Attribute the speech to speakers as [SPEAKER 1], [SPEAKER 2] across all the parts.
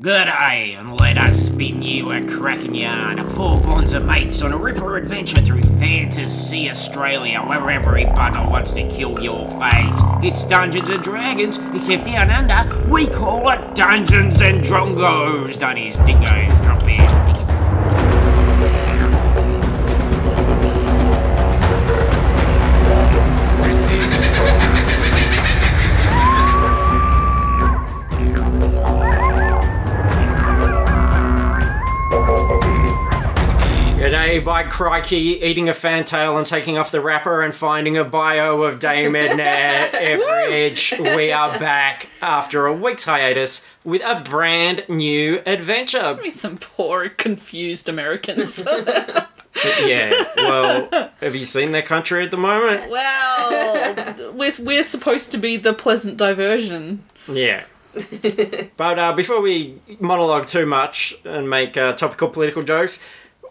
[SPEAKER 1] Good day, and let us spin you a cracking yarn. Four bonds of mates on a ripper adventure through Fantasy Australia, where every bugger wants to kill your face. It's Dungeons and Dragons, except down under, we call it Dungeons and Drongos. Dunnies, dingoes, drop it.
[SPEAKER 2] G'day, by crikey, eating a fantail and taking off the wrapper and finding a bio of Daymed at every edge. We are back after a week's hiatus with a brand new adventure.
[SPEAKER 3] Be some poor, confused Americans.
[SPEAKER 2] Yeah, well, have you seen their country at the moment?
[SPEAKER 3] well, we're, we're supposed to be the pleasant diversion.
[SPEAKER 2] Yeah. But uh, before we monologue too much and make uh, topical political jokes,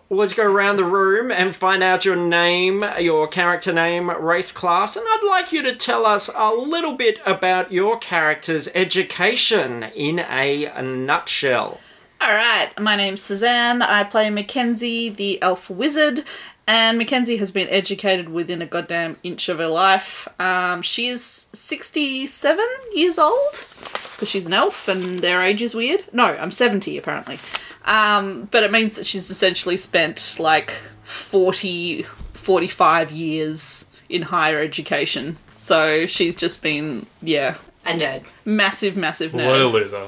[SPEAKER 2] let's go around the room and find out your name, your character name, race, class, and I'd like you to tell us a little bit about your character's education in a nutshell.
[SPEAKER 3] All right, my name's Suzanne. I play Mackenzie, the elf wizard, and Mackenzie has been educated within a goddamn inch of her life. Um, she is 67 years old because she's an elf and their age is weird. No, I'm 70 apparently. Um, but it means that she's essentially spent like 40, 45 years in higher education. So she's just been, yeah,
[SPEAKER 4] A nerd.
[SPEAKER 3] massive, massive
[SPEAKER 5] What a
[SPEAKER 3] nerd.
[SPEAKER 5] loser.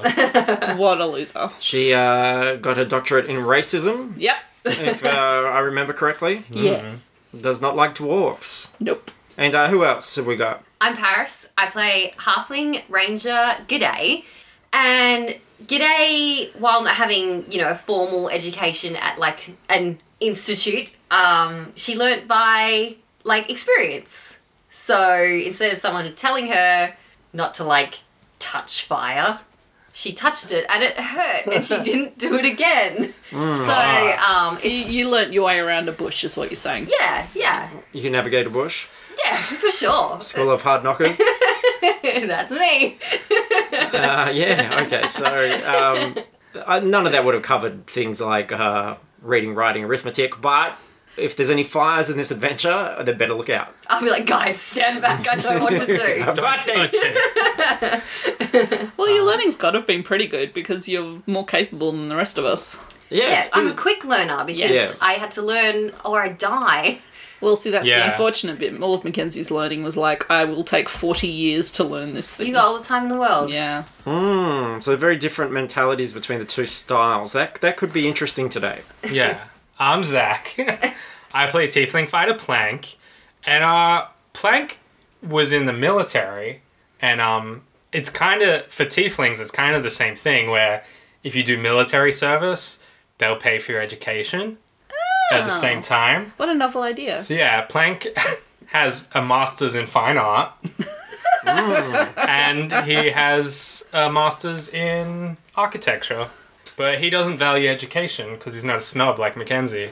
[SPEAKER 3] What a loser.
[SPEAKER 2] She uh, got her doctorate in racism,
[SPEAKER 3] Yep.
[SPEAKER 2] if uh, I remember correctly.
[SPEAKER 4] Yes.
[SPEAKER 2] Does not like dwarfs.
[SPEAKER 3] Nope.
[SPEAKER 2] And uh, who else have we got?
[SPEAKER 4] I'm Paris. I play Halfling Ranger G'day. And G'day, while not having, you know, a formal education at like an institute, um, she learnt by like experience. So instead of someone telling her not to like touch fire, she touched it and it hurt and she didn't do it again. So, um,
[SPEAKER 3] So you, you learnt your way around a bush, is what you're saying.
[SPEAKER 4] yeah, yeah,
[SPEAKER 2] You can navigate a bush.
[SPEAKER 4] yeah, for sure.
[SPEAKER 2] School of Hard Knockers.
[SPEAKER 4] That's me.
[SPEAKER 2] uh, yeah, okay. So um, uh, none of that would have covered things like uh, reading, writing, arithmetic, but if there's any fires in this adventure, they better look out.
[SPEAKER 4] I'll be like, guys, stand back. I don't know what to do.
[SPEAKER 2] I've got
[SPEAKER 5] Touch
[SPEAKER 2] this.
[SPEAKER 5] it.
[SPEAKER 3] Well, your learning's got to have been pretty good because you're more capable than the rest of us.
[SPEAKER 2] Yeah,
[SPEAKER 4] Yeah, I'm a quick learner because
[SPEAKER 3] Yes.
[SPEAKER 4] I had to learn or I die.
[SPEAKER 3] Well, see, that's the
[SPEAKER 5] Yeah.
[SPEAKER 3] unfortunate bit. All of Mackenzie's learning was like, I will take 40 years to learn this thing.
[SPEAKER 4] You got all the time in the world.
[SPEAKER 3] yeah.
[SPEAKER 2] so very different mentalities between the two styles. That that could be interesting today.
[SPEAKER 5] Yeah. I'm Zach. I play Tiefling Fighter Plank. And uh Plank was in the military and um it's kinda for Tieflings it's kind of the same thing where if you do military service, they'll pay for your education at the same time.
[SPEAKER 3] What a novel idea.
[SPEAKER 5] So yeah, Plank has a master's in fine art. and he has a master's in architecture. But he doesn't value education because he's not a snob like Mackenzie.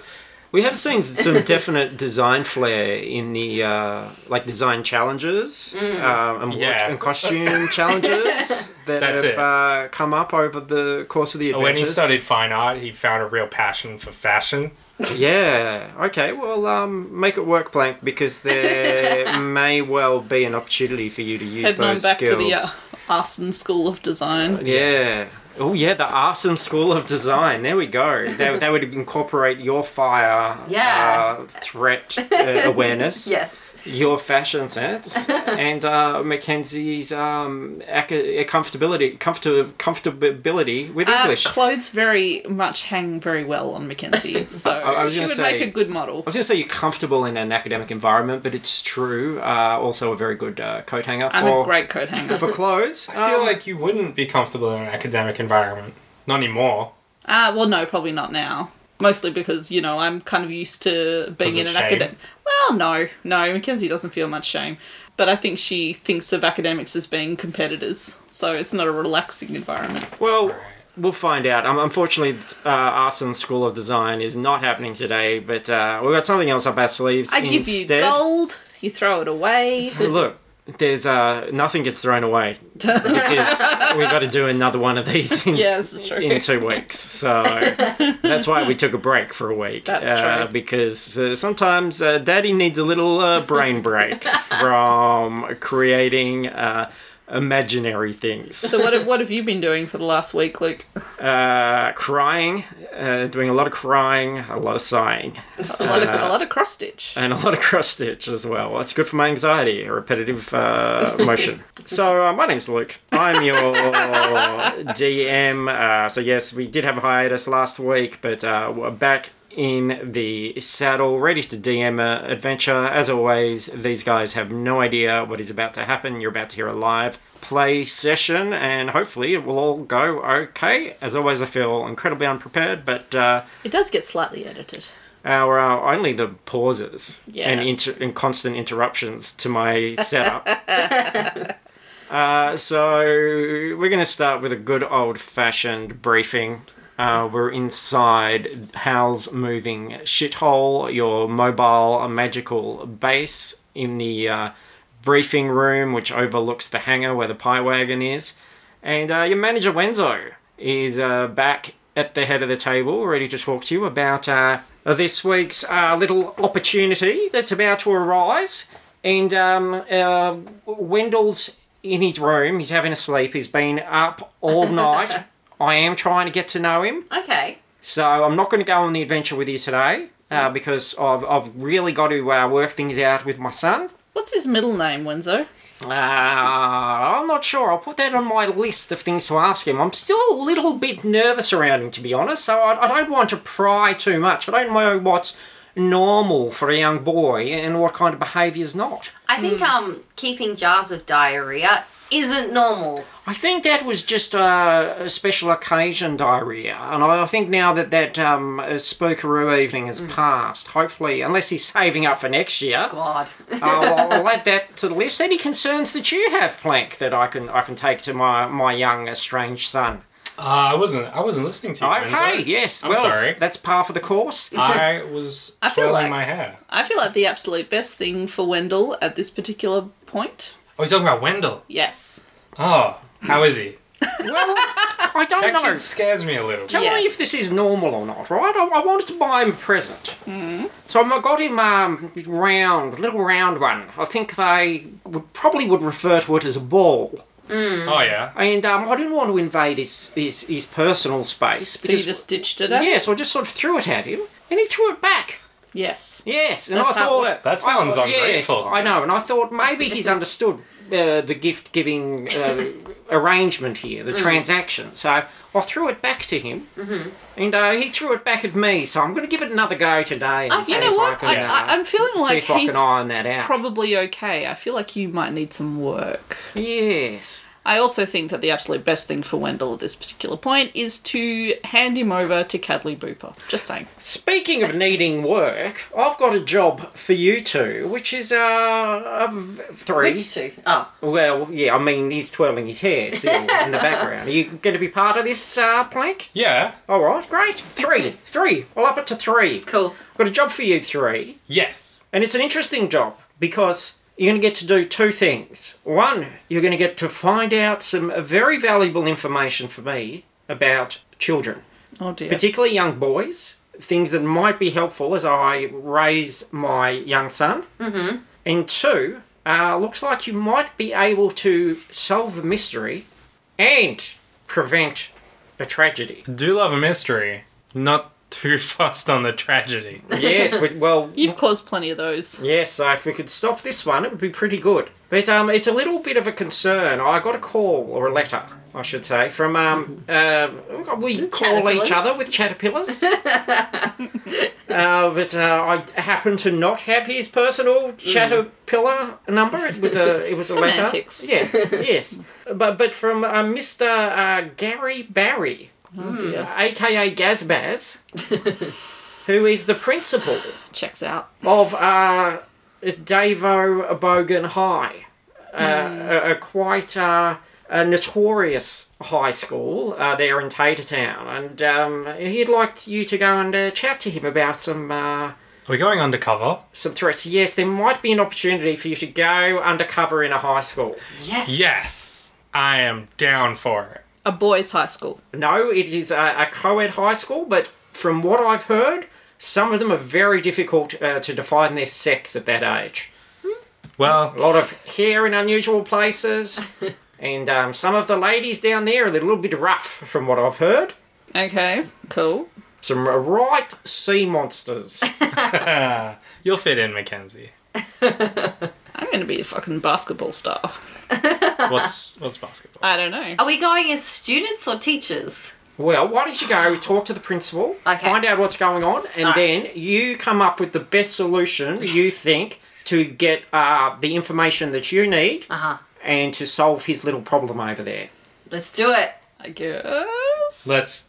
[SPEAKER 2] We have seen some definite design flair in the uh, like design challenges
[SPEAKER 3] Mm.
[SPEAKER 2] um, and, watch-
[SPEAKER 5] Yeah.
[SPEAKER 2] and costume challenges that
[SPEAKER 5] That's
[SPEAKER 2] have
[SPEAKER 5] it. Oh,
[SPEAKER 2] Uh, come up over the course of the adventure.
[SPEAKER 5] When he studied fine art, he found a real passion for fashion.
[SPEAKER 2] Yeah. Okay. Well, um, make it work, Plank, because there may well be an opportunity for you to use
[SPEAKER 3] Heading on
[SPEAKER 2] those
[SPEAKER 3] back
[SPEAKER 2] skills.
[SPEAKER 3] to the uh, Arson School of Design.
[SPEAKER 2] yeah. Oh, yeah. The arson school of design. There we go. That, that would incorporate your fire
[SPEAKER 4] Yeah.
[SPEAKER 2] uh, threat uh, awareness,
[SPEAKER 4] Yes.
[SPEAKER 2] your fashion sense, and uh, Mackenzie's um, ac- comfortability, comfort- comfortability with
[SPEAKER 3] Uh,
[SPEAKER 2] English.
[SPEAKER 3] clothes very much hang very well on Mackenzie, so
[SPEAKER 2] I was
[SPEAKER 3] she
[SPEAKER 2] gonna
[SPEAKER 3] would
[SPEAKER 2] say-
[SPEAKER 3] make a good model.
[SPEAKER 2] I was going to say you're comfortable in an academic environment, but it's true. Uh, also, a very good uh, coat hanger for,
[SPEAKER 3] I'm a great coat hanger.
[SPEAKER 2] for clothes. Um,
[SPEAKER 5] I feel like you wouldn't Um, be comfortable in an academic environment. Not anymore.
[SPEAKER 3] Uh, well, no, probably not now. Mostly because, you know, I'm kind of used to being
[SPEAKER 5] Because
[SPEAKER 3] in an
[SPEAKER 5] of
[SPEAKER 3] academic.
[SPEAKER 5] shame?
[SPEAKER 3] Well, no, no, Mackenzie doesn't feel much shame. But I think she thinks of academics as being competitors, so it's not a relaxing environment.
[SPEAKER 2] Well, we'll find out. Um, unfortunately, uh, Arsen's School of Design is not happening today, but uh, we've got something else up our sleeves
[SPEAKER 3] I give
[SPEAKER 2] instead.
[SPEAKER 3] you gold, you throw it away.
[SPEAKER 2] Look, There's uh, nothing gets thrown away. It's, we've got to do another one of these in,
[SPEAKER 3] Yeah, this is true.
[SPEAKER 2] in two weeks. So that's why we took a break for a week.
[SPEAKER 3] That's
[SPEAKER 2] uh,
[SPEAKER 3] true.
[SPEAKER 2] Because uh, sometimes uh, daddy needs a little uh, brain break from creating uh, imaginary things.
[SPEAKER 3] So what have, what have you been doing for the last week, Luke?
[SPEAKER 2] Uh, crying, uh, doing a lot of crying, a lot of sighing,
[SPEAKER 3] A lot of a lot of cross stitch.
[SPEAKER 2] and a lot of cross stitch as well. It's good for my anxiety, repetitive uh, motion. so uh, my name's Luke. I'm your DM. Uh, so yes, we did have a hiatus last week, but uh, we're back in the saddle, ready to DM uh, adventure. As always, these guys have no idea what is about to happen. You're about to hear a live play session, and hopefully it will all go okay. As always, I feel incredibly unprepared, but. Uh,
[SPEAKER 3] It does get slightly edited.
[SPEAKER 2] our uh, only the pauses
[SPEAKER 3] Yeah,
[SPEAKER 2] and,
[SPEAKER 3] that's-
[SPEAKER 2] inter- and constant interruptions to my setup. uh, so we're going to start with a good old fashioned briefing. Uh, we're inside Hal's moving shithole, your mobile magical base in the uh, briefing room, which overlooks the hangar where the pie wagon is. And uh, your manager Wenzo is uh, back at the head of the table, ready to talk to you about uh, this week's uh, little opportunity that's about to arise. And um, uh, Wendell's in his room. He's having a sleep. He's been up all night. I am trying to get to know him.
[SPEAKER 4] Okay.
[SPEAKER 2] So I'm not going to go on the adventure with you today uh, because I've, I've really got to uh, work things out with my son.
[SPEAKER 3] What's his middle name, Wenzo?
[SPEAKER 2] Uh, I'm not sure. I'll put that on my list of things to ask him. I'm still a little bit nervous around him, to be honest, so I, I don't want to pry too much. I don't know what's normal for a young boy and what kind of behaviour's not.
[SPEAKER 4] I think um keeping jars of diarrhea isn't normal.
[SPEAKER 2] I think that was just uh, a special occasion diarrhea, and I I think now that that um, uh, spookaroo evening has passed, hopefully, unless he's saving up for next year, uh,
[SPEAKER 4] God.
[SPEAKER 2] I'll, I'll add that to the list. Any concerns that you have, Plank, that I can I can take to my my young estranged son?
[SPEAKER 5] Uh, I wasn't. I wasn't listening to you.
[SPEAKER 2] Okay,
[SPEAKER 5] Renzo.
[SPEAKER 2] yes.
[SPEAKER 5] I'm
[SPEAKER 2] well,
[SPEAKER 5] sorry.
[SPEAKER 2] that's par for the course.
[SPEAKER 5] I was
[SPEAKER 3] I feel
[SPEAKER 5] twirling
[SPEAKER 3] like-
[SPEAKER 5] my hair.
[SPEAKER 3] I feel like the absolute best thing for Wendell at this particular point.
[SPEAKER 5] Oh, you're talking about Wendell.
[SPEAKER 3] Yes.
[SPEAKER 5] Oh, how is he?
[SPEAKER 2] well, I don't
[SPEAKER 5] That
[SPEAKER 2] know.
[SPEAKER 5] kid scares me a little. bit.
[SPEAKER 2] Tell
[SPEAKER 3] Yeah.
[SPEAKER 2] me if this is normal or not, right? I, I wanted to buy him a present.
[SPEAKER 3] Mm-hmm.
[SPEAKER 2] So I got him um, round, little round one. I think they would probably would refer to it as a ball.
[SPEAKER 5] Oh yeah.
[SPEAKER 2] And um, I didn't want to invade his, his, his personal space.
[SPEAKER 3] So you
[SPEAKER 2] because-
[SPEAKER 3] just stitched it up?
[SPEAKER 2] Yeah, so I just sort of threw it at him, and he threw it back.
[SPEAKER 3] Yes.
[SPEAKER 2] Yes, and
[SPEAKER 3] That's
[SPEAKER 2] I
[SPEAKER 3] how it
[SPEAKER 2] thought
[SPEAKER 3] works.
[SPEAKER 5] That sounds
[SPEAKER 2] I- yes,
[SPEAKER 5] ungrateful.
[SPEAKER 2] I know, and I thought maybe he's understood uh, the gift giving uh, arrangement here,
[SPEAKER 3] Mm.
[SPEAKER 2] the transaction. So I threw it back to him,
[SPEAKER 3] Mm-hmm.
[SPEAKER 2] and uh, he threw it back at me. So I'm going to give it another go today. And
[SPEAKER 4] Okay.
[SPEAKER 2] see
[SPEAKER 4] You
[SPEAKER 3] Oh, You know
[SPEAKER 2] if
[SPEAKER 3] what?
[SPEAKER 2] I
[SPEAKER 3] I,
[SPEAKER 2] can, uh,
[SPEAKER 3] I, I'm feeling
[SPEAKER 2] see
[SPEAKER 3] like
[SPEAKER 2] if I
[SPEAKER 3] he's
[SPEAKER 2] can iron that out.
[SPEAKER 3] probably okay. I feel like you might need some work.
[SPEAKER 2] yes.
[SPEAKER 3] I also think that the absolute best thing for Wendell at this particular point is to hand him over to Cadley Booper. Just saying.
[SPEAKER 2] Speaking of needing work, I've got a job for you two, which is uh, a v- three.
[SPEAKER 4] Which two? Oh.
[SPEAKER 2] Well, yeah, I mean, he's twirling his hair still in the background. Are you going to be part of this uh, plank?
[SPEAKER 5] Yeah.
[SPEAKER 2] All right, great. Three, three. I'll up it to three.
[SPEAKER 4] Cool.
[SPEAKER 2] Got a job for you three,
[SPEAKER 5] Yes.
[SPEAKER 2] and it's an interesting job because you're going to get to do two things. One, you're going to get to find out some uh, very valuable information for me about children,
[SPEAKER 3] Oh dear.
[SPEAKER 2] particularly young boys. Things that might be helpful as I raise my young son. Mm-hmm. And two, uh, looks like you might be able to solve a mystery and prevent a tragedy.
[SPEAKER 5] Do love a mystery. Not too fussed on the tragedy.
[SPEAKER 2] yes, we, well,
[SPEAKER 3] You've caused plenty of those.
[SPEAKER 2] Yes, so if we could stop this one, it would be pretty good. But um, it's a little bit of a concern. I got a call or a letter, I should say, from um, uh, we call
[SPEAKER 4] Caterpillars.
[SPEAKER 2] each other with caterpillars. uh, but uh, I happen to not have his personal
[SPEAKER 3] Mm.
[SPEAKER 2] caterpillar number. It was a it was a letter.
[SPEAKER 3] Semantics.
[SPEAKER 2] Yeah, yes, but but from uh, Mr. Uh, Gary Barry,
[SPEAKER 3] Oh dear.
[SPEAKER 2] aka Gazbaz, who is the principal
[SPEAKER 3] Checks out.
[SPEAKER 2] of uh, Davo Bogan High, uh, a, a quite uh, a notorious high school uh, there in Tatertown, and um, he'd like you to go and uh, chat to him about some uh,
[SPEAKER 5] We're going undercover.
[SPEAKER 2] Some threats. Yes, there might be an opportunity for you to go undercover in a high school.
[SPEAKER 4] Yes.
[SPEAKER 5] Yes, I am down for it.
[SPEAKER 3] A boys' high school.
[SPEAKER 2] No, it is a, a co ed high school, but from what I've heard, some of them are very difficult uh, to define their sex at that age.
[SPEAKER 5] Well,
[SPEAKER 2] A lot of hair in unusual places, and um, some of the ladies down there are a little bit rough, from what I've heard.
[SPEAKER 3] Okay, cool.
[SPEAKER 2] Some right sea monsters.
[SPEAKER 5] you'll fit in, Mackenzie.
[SPEAKER 3] I'm gonna be a fucking basketball star.
[SPEAKER 5] What's what's basketball?
[SPEAKER 3] I don't know.
[SPEAKER 4] Are we going as students or teachers?
[SPEAKER 2] Well, why don't you go talk to the principal,
[SPEAKER 4] Okay.
[SPEAKER 2] find out what's going on, and
[SPEAKER 4] Alright.
[SPEAKER 2] then you come up with the best solution you think to get uh, the information that you need
[SPEAKER 4] Uh huh.
[SPEAKER 2] and to solve his little problem over there.
[SPEAKER 4] Let's do it.
[SPEAKER 3] I guess.
[SPEAKER 5] Let's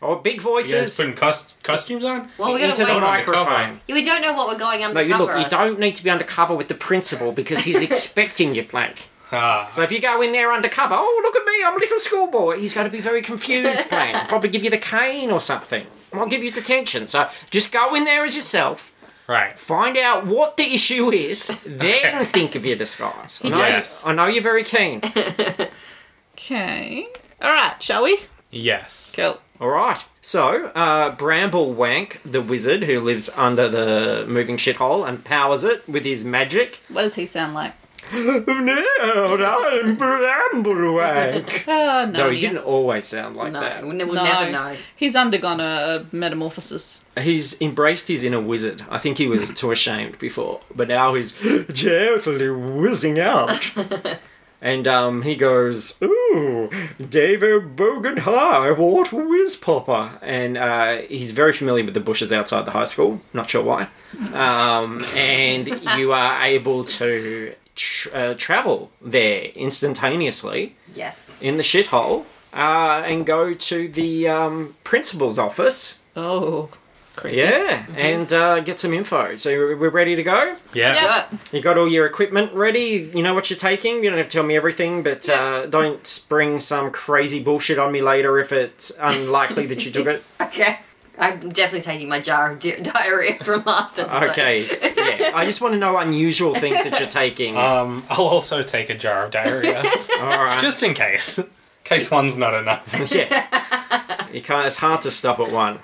[SPEAKER 2] Oh, big
[SPEAKER 5] you guys
[SPEAKER 2] voices
[SPEAKER 5] putting cos- costumes on.
[SPEAKER 4] Well, Oh, we
[SPEAKER 2] into
[SPEAKER 4] gotta
[SPEAKER 2] the
[SPEAKER 4] wait.
[SPEAKER 5] mic.
[SPEAKER 2] microphone.
[SPEAKER 4] We don't know what we're going
[SPEAKER 2] No,
[SPEAKER 4] undercover.
[SPEAKER 2] you look. You
[SPEAKER 4] as.
[SPEAKER 2] don't need to be undercover with the principal because he's expecting you, Plank.
[SPEAKER 5] Ah,
[SPEAKER 2] So if you go in there undercover, oh look at me, I'm a little schoolboy. He's going to be very confused, Plank. Probably give you the cane or something. Might give you detention. So just go in there as yourself.
[SPEAKER 5] right.
[SPEAKER 2] Find out what the issue is, then
[SPEAKER 5] Okay.
[SPEAKER 2] think of your disguise. I know,
[SPEAKER 5] Yes.
[SPEAKER 2] I know you're very keen.
[SPEAKER 3] Okay. All right, shall we?
[SPEAKER 5] Yes.
[SPEAKER 3] Cool.
[SPEAKER 2] All right. So, uh, Bramble Wank, the wizard who lives under the moving shithole and powers it with his magic.
[SPEAKER 3] What does he sound like?
[SPEAKER 2] No, I'm Bramble Wank.
[SPEAKER 3] Ah, no.
[SPEAKER 2] No, he
[SPEAKER 3] idea.
[SPEAKER 2] didn't always sound like
[SPEAKER 4] No, we'll
[SPEAKER 2] that.
[SPEAKER 4] ne- we'll
[SPEAKER 3] No.
[SPEAKER 4] never know.
[SPEAKER 3] He's undergone a metamorphosis.
[SPEAKER 2] He's embraced his inner wizard. I think he was too ashamed before, but now he's totally whizzing out. and um, he goes, "Ooh, David Bogan High, what whiz popper?" And uh, he's very familiar with the bushes outside the high school. Not sure why. Um, and you are able to tr- uh, travel there instantaneously
[SPEAKER 4] Yes.
[SPEAKER 2] in the shithole uh, and go to the um, principal's office.
[SPEAKER 3] Oh.
[SPEAKER 2] Yeah, and uh, get some info. So we're ready to go.
[SPEAKER 5] Yeah.
[SPEAKER 4] Yep.
[SPEAKER 2] You got all your equipment ready. You know what you're taking. You don't have to tell me everything, but uh, don't spring some crazy bullshit on me later if it's unlikely that you took it.
[SPEAKER 4] Okay. I'm definitely taking my jar of di- diarrhea from last episode.
[SPEAKER 2] Okay. yeah. I just want to know unusual things that you're taking. All
[SPEAKER 5] Um, I'll also take a jar of diarrhea
[SPEAKER 2] right.
[SPEAKER 5] just in case. Case one's not enough.
[SPEAKER 2] yeah. You can't. It's hard to stop at one.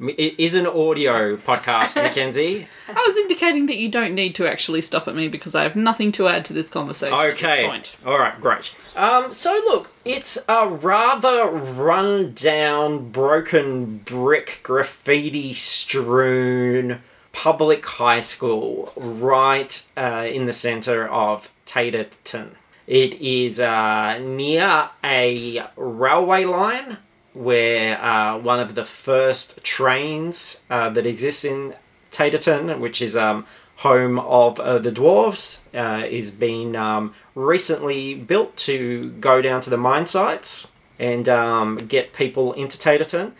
[SPEAKER 2] It is an audio podcast, Mackenzie.
[SPEAKER 3] I was indicating that you don't need to actually stop at me because I have nothing to add to this conversation at
[SPEAKER 2] Okay.
[SPEAKER 3] this point.
[SPEAKER 2] All right, great. Um, so look, it's a rather run down, broken brick, graffiti strewn public high school right uh, in the center of Taterton. It is uh, near a railway line where uh, one of the first trains uh, that exists in Taterton, which is um, home of uh, the dwarves, uh, is being um, recently built to go down to the mine sites and um, get people into Taterton.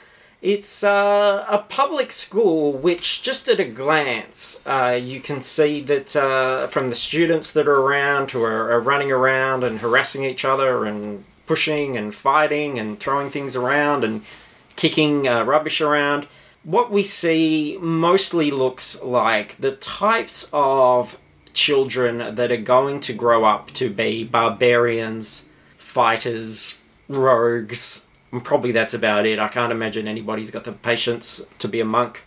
[SPEAKER 2] It's uh, a public school, which just at a glance, uh, you can see that uh, from the students that are around who are, are running around and harassing each other and pushing and fighting and throwing things around and kicking uh, rubbish around. What we see mostly looks like the types of children that are going to grow up to be barbarians, fighters, rogues. And probably that's about it. I can't imagine anybody's got the patience to be a monk.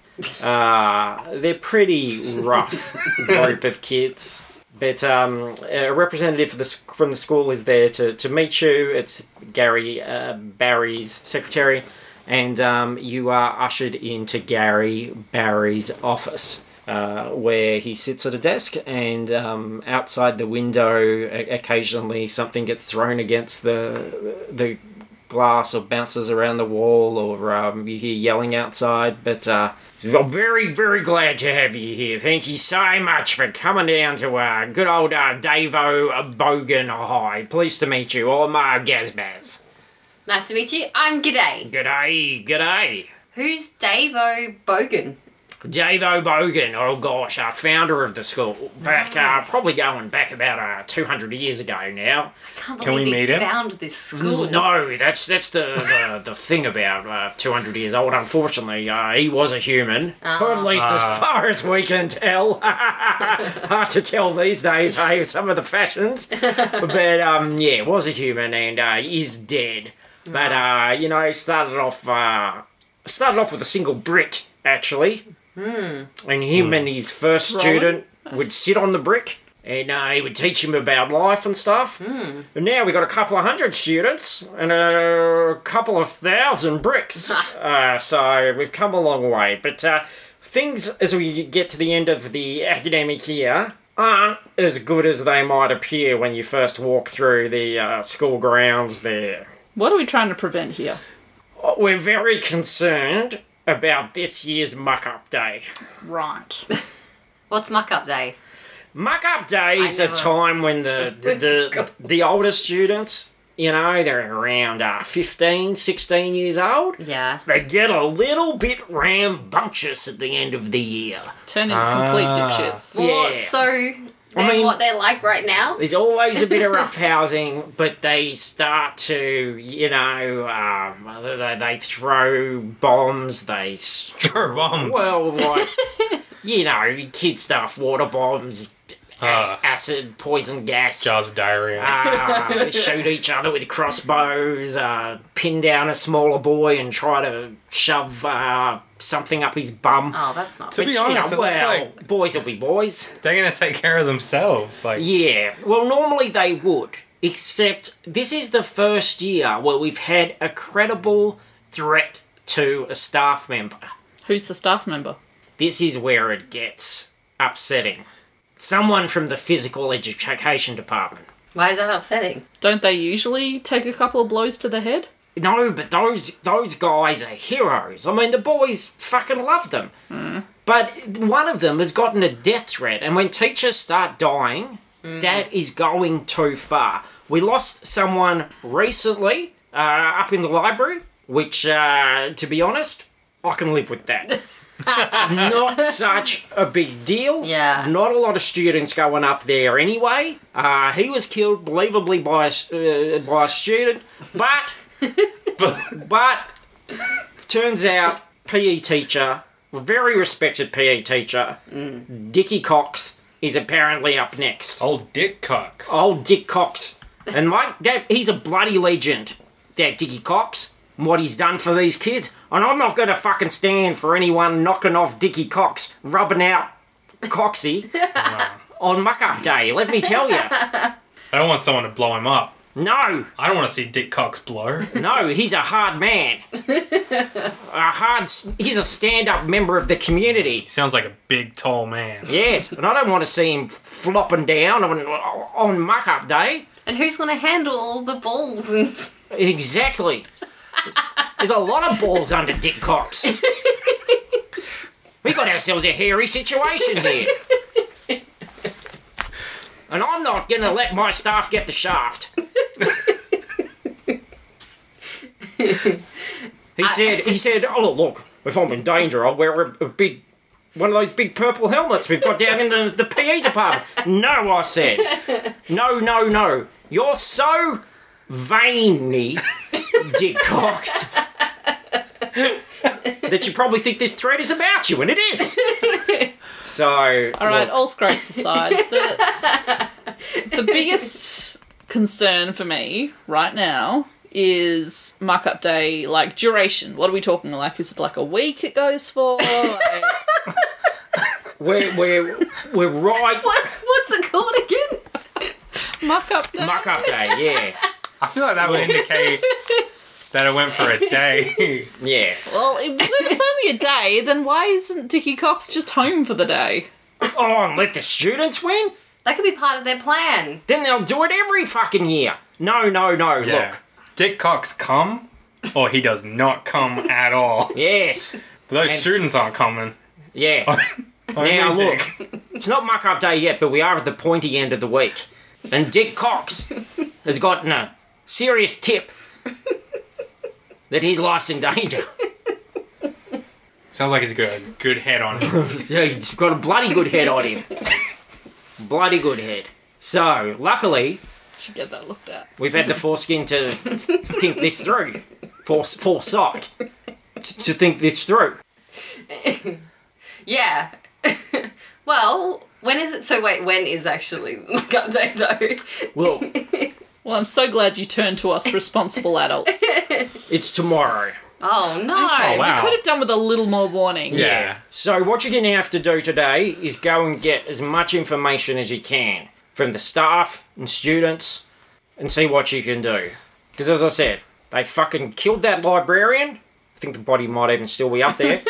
[SPEAKER 2] Uh, they're pretty rough group of kids. But um, a representative for the, s- from the school is there to, to meet you. It's Gary uh, Barry's secretary. And um, you are ushered into Gary Barry's office, uh, where he sits at a desk. And um, outside the window, o- occasionally something gets thrown against the, the glass or bounces around the wall or um, you hear yelling outside. But uh, I'm very, very glad to have you here. Thank you so much for coming down to uh, good old uh, Davo Bogan High. Pleased to meet you. I'm uh, Gazbaz.
[SPEAKER 4] Nice to meet you. I'm G'day.
[SPEAKER 2] G'day, g'day.
[SPEAKER 4] Who's Davo Bogan?
[SPEAKER 2] Dave O'Bogan, oh gosh, our founder of the school, back uh,
[SPEAKER 4] Nice.
[SPEAKER 2] probably going back about uh, 200 years ago now.
[SPEAKER 4] Can't
[SPEAKER 5] Can
[SPEAKER 4] believe
[SPEAKER 5] we
[SPEAKER 4] he
[SPEAKER 5] meet him? Mm,
[SPEAKER 4] found this school.
[SPEAKER 2] Ooh, no, that's that's the, the, the thing about uh, 200 years old, unfortunately. Uh, he was a human, or at least as far as we can tell. Hard to tell these days, hey, with some of the fashions. but um, yeah, was a human and uh, is dead. But, uh, you know, started off, uh, started off with a single brick, actually. And him and his first student would sit on the brick and uh, he would teach him about life and stuff. And now we've got a couple of hundred students and a couple of thousand bricks. uh, so we've come a long way. But uh, things, as we get to the end of the academic year, aren't as good as they might appear when you first walk through the uh, school grounds there.
[SPEAKER 3] What are we trying to prevent here?
[SPEAKER 2] We're very concerned about this year's muck up day.
[SPEAKER 3] Right.
[SPEAKER 4] What's muck up day?
[SPEAKER 2] Muck up day is
[SPEAKER 4] I
[SPEAKER 2] a
[SPEAKER 4] never-
[SPEAKER 2] time when the the, the, the older students, you know, they're around uh, 15, 16 years old.
[SPEAKER 4] Yeah.
[SPEAKER 2] They get a little bit rambunctious at the end of the year.
[SPEAKER 3] Turn into complete
[SPEAKER 5] Ah.
[SPEAKER 3] dipshits.
[SPEAKER 4] Well,
[SPEAKER 2] Yeah.
[SPEAKER 4] so they're
[SPEAKER 2] mean-
[SPEAKER 4] what they're like right now.
[SPEAKER 2] There's always a bit of roughhousing, but they start to, you know, um, they, they throw bombs, they s-
[SPEAKER 5] Throw bombs.
[SPEAKER 2] Well, like, you know, kid stuff, water bombs, ac-
[SPEAKER 5] Ah.
[SPEAKER 2] acid, poison gas.
[SPEAKER 5] Jaws of diarrhea.
[SPEAKER 2] uh, shoot each other with crossbows, uh, pin down a smaller boy and try to shove uh, something up his bum.
[SPEAKER 4] Oh, that's not.
[SPEAKER 5] To be
[SPEAKER 2] Which, you know,
[SPEAKER 5] honest, it looks
[SPEAKER 2] well,
[SPEAKER 5] like-
[SPEAKER 2] boys will be boys.
[SPEAKER 5] They're gonna take care of themselves. Like
[SPEAKER 2] Yeah. Well, normally they would, except this is the first year where we've had a credible threat to a staff member.
[SPEAKER 3] Who's the staff member?
[SPEAKER 2] This is where it gets upsetting. Someone from the physical education department.
[SPEAKER 4] Why is that upsetting?
[SPEAKER 3] Don't they usually take a couple of blows to the head?
[SPEAKER 2] No, but those those guys are heroes. I mean, the boys fucking love them. But one of them has gotten a death threat, and when teachers start dying, that is going too far. We lost someone recently uh, up in the library, which, uh, to be honest, I can live with that. not such a big deal.
[SPEAKER 4] Yeah.
[SPEAKER 2] Not a lot of students going up there anyway. Uh, he was killed, believably, by a, s- uh, by a student, but but turns out PE teacher, very respected PE teacher, Dickie Cox is apparently up next.
[SPEAKER 5] old dick cocks.
[SPEAKER 2] Old Dick Cox, and like that, he's a bloody legend. That Dickie Cox, and what he's done for these kids, and I'm not gonna fucking stand for anyone knocking off Dickie Cox, rubbing out Coxie on Muck Up Day. Let me tell you,
[SPEAKER 5] I don't want someone to blow him up.
[SPEAKER 2] no,
[SPEAKER 5] I don't want to see dick cocks blow.
[SPEAKER 2] No, he's a hard man. a hard. s- He's a stand-up member of the community.
[SPEAKER 5] Sounds like a big tall man.
[SPEAKER 2] Yes, and I don't want to see him flopping down on, on muck-up day.
[SPEAKER 4] And who's gonna handle all the balls and?
[SPEAKER 2] Exactly. There's a lot of balls under Dick Cox. we got ourselves a hairy situation here. And I'm not going to let my staff get the shaft. he said, he said, oh, look, if I'm in danger, I'll wear a, a big, one of those big purple helmets we've got down in the, the PE department. No, I said. No, no, no. You're so veiny Dick Cox that you probably think this thread is about you, and it is. So,
[SPEAKER 3] All right, all scrapes aside, the, the biggest concern for me right now is markup day, like duration. What are we talking like? Is it like a week it goes for? Like,
[SPEAKER 2] we're, we're, we're right.
[SPEAKER 4] What, what's it called again?
[SPEAKER 3] markup day?
[SPEAKER 2] Muck up day, yeah.
[SPEAKER 5] I feel like that would indicate that it went for a day.
[SPEAKER 2] Yeah.
[SPEAKER 3] well, if it's only a day, then why isn't Dickie Cox just home for the day?
[SPEAKER 2] Oh, and let the students win?
[SPEAKER 4] That could be part of their plan.
[SPEAKER 2] Then they'll do it every fucking year. No, no, no,
[SPEAKER 5] Yeah.
[SPEAKER 2] look.
[SPEAKER 5] Dick Cox come, or he does not come at all.
[SPEAKER 2] Yes.
[SPEAKER 5] Those students aren't coming.
[SPEAKER 2] Yeah.
[SPEAKER 5] Only
[SPEAKER 2] Now
[SPEAKER 5] Dick.
[SPEAKER 2] It's not muck up day yet, but we are at the pointy end of the week. And Dick Cox has gotten a serious tip that his life's in danger.
[SPEAKER 5] Sounds like he's got a good head on him.
[SPEAKER 2] Yeah, he's got a bloody good head on him. bloody good head. So, luckily,
[SPEAKER 3] Should get that looked at.
[SPEAKER 2] we've had the foreskin to think this through. Fore- foresight. To, to think this through.
[SPEAKER 4] Yeah. well, when is it? So wait, when is actually gut day though?
[SPEAKER 2] Well,
[SPEAKER 3] Well, I'm so glad you turned to us responsible adults.
[SPEAKER 2] it's tomorrow.
[SPEAKER 4] Oh no.
[SPEAKER 5] Oh, wow.
[SPEAKER 3] I could have done with a little more warning.
[SPEAKER 5] yeah.
[SPEAKER 2] So, what you're going to have to do today is go and get as much information as you can from the staff and students and see what you can do. Because, as I said, they fucking killed that librarian. I think the body might even still be up there.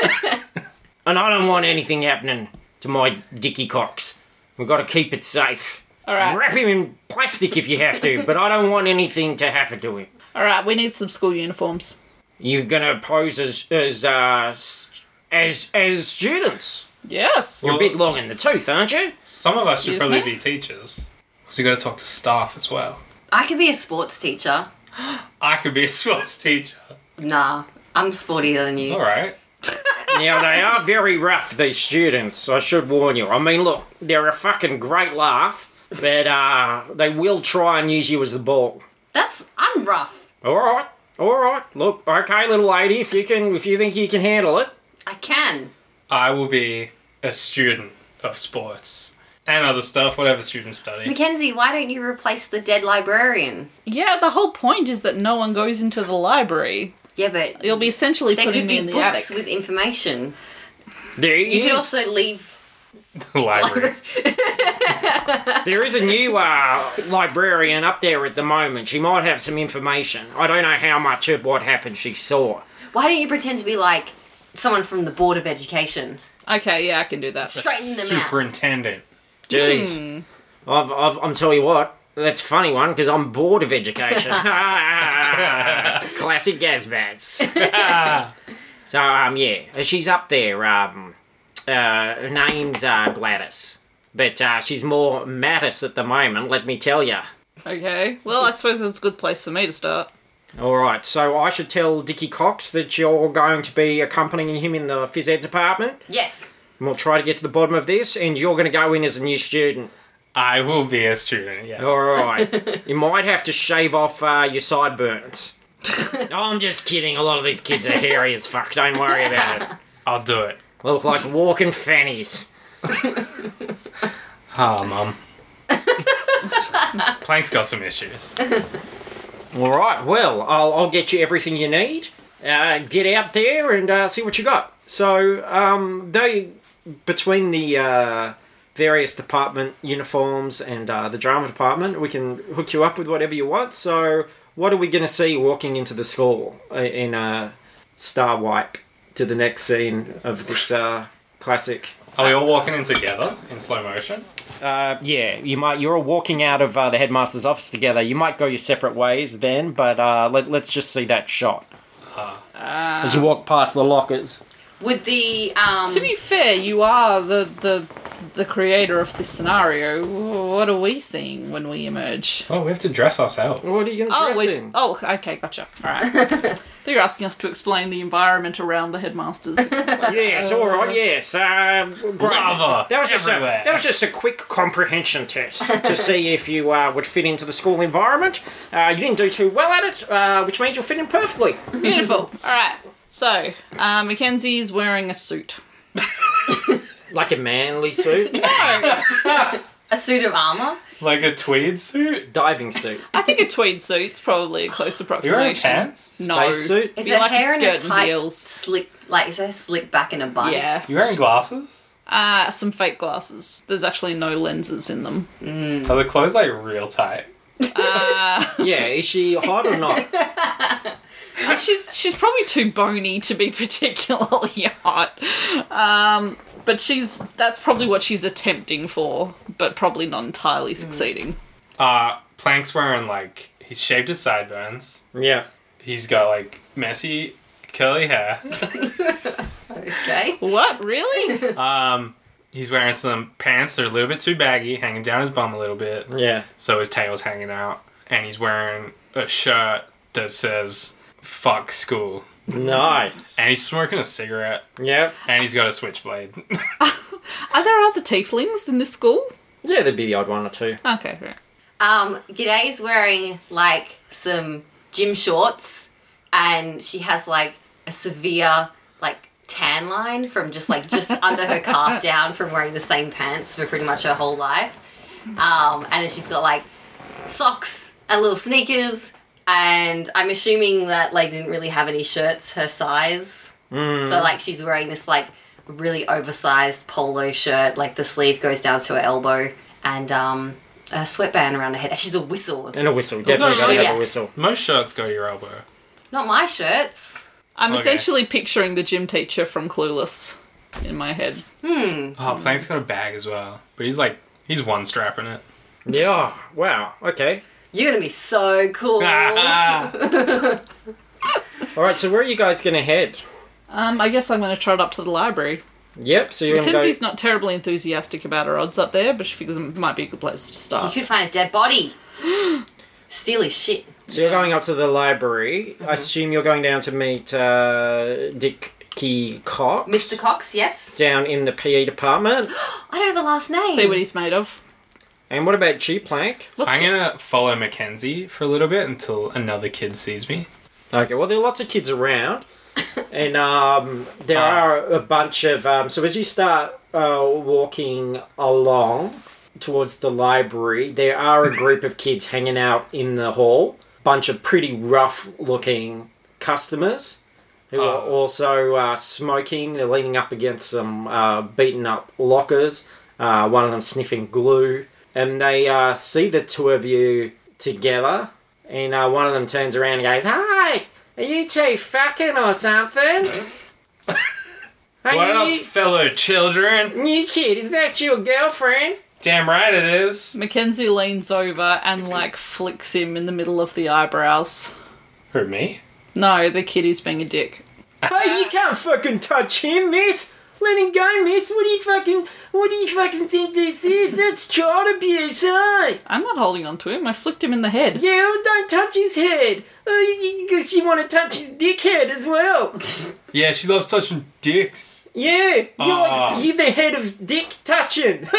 [SPEAKER 2] and I don't want anything happening to my Dickie Cox. We've got to keep it safe.
[SPEAKER 3] All right.
[SPEAKER 2] Wrap him in plastic if you have to, but I don't want anything to happen to him.
[SPEAKER 3] All right. We need some school uniforms.
[SPEAKER 2] You're gonna pose as as uh, s- as as students.
[SPEAKER 3] Yes.
[SPEAKER 2] You're a bit long in the tooth, aren't you?
[SPEAKER 5] Some of us should
[SPEAKER 3] Excuse
[SPEAKER 5] probably
[SPEAKER 3] me?
[SPEAKER 5] be teachers. Because you got to talk to staff as well.
[SPEAKER 4] I could be a sports teacher.
[SPEAKER 5] I could be a sports teacher.
[SPEAKER 4] Nah, I'm sportier than you.
[SPEAKER 5] All right.
[SPEAKER 2] Now they are very rough, these students. I should warn you. I mean, look, they're a fucking great laugh, but uh, they will try and use you as the ball.
[SPEAKER 4] That's I'm rough.
[SPEAKER 2] All right, all right. Look, okay, little lady, if you can, if you think you can handle it,
[SPEAKER 4] I can.
[SPEAKER 5] I will be a student of sports and other stuff, whatever students study.
[SPEAKER 4] Mackenzie, why don't you replace the dead librarian?
[SPEAKER 3] Yeah. The whole point is that no one goes into the library.
[SPEAKER 4] Yeah, but
[SPEAKER 3] You'll be essentially
[SPEAKER 4] there
[SPEAKER 3] putting
[SPEAKER 4] could
[SPEAKER 3] me
[SPEAKER 4] be
[SPEAKER 3] in the attic.
[SPEAKER 4] books with information.
[SPEAKER 2] there
[SPEAKER 4] You
[SPEAKER 2] is-
[SPEAKER 4] could also leave.
[SPEAKER 5] The library.
[SPEAKER 2] there is a new uh, librarian up there at the moment. She might have some information. I don't know how much of what happened she saw.
[SPEAKER 4] Why don't you pretend to be like someone from the Board of Education?
[SPEAKER 3] Okay. Yeah, I can do that.
[SPEAKER 4] Straighten them out.
[SPEAKER 5] Superintendent.
[SPEAKER 2] Jeez. Hmm. I've, I've, I'm tell you what, that's a funny one because I'm bored of education. Classic Gazbats. so, um, yeah, she's up there. Um, uh, her name's uh, Gladys. But uh, she's more Mattis at the moment, let me tell you.
[SPEAKER 3] Okay. Well, I suppose it's a good place for me to start.
[SPEAKER 2] All right, so I should tell Dickie Cox that you're going to be accompanying him in the phys ed department.
[SPEAKER 4] Yes.
[SPEAKER 2] And we'll try to get to the bottom of this, and you're going to go in as a new student.
[SPEAKER 5] I will be a student, yeah.
[SPEAKER 2] All right. you might have to shave off uh, your sideburns. No, I'm just kidding. A lot of these kids are hairy as fuck. Don't worry about it.
[SPEAKER 5] I'll do it.
[SPEAKER 2] Look like walking fannies.
[SPEAKER 5] Oh, mum. Plank's got some issues.
[SPEAKER 2] All right. Well, I'll, I'll get you everything you need. Uh, get out there and uh, see what you got. So um, they between the uh, various department uniforms and uh, the drama department, we can hook you up with whatever you want. So what are we going to see walking into the school i- in a star wipe to the next scene of this uh, classic?
[SPEAKER 5] Are we all walking in together in slow motion?
[SPEAKER 2] Uh, yeah, you might. You're all walking out of uh, the headmaster's office together. You might go your separate ways then, but uh, let, let's just see that shot.
[SPEAKER 3] Ah.
[SPEAKER 2] As you walk past the lockers,
[SPEAKER 4] Would the um
[SPEAKER 3] To be fair, you are the the the creator of this scenario. What are we seeing when we emerge?
[SPEAKER 5] Oh, we have to dress ourselves.
[SPEAKER 2] what are you going to
[SPEAKER 3] Oh,
[SPEAKER 2] dress
[SPEAKER 3] wait.
[SPEAKER 2] in?
[SPEAKER 3] Oh, okay, gotcha. All right. so you're asking us to explain the environment around the headmasters.
[SPEAKER 2] Yes, all right, yes. Uh, great.
[SPEAKER 5] Lava
[SPEAKER 2] That was just a,
[SPEAKER 5] everywhere.
[SPEAKER 2] that was just a quick comprehension test to see if you uh, would fit into the school environment. Uh, you didn't do too well at it, uh, which means you'll fit in perfectly.
[SPEAKER 3] Beautiful. All right. So uh, Mackenzie's wearing a suit.
[SPEAKER 2] Like a manly suit,
[SPEAKER 4] a suit of armor?
[SPEAKER 5] Like a tweed suit?
[SPEAKER 2] diving suit,
[SPEAKER 3] I think a tweed suit's probably a close
[SPEAKER 5] You're wearing
[SPEAKER 3] approximation.
[SPEAKER 5] pants?
[SPEAKER 3] No.
[SPEAKER 2] space suit.
[SPEAKER 4] Is
[SPEAKER 3] Be
[SPEAKER 4] her
[SPEAKER 3] like a
[SPEAKER 4] hair in
[SPEAKER 3] skirt
[SPEAKER 4] a
[SPEAKER 3] and
[SPEAKER 4] tight
[SPEAKER 3] heels.
[SPEAKER 4] slick like is her slick back in a bun?
[SPEAKER 3] Yeah.
[SPEAKER 5] You're wearing glasses?
[SPEAKER 3] Uh, some fake glasses. There's actually no lenses in them.
[SPEAKER 5] Are the clothes like real tight?
[SPEAKER 2] Yeah, is she hot or not?
[SPEAKER 3] And she's she's probably too bony to be particularly hot. Um, but she's that's probably what she's attempting for, but probably not entirely succeeding.
[SPEAKER 5] Uh, Plank's wearing like, he's shaved his sideburns.
[SPEAKER 2] Yeah.
[SPEAKER 5] He's got like messy curly hair.
[SPEAKER 4] Okay.
[SPEAKER 3] What really?
[SPEAKER 5] Um, he's wearing some pants that are a little bit too baggy, hanging down his bum a little bit,
[SPEAKER 2] Yeah.
[SPEAKER 5] so his tail's hanging out, and he's wearing a shirt that says "fuck school."
[SPEAKER 2] Nice.
[SPEAKER 5] and he's smoking a cigarette,
[SPEAKER 2] Yep.
[SPEAKER 5] and he's got a switchblade.
[SPEAKER 3] Are there other tieflings in this school?
[SPEAKER 2] Yeah, there'd be the odd one or two.
[SPEAKER 3] Okay, right.
[SPEAKER 4] Um, G'day's wearing like some gym shorts and she has like a severe like tan line from just like just under her calf down from wearing the same pants for pretty much her whole life. Um, and then she's got like socks and little sneakers and I'm assuming that like didn't really have any shirts her size. So like she's wearing this like really oversized polo shirt, like the sleeve goes down to her elbow, and um, a sweatband around her head. She's a whistle.
[SPEAKER 2] And a whistle. Definitely gotta
[SPEAKER 4] really-
[SPEAKER 2] have
[SPEAKER 4] Yeah.
[SPEAKER 2] a whistle.
[SPEAKER 5] Most shirts go to your elbow.
[SPEAKER 4] Not my shirts.
[SPEAKER 3] I'm
[SPEAKER 5] Okay.
[SPEAKER 3] essentially picturing the gym teacher from Clueless in my head.
[SPEAKER 5] Oh, Plank's got a bag as well, but he's like he's one strapping it.
[SPEAKER 2] Yeah. Wow. Okay.
[SPEAKER 4] You're gonna be so cool.
[SPEAKER 2] All right. So where are you guys gonna head?
[SPEAKER 3] Um, I guess I'm going to trot up to the library.
[SPEAKER 2] Yep. So you're gonna go.
[SPEAKER 3] Mackenzie's not terribly enthusiastic about her odds up there, but she figures it might be a good place to
[SPEAKER 4] you
[SPEAKER 3] start.
[SPEAKER 4] could find a dead body. Steal his shit.
[SPEAKER 2] So you're going up to the library. I assume you're going down to meet uh, Dick Key Cox.
[SPEAKER 4] Mr. Cox, yes.
[SPEAKER 2] Down in the PE department.
[SPEAKER 4] I don't have a last name.
[SPEAKER 3] See what he's made of.
[SPEAKER 2] And what about G Plank?
[SPEAKER 3] Let's
[SPEAKER 5] I'm
[SPEAKER 3] go-
[SPEAKER 5] gonna follow Mackenzie for a little bit until another kid sees me.
[SPEAKER 2] Okay, well, there are lots of kids around, and um, there are a bunch of. Um, so, as you start uh, walking along towards the library, there are a group of kids hanging out in the hall. Bunch of pretty rough looking customers who are
[SPEAKER 5] Oh.
[SPEAKER 2] also uh, smoking. They're leaning up against some uh, beaten up lockers, uh, one of them sniffing glue. And they uh, see the two of you together and uh, one of them turns around and goes, "Hi, are you two fucking or something?"
[SPEAKER 5] What
[SPEAKER 2] hey,
[SPEAKER 5] up,
[SPEAKER 2] you,
[SPEAKER 5] fellow children?
[SPEAKER 2] new kid, is that your girlfriend?
[SPEAKER 5] Damn right it is.
[SPEAKER 3] Mackenzie leans over and, like, flicks him in the middle of the eyebrows.
[SPEAKER 5] Who me?
[SPEAKER 3] No, the kid is being a dick.
[SPEAKER 2] hey, you can't fucking touch him, miss. Let him go, miss. What do you fucking, what do you fucking think this is? That's child abuse, hey?
[SPEAKER 3] I'm not holding on to him, I flicked him in the head.
[SPEAKER 2] Yeah, well, don't touch his head. Uh, Because you want to touch his dickhead as well.
[SPEAKER 5] Yeah, she loves touching dicks.
[SPEAKER 2] Yeah, you're,
[SPEAKER 5] Ah.
[SPEAKER 2] you're the head of dick touching.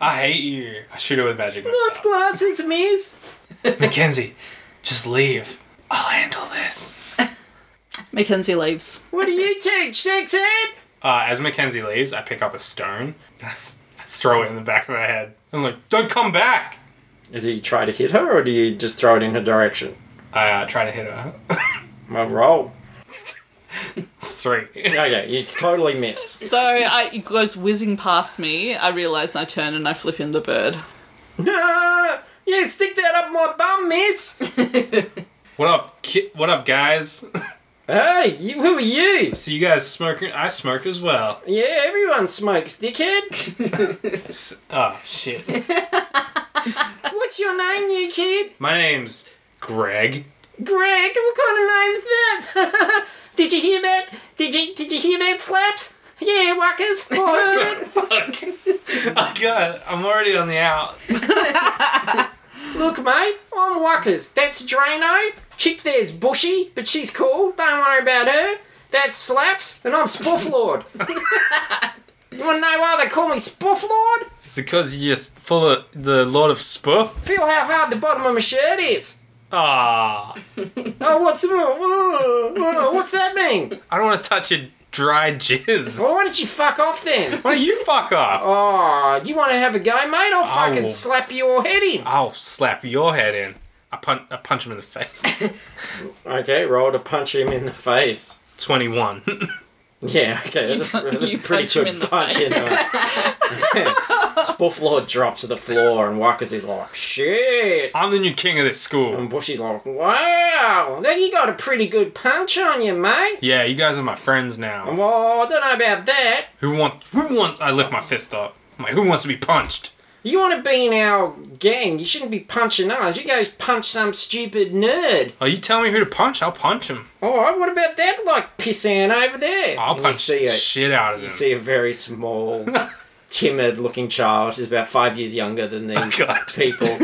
[SPEAKER 5] I hate you. I shoot her with magic.
[SPEAKER 2] Nice
[SPEAKER 5] missile.
[SPEAKER 2] glasses, miss.
[SPEAKER 5] Mackenzie, just leave. I'll handle this.
[SPEAKER 3] Mackenzie leaves.
[SPEAKER 2] What do you teach, sex head?
[SPEAKER 5] Uh, as Mackenzie leaves, I pick up a stone and I, th- I throw it in the back of her head. I'm like, don't come back.
[SPEAKER 2] Do you try to hit her or do you just throw it in her direction?
[SPEAKER 5] I uh, try to hit her.
[SPEAKER 2] Well, roll.
[SPEAKER 5] Three.
[SPEAKER 2] Okay, you totally miss.
[SPEAKER 3] So I, it goes whizzing past me. I realise and I turn and I flip him the bird.
[SPEAKER 2] No! Yeah, stick that up my bum, miss!
[SPEAKER 5] what up, ki- what up, guys?
[SPEAKER 2] Hey, you, who are you?
[SPEAKER 5] so you guys smoking? I smoke as well.
[SPEAKER 2] Yeah, everyone smokes, dickhead.
[SPEAKER 5] S- oh shit.
[SPEAKER 2] What's your name, you kid?
[SPEAKER 5] My name's Greg.
[SPEAKER 2] Greg, what kind of name's that? did you hear that? Did you did you hear that slaps? Yeah, wackers. Oh, I heard it.
[SPEAKER 5] I got it. I'm already on the out.
[SPEAKER 2] Look, mate, I'm Wuckers. That's Drano. Chick there's Bushy, but she's cool. Don't worry about her. That's Slaps, and I'm Spooflord. you want to know why they call me Spooflord?
[SPEAKER 5] It's because you're just full of the Lord of Spoof.
[SPEAKER 2] Feel how hard the bottom of my shirt is.
[SPEAKER 5] Ah,
[SPEAKER 2] Oh, what's oh, oh, what's that mean?
[SPEAKER 5] I don't want to touch your dry jizz.
[SPEAKER 2] Well, why don't you fuck off then?
[SPEAKER 5] Why don't you fuck off?
[SPEAKER 2] Oh, do you want to have a go, mate? I'll fucking
[SPEAKER 5] Ow.
[SPEAKER 2] slap your head in.
[SPEAKER 5] I'll slap your head in. I punch. I punch him in the face.
[SPEAKER 2] Okay, roll to punch him in the face.
[SPEAKER 5] Twenty-one.
[SPEAKER 2] Yeah, okay, that's, a, that's
[SPEAKER 3] you
[SPEAKER 2] a pretty
[SPEAKER 3] punch him
[SPEAKER 2] good
[SPEAKER 3] in the
[SPEAKER 2] punch
[SPEAKER 3] face.
[SPEAKER 2] in there. Spooflord drops to the floor, and Walkers is like, shit.
[SPEAKER 5] I'm the new king of this school.
[SPEAKER 2] And Bushy's like, wow, now you got a pretty good punch on you, mate.
[SPEAKER 5] Yeah, you guys are my friends now.
[SPEAKER 2] Well, I don't know about that.
[SPEAKER 5] Who wants? Who wants? I lift my fist up. I'm like, who wants to be punched?
[SPEAKER 2] You want to be in our gang, you shouldn't be punching us. You guys punch some stupid nerd.
[SPEAKER 5] Oh, you tell me who to punch. I'll punch him.
[SPEAKER 2] All right, what about that, like, pissant over there?
[SPEAKER 5] I'll
[SPEAKER 2] And you
[SPEAKER 5] punch
[SPEAKER 2] see
[SPEAKER 5] the
[SPEAKER 2] a,
[SPEAKER 5] shit out of
[SPEAKER 2] You
[SPEAKER 5] him.
[SPEAKER 2] see a very small timid looking child who's about five years younger than these
[SPEAKER 5] Oh, God.
[SPEAKER 2] people,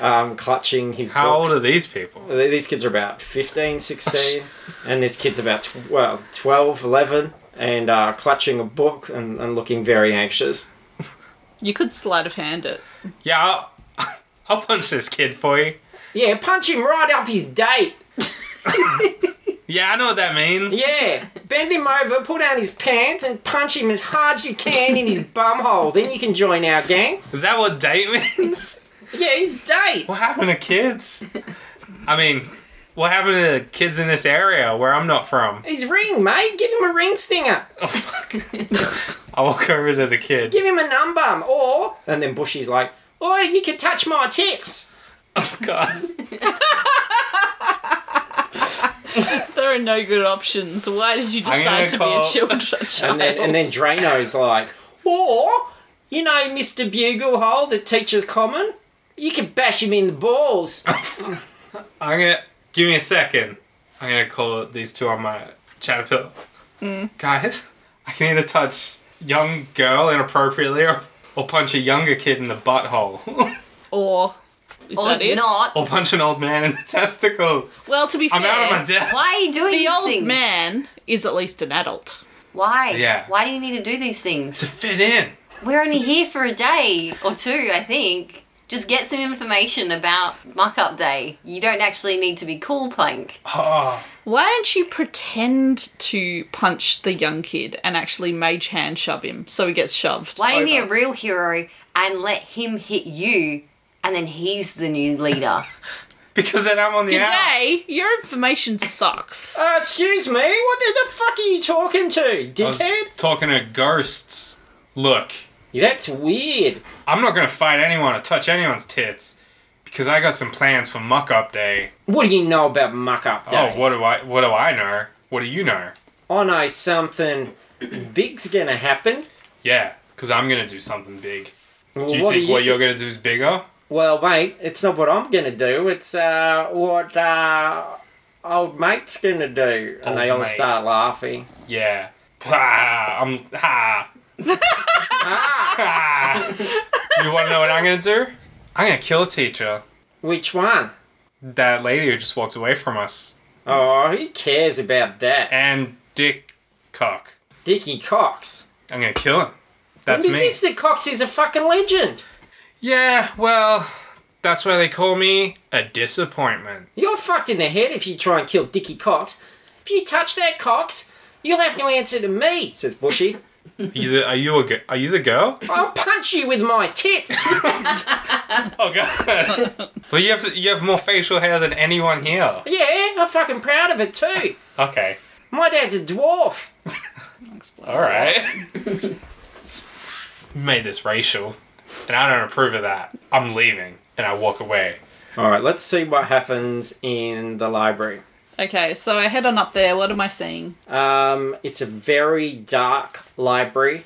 [SPEAKER 2] um, clutching his
[SPEAKER 5] How old
[SPEAKER 2] books.
[SPEAKER 5] are these people?
[SPEAKER 2] Th- These kids are about 15, 16,
[SPEAKER 5] Oh,
[SPEAKER 2] and this kid's about tw- well, 12, 11, and uh, clutching a book and, and looking very anxious.
[SPEAKER 3] You could sleight of hand it.
[SPEAKER 5] Yeah, I'll, I'll punch this kid for you.
[SPEAKER 2] Yeah, punch him right up his date.
[SPEAKER 5] Yeah, I know what that means.
[SPEAKER 2] Yeah, bend him over, pull down his pants, and punch him as hard as you can in his bumhole. Then you can join our gang.
[SPEAKER 5] Is that what date means?
[SPEAKER 2] Yeah, his date.
[SPEAKER 5] what happened to kids? I mean, what happened to kids in this area where I'm not from?
[SPEAKER 2] His ring, mate. Give him a ring stinger.
[SPEAKER 5] I walk over to the kid.
[SPEAKER 2] Give him a number. Or, and then Bushy's like, oh, you can touch my tits.
[SPEAKER 5] Oh, God.
[SPEAKER 3] There are no good options. Why did you
[SPEAKER 5] I'm gonna
[SPEAKER 3] decide to
[SPEAKER 5] call-
[SPEAKER 3] be a children child?
[SPEAKER 2] And then, and then Drano's like, or, you know, Mr. Buglehole that teaches common? You can bash him in the balls.
[SPEAKER 5] I'm gonna give me a second. I'm gonna call these two on my chat pill. Guys, I can either touch young girl inappropriately or, or punch a younger kid in the butthole.
[SPEAKER 3] or is
[SPEAKER 4] Or
[SPEAKER 3] that it?
[SPEAKER 4] not.
[SPEAKER 5] or punch an old man in the testicles.
[SPEAKER 3] Well, to be
[SPEAKER 5] I'm
[SPEAKER 3] fair,
[SPEAKER 5] out of my depth.
[SPEAKER 4] Why are you doing
[SPEAKER 3] the
[SPEAKER 4] these
[SPEAKER 3] old
[SPEAKER 4] things?
[SPEAKER 3] man is at least an adult.
[SPEAKER 4] Why?
[SPEAKER 5] Yeah.
[SPEAKER 4] Why do you need to do these things?
[SPEAKER 5] To fit in.
[SPEAKER 4] We're only here for a day or two, I think. Just get some information about Muck Up Day. You don't actually need to be cool, Plank.
[SPEAKER 5] Oh,
[SPEAKER 3] Why don't you pretend to punch the young kid and actually mage hand shove him so he gets shoved?
[SPEAKER 4] Why don't you be a
[SPEAKER 3] over?
[SPEAKER 4] real hero and let him hit you, and then he's the new leader?
[SPEAKER 5] because then I'm on the
[SPEAKER 3] Good
[SPEAKER 5] out.
[SPEAKER 3] day. Your information sucks.
[SPEAKER 2] Uh, excuse me, what the, the fuck are you talking to,
[SPEAKER 5] I was
[SPEAKER 2] dickhead?
[SPEAKER 5] talking to ghosts. Look,
[SPEAKER 2] That's weird.
[SPEAKER 5] I'm not gonna fight anyone or touch anyone's tits because I got some plans for muck up day.
[SPEAKER 2] What do you know about muck up day?
[SPEAKER 5] Oh, what do I? What do I know? What do you know?
[SPEAKER 2] I know something big's gonna happen.
[SPEAKER 5] Yeah, because I'm gonna do something big.
[SPEAKER 2] Well,
[SPEAKER 5] Do you
[SPEAKER 2] what
[SPEAKER 5] think
[SPEAKER 2] are
[SPEAKER 5] what you're gonna do is bigger?
[SPEAKER 2] Well, mate, it's not what I'm gonna do. It's uh, what uh, old mate's gonna do, and
[SPEAKER 5] Old
[SPEAKER 2] they all
[SPEAKER 5] mate.
[SPEAKER 2] start laughing.
[SPEAKER 5] Yeah. Ah, I'm ha. Ah. you want to know what I'm gonna do? I'm gonna kill a teacher.
[SPEAKER 2] Which one?
[SPEAKER 5] That lady who just walked away from us.
[SPEAKER 2] Oh, who cares about that?
[SPEAKER 5] And Dick Cock.
[SPEAKER 2] Dickie Cox.
[SPEAKER 5] I'm gonna kill him. That's
[SPEAKER 2] Who
[SPEAKER 5] me.
[SPEAKER 2] thinks that Cox is a fucking legend?
[SPEAKER 5] Yeah. Well, that's why they call me a disappointment.
[SPEAKER 2] You're fucked in the head if you try and kill Dickie Cox. If you touch that Cox, you'll have to answer to me, says Bushy.
[SPEAKER 5] Are you the, are you a gi- are you the girl?
[SPEAKER 2] I'll punch you with my tits.
[SPEAKER 5] Oh god. but you have you have more facial hair than anyone here.
[SPEAKER 2] yeah, I'm fucking proud of it too.
[SPEAKER 5] Okay.
[SPEAKER 2] My dad's a dwarf.
[SPEAKER 3] Explains
[SPEAKER 5] All
[SPEAKER 3] a lot.
[SPEAKER 5] right. made this racial, and I don't approve of that. I'm leaving, and I walk away.
[SPEAKER 2] All right, let's see what happens in the library.
[SPEAKER 3] Okay, so I head on up there. What am I seeing?
[SPEAKER 2] Um, it's a very dark library.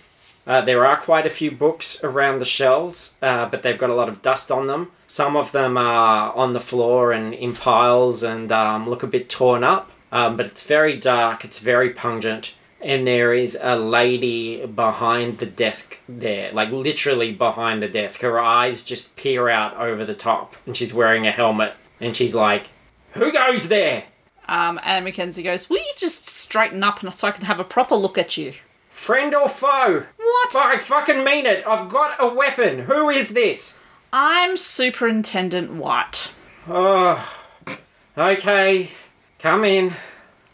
[SPEAKER 2] Uh, there are quite a few books around the shelves, uh, but they've got a lot of dust on them. Some of them are on the floor and in piles and um, look a bit torn up. Um, but it's very dark, it's very pungent, and there is a lady behind the desk there, like literally behind the desk. Her eyes just peer out over the top, and she's wearing a helmet, and she's like, Who goes there?
[SPEAKER 3] Um, and Mackenzie goes, "Will you just straighten up and so I can have a proper look at you?"
[SPEAKER 2] Friend or foe?
[SPEAKER 3] What?
[SPEAKER 2] I fucking mean it. I've got a weapon. Who is this?
[SPEAKER 3] I'm Superintendent White.
[SPEAKER 2] Oh, okay. Come in.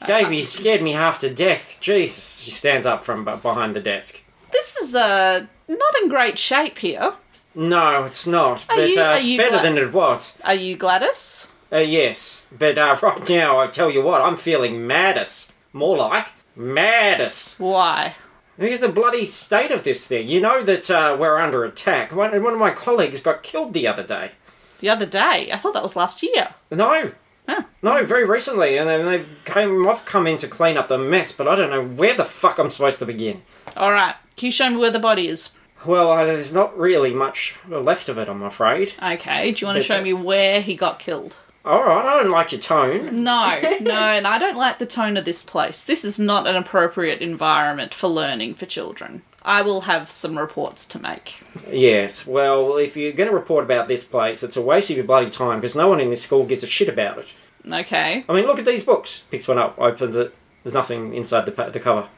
[SPEAKER 2] Davey, you scared me half to death. Jesus. She stands up from be- behind the desk.
[SPEAKER 3] This is uh not in great shape here.
[SPEAKER 2] No, it's not. but
[SPEAKER 3] you-
[SPEAKER 2] uh,
[SPEAKER 3] are
[SPEAKER 2] it's
[SPEAKER 3] you
[SPEAKER 2] better
[SPEAKER 3] gla-
[SPEAKER 2] than it was.
[SPEAKER 3] Are you Gladys?
[SPEAKER 2] Uh, yes. But uh, right now, I tell you what, I'm feeling maddest. More like maddest.
[SPEAKER 3] Why?
[SPEAKER 2] Here's the bloody state of this thing. You know that uh, we're under attack. One, one of my colleagues got killed the other day.
[SPEAKER 3] The other day, I thought that was last year.
[SPEAKER 2] No.
[SPEAKER 3] Huh.
[SPEAKER 2] No, very recently, and then they've came off come in to clean up the mess, but I don't know where the fuck I'm supposed to begin.
[SPEAKER 3] All right, can you show me where the body is?
[SPEAKER 2] Well, uh, there's not really much left of it, I'm afraid.
[SPEAKER 3] Okay, do you want to
[SPEAKER 2] That's
[SPEAKER 3] show
[SPEAKER 2] it.
[SPEAKER 3] me where he got killed?
[SPEAKER 2] All right, I don't like your tone.
[SPEAKER 3] No, no, and I don't like the tone of this place. This is not an appropriate environment for learning for children. I will have some reports to make.
[SPEAKER 2] Yes, well, if you're going to report about this place, it's a waste of your bloody time because no one in this school gives a shit about it.
[SPEAKER 3] Okay.
[SPEAKER 2] I mean, look at these books. Picks one up, opens it. There's nothing inside the, pa- the cover.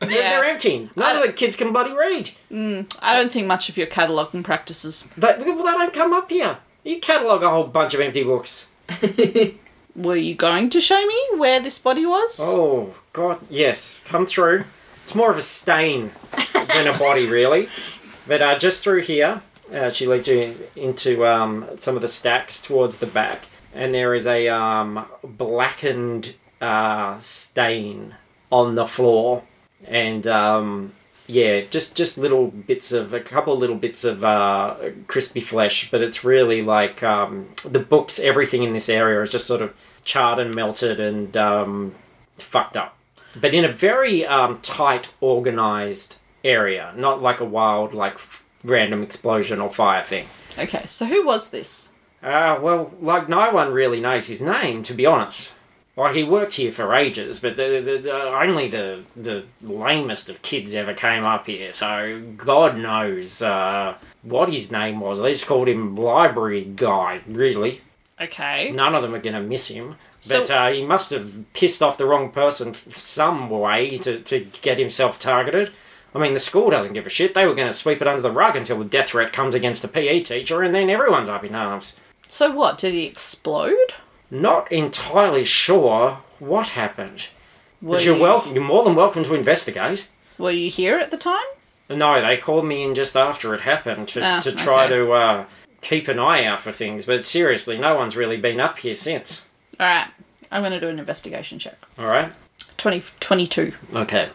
[SPEAKER 2] They're-
[SPEAKER 3] Yeah.
[SPEAKER 2] They're empty. None
[SPEAKER 3] I-
[SPEAKER 2] of the kids can bloody read.
[SPEAKER 3] I don't think much of your cataloguing practices.
[SPEAKER 2] They, well, they don't come up here. You catalogue a whole bunch of empty books.
[SPEAKER 3] Were you going to show me where this body was?
[SPEAKER 2] Oh, God, yes. Come through. It's more of a stain than a body, really. But uh, just through here, uh, she leads you into um, some of the stacks towards the back, and there is a um, blackened uh, stain on the floor, and um, yeah, just just little bits of a couple of little bits of uh, crispy flesh, but it's really like um, the books. Everything in this area is just sort of charred and melted and um, fucked up but in a very um, tight, organized area, not like a wild, like f- random explosion or fire thing.
[SPEAKER 3] Okay, so who was this?
[SPEAKER 2] Uh, well, like no one really knows his name, to be honest. Like he worked here for ages, but the, the, the, only the the lamest of kids ever came up here. So God knows uh, what his name was. They just called him Library Guy. Really,
[SPEAKER 3] Okay.
[SPEAKER 2] none of them are gonna miss him.
[SPEAKER 3] So-
[SPEAKER 2] But uh, he must have pissed off the wrong person f- some way to, to get himself targeted. I mean, the school doesn't give a shit. They were going to sweep it under the rug until the death threat comes against the PE teacher, and then everyone's up in arms.
[SPEAKER 3] So what? Did he explode?
[SPEAKER 2] Not entirely sure what happened.
[SPEAKER 3] Were
[SPEAKER 2] But you're welcome. You're more than welcome to investigate.
[SPEAKER 3] Were you here at the time?
[SPEAKER 2] No, they called me in just after it happened to,
[SPEAKER 3] Ah,
[SPEAKER 2] to try
[SPEAKER 3] okay.
[SPEAKER 2] to uh, keep an eye out for things. But seriously, no one's really been up here since.
[SPEAKER 3] All right. I'm going to do an investigation check.
[SPEAKER 2] All right.
[SPEAKER 3] 20, 22.
[SPEAKER 2] Okay.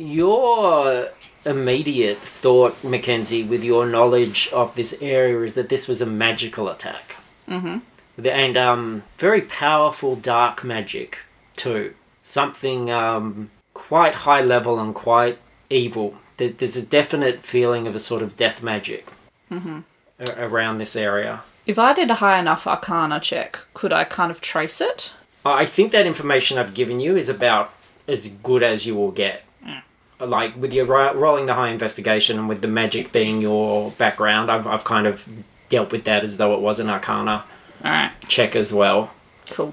[SPEAKER 2] Your immediate thought, Mackenzie, with your knowledge of this area, is that this was a magical attack. Mm-hmm. And um, very powerful dark magic, too. Something um, quite high level and quite evil. There- There's a definite feeling of a sort of death magic a- around this area.
[SPEAKER 3] If I did a high enough arcana check, could I kind of trace it?
[SPEAKER 2] I think that information I've given you is about as good as you will get. Like with your ro- rolling the high investigation and with the magic being your background, I've, I've kind of dealt with that as though it was an arcana
[SPEAKER 3] All right.
[SPEAKER 2] check as well.
[SPEAKER 3] Cool.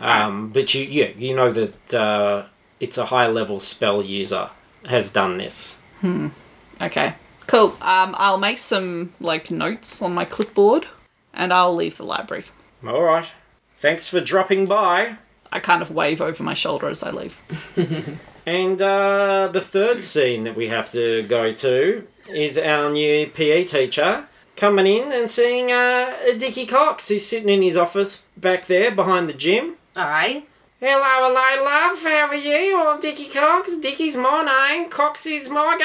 [SPEAKER 2] Um, but you yeah, you know that uh, it's a high level spell user has done this.
[SPEAKER 3] Okay. Cool. Um, I'll make some like notes on my clipboard, and I'll leave the library.
[SPEAKER 2] All right. Thanks for dropping by.
[SPEAKER 3] I kind of wave over my shoulder as I leave.
[SPEAKER 2] And uh, the third scene that we have to go to is our new PE teacher coming in and seeing uh, Dickie Cox, who's sitting in his office back there behind the gym.
[SPEAKER 4] Alrighty.
[SPEAKER 2] Hello, hello, love. How are you? I'm Dickie Cox. Dickie's my name. Cox is my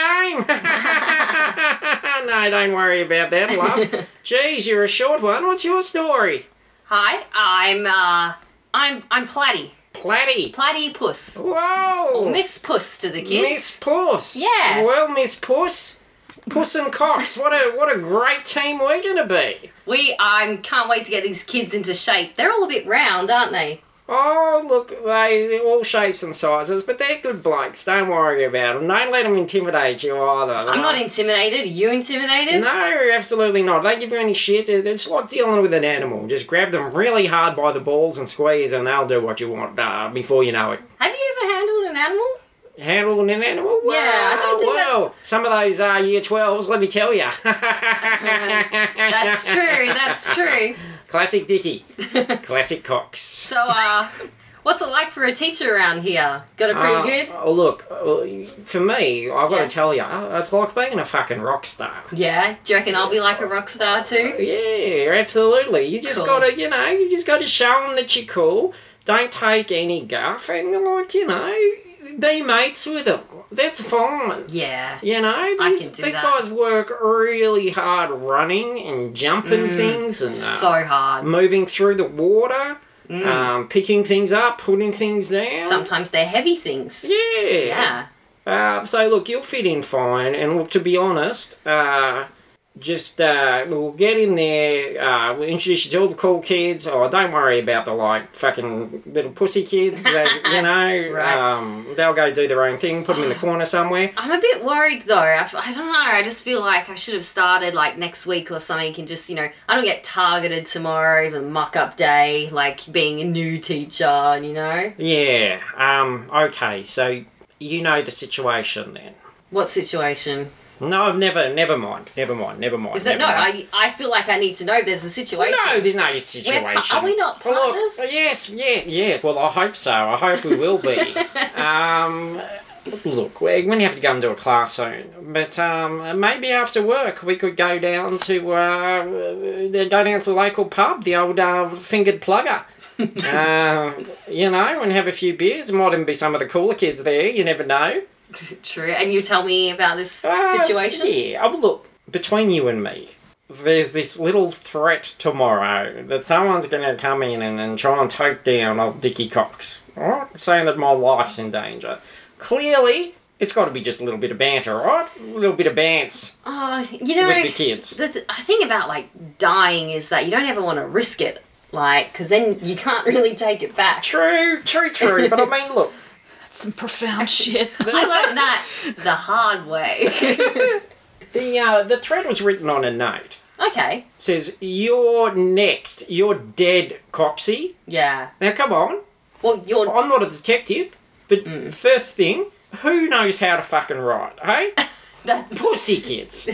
[SPEAKER 2] game. no, don't worry about that, love. Jeez, you're a short one. What's your story?
[SPEAKER 4] Hi, I'm uh, I'm I'm Platty.
[SPEAKER 2] Platty.
[SPEAKER 4] Platty Puss.
[SPEAKER 2] Whoa.
[SPEAKER 4] Oh, Miss Puss to the kids.
[SPEAKER 2] Miss Puss.
[SPEAKER 4] Yeah.
[SPEAKER 2] Well, Miss Puss, Puss and Cox. What a what a great team we're gonna be.
[SPEAKER 4] We I'm can't wait to get these kids into shape. They're all a bit round, aren't they?
[SPEAKER 2] Oh look, they they're all shapes and sizes, but they're good blokes. Don't worry about them. Don't let them intimidate you either.
[SPEAKER 4] I'm not intimidated. Are you intimidated?
[SPEAKER 2] Uh-huh. No, absolutely not. They give you any shit. it- It's like dealing with an animal. Just grab them really hard by the balls and squeeze, and they'll do what you want uh, before you know it.
[SPEAKER 4] Have you ever handled an animal?
[SPEAKER 2] handling an animal? Wow,
[SPEAKER 4] Yeah, I don't think
[SPEAKER 2] wow.
[SPEAKER 4] that's-
[SPEAKER 2] Some of those uh, year 12s, let me tell you.
[SPEAKER 4] That's true. That's true.
[SPEAKER 2] Classic Dicky. Classic Cox.
[SPEAKER 4] So uh, what's it like for a teacher around here? Got it pretty
[SPEAKER 2] Uh,
[SPEAKER 4] good.
[SPEAKER 2] Oh, look, uh, for me, I've got
[SPEAKER 4] Yeah.
[SPEAKER 2] to tell you, it's like being a fucking rock star.
[SPEAKER 4] Yeah. Do you reckon I'll be like a rock star too?
[SPEAKER 2] Yeah, absolutely. You just
[SPEAKER 4] Cool.
[SPEAKER 2] gotta, you know, you just gotta show them that you're cool. Don't take any guff, and like, you know, be mates with them. That's fine.
[SPEAKER 4] Yeah.
[SPEAKER 2] You know, these,
[SPEAKER 4] can do
[SPEAKER 2] these
[SPEAKER 4] that.
[SPEAKER 2] guys work really hard running and jumping things and uh,
[SPEAKER 4] Mm, So Mm. hard.
[SPEAKER 2] moving through the water, um, picking things up, putting things down.
[SPEAKER 4] Sometimes they're heavy things.
[SPEAKER 2] Yeah.
[SPEAKER 4] Yeah.
[SPEAKER 2] Uh, so look, you'll fit in fine, and look, to be honest, uh, just uh, we'll get in there. Uh, we'll introduce you to all the cool kids. Oh, don't worry about the like fucking little pussy kids. They, you know,
[SPEAKER 4] Right.
[SPEAKER 2] um, they'll go do their own thing. Put them in the corner somewhere.
[SPEAKER 4] I'm a bit worried though. I, f- I don't know. I just feel like I should have started like next week or something and just, you know, I don't get targeted tomorrow, even muck up day, like being a new teacher, and you know.
[SPEAKER 2] Yeah. Um. Okay. So you know the situation then.
[SPEAKER 4] What situation?
[SPEAKER 2] No, never. Never mind. Never mind. Never mind.
[SPEAKER 4] Is that no?
[SPEAKER 2] never mind.
[SPEAKER 4] I, I feel like I need to know if there's a situation.
[SPEAKER 2] No, there's no
[SPEAKER 4] We're
[SPEAKER 2] situation.
[SPEAKER 4] pa- are we not
[SPEAKER 2] Well, look,
[SPEAKER 4] partners?
[SPEAKER 2] yes, yeah, yeah. Well, I hope so. I hope we will be. um, look, we're going to have to go and do a class soon, but um, maybe after work we could go down to uh, go down to the local pub, the old uh, fingered plugger. uh, you know, and have a few beers. Might even be some of the cooler kids there. You never know.
[SPEAKER 4] True. And you tell me about this
[SPEAKER 2] Uh,
[SPEAKER 4] situation.
[SPEAKER 2] Yeah. Oh, look, between you and me, there's this little threat tomorrow that someone's going to come in and, and try and take down old Dickie Cox. All right? Saying that my life's in danger. Clearly, it's got to be just a little bit of banter, all right? A little bit of bants
[SPEAKER 4] Oh, you know.
[SPEAKER 2] with the kids.
[SPEAKER 4] the th- I think about like dying is that you don't ever want to risk it, like, because then you can't really take it back.
[SPEAKER 2] True, true, true. but I mean, look.
[SPEAKER 3] That's some profound shit.
[SPEAKER 4] I learned that the hard way.
[SPEAKER 2] The uh, the thread was written on a note.
[SPEAKER 4] okay.
[SPEAKER 2] It says you're next. You're dead, Coxie.
[SPEAKER 4] Yeah.
[SPEAKER 2] Now come on.
[SPEAKER 4] Well, you're.
[SPEAKER 2] I'm not a detective, but
[SPEAKER 4] Mm.
[SPEAKER 2] first thing, who knows how to fucking write, hey?
[SPEAKER 4] That,
[SPEAKER 2] pussy kids.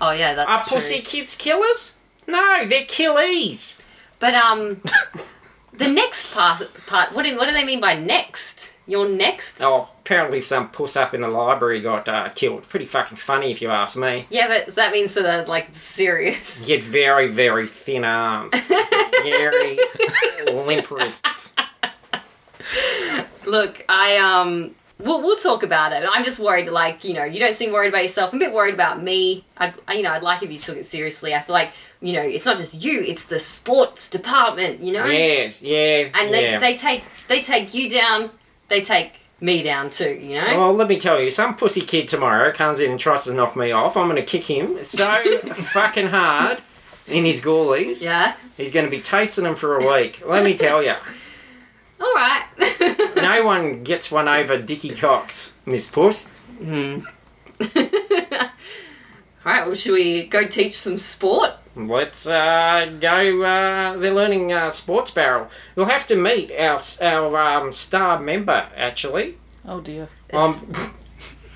[SPEAKER 4] oh yeah, that's
[SPEAKER 2] Are
[SPEAKER 4] true.
[SPEAKER 2] pussy kids killers? No, they're killies.
[SPEAKER 4] But um, the next part. Part. What do, what do they mean by next? You're next.
[SPEAKER 2] Oh, apparently some puss up in the library got uh, killed. Pretty fucking funny if you ask me.
[SPEAKER 4] Yeah, but that means that they're like serious.
[SPEAKER 2] He had very, very thin arms. very limp wrists.
[SPEAKER 4] Look, I um. We'll, we'll talk about it. I'm just worried, like, you know, you don't seem worried about yourself. I'm a bit worried about me. I'd, I- you know, I'd like if you took it seriously. I feel like, you know, it's not just you, it's the sports department, you know?
[SPEAKER 2] Yes, yeah,
[SPEAKER 4] and they,
[SPEAKER 2] yeah.
[SPEAKER 4] they take they take you down they take me down too you know
[SPEAKER 2] Well, let me tell you, some pussy kid tomorrow comes in and tries to knock me off. I'm going to kick him so fucking hard in his goalies.
[SPEAKER 4] yeah
[SPEAKER 2] He's going to be tasting them for a week. Let me tell you,
[SPEAKER 4] all right
[SPEAKER 2] no one gets one over Dickie Cox, Miss Puss.
[SPEAKER 4] all right well should we go teach some sport
[SPEAKER 2] Let's uh, go. Uh, they're learning uh, sports barrel. You'll have to meet our our um, star member actually.
[SPEAKER 3] Oh dear.
[SPEAKER 2] Um,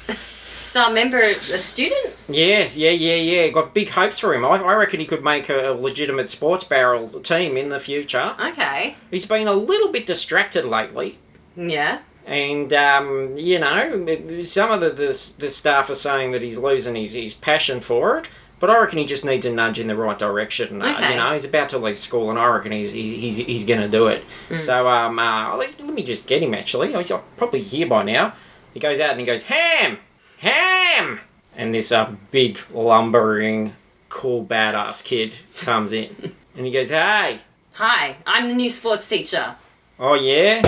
[SPEAKER 4] star member a student
[SPEAKER 2] yes, yeah, yeah, yeah. Got big hopes for him. I, I reckon he could make a, a legitimate sports barrel team in the future.
[SPEAKER 4] okay
[SPEAKER 2] He's been a little bit distracted lately.
[SPEAKER 4] yeah
[SPEAKER 2] And um, you know, some of the, the the staff are saying that he's losing his, his passion for it, but I reckon he just needs a nudge in the right direction. Uh,
[SPEAKER 4] Okay.
[SPEAKER 2] you know, he's about to leave school, and I reckon he's he's, he's, he's going to do it. So um, uh, let, let me just get him. Actually, he's probably here by now. He goes out and he goes ham, ham, and this uh, big lumbering, cool badass kid comes in, and he goes, "Hey,
[SPEAKER 4] hi i'm the new sports teacher
[SPEAKER 2] oh yeah,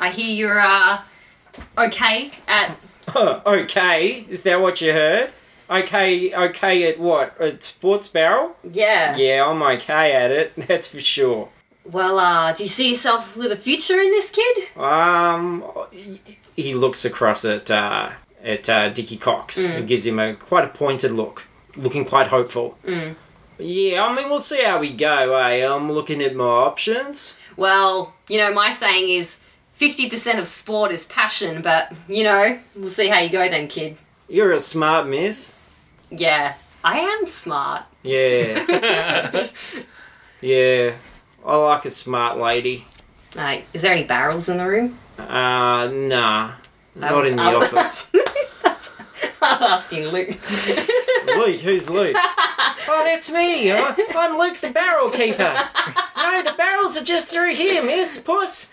[SPEAKER 4] i hear you're uh okay at
[SPEAKER 2] Huh, okay, is that what you heard? Okay, okay at what? At Sports Barrel?
[SPEAKER 4] yeah.
[SPEAKER 2] Yeah, I'm okay at it, that's for sure.
[SPEAKER 4] well uh do you see yourself with a future in this kid
[SPEAKER 2] Um, he- he looks across at uh, at uh, Dickie Cox and gives him a quite a pointed look, looking quite hopeful. Yeah, I mean, we'll see how we go. Eh? I'm looking at my options.
[SPEAKER 4] well you know my saying is 50% of sport is passion but you know we'll see how you go then kid
[SPEAKER 2] You're a smart miss.
[SPEAKER 4] yeah i am smart
[SPEAKER 2] Yeah, yeah. I like a smart lady.
[SPEAKER 4] Like, is there any barrels in the room?
[SPEAKER 2] Uh, nah. Not in the
[SPEAKER 4] I'll-
[SPEAKER 2] office.
[SPEAKER 4] I'm asking Luke.
[SPEAKER 2] Luke, who's Luke? oh, that's me. I- I'm Luke the barrel keeper. No, the barrels are just through here, miss. Puss.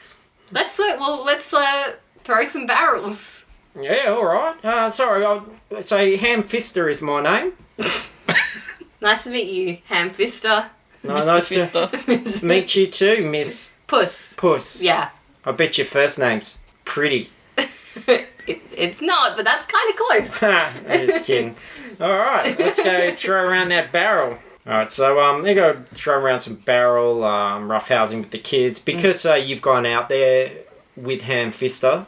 [SPEAKER 4] let's uh, well, let's uh, throw some barrels.
[SPEAKER 2] Yeah, alright. Uh, sorry, I'll say Ham Fister is my name.
[SPEAKER 4] Nice to meet you, Hamfister.
[SPEAKER 2] No, nice
[SPEAKER 3] Mr. Fister.
[SPEAKER 2] to meet you too, Miss
[SPEAKER 4] Puss.
[SPEAKER 2] Puss.
[SPEAKER 4] Yeah.
[SPEAKER 2] I bet your first name's pretty.
[SPEAKER 4] It, it's not, but that's kind of close.
[SPEAKER 2] I'm just kidding. All right, let's go throw around that barrel. All right, so um, they go throw around some barrel, um, rough housing with the kids because uh, you've gone out there with Ham Fister,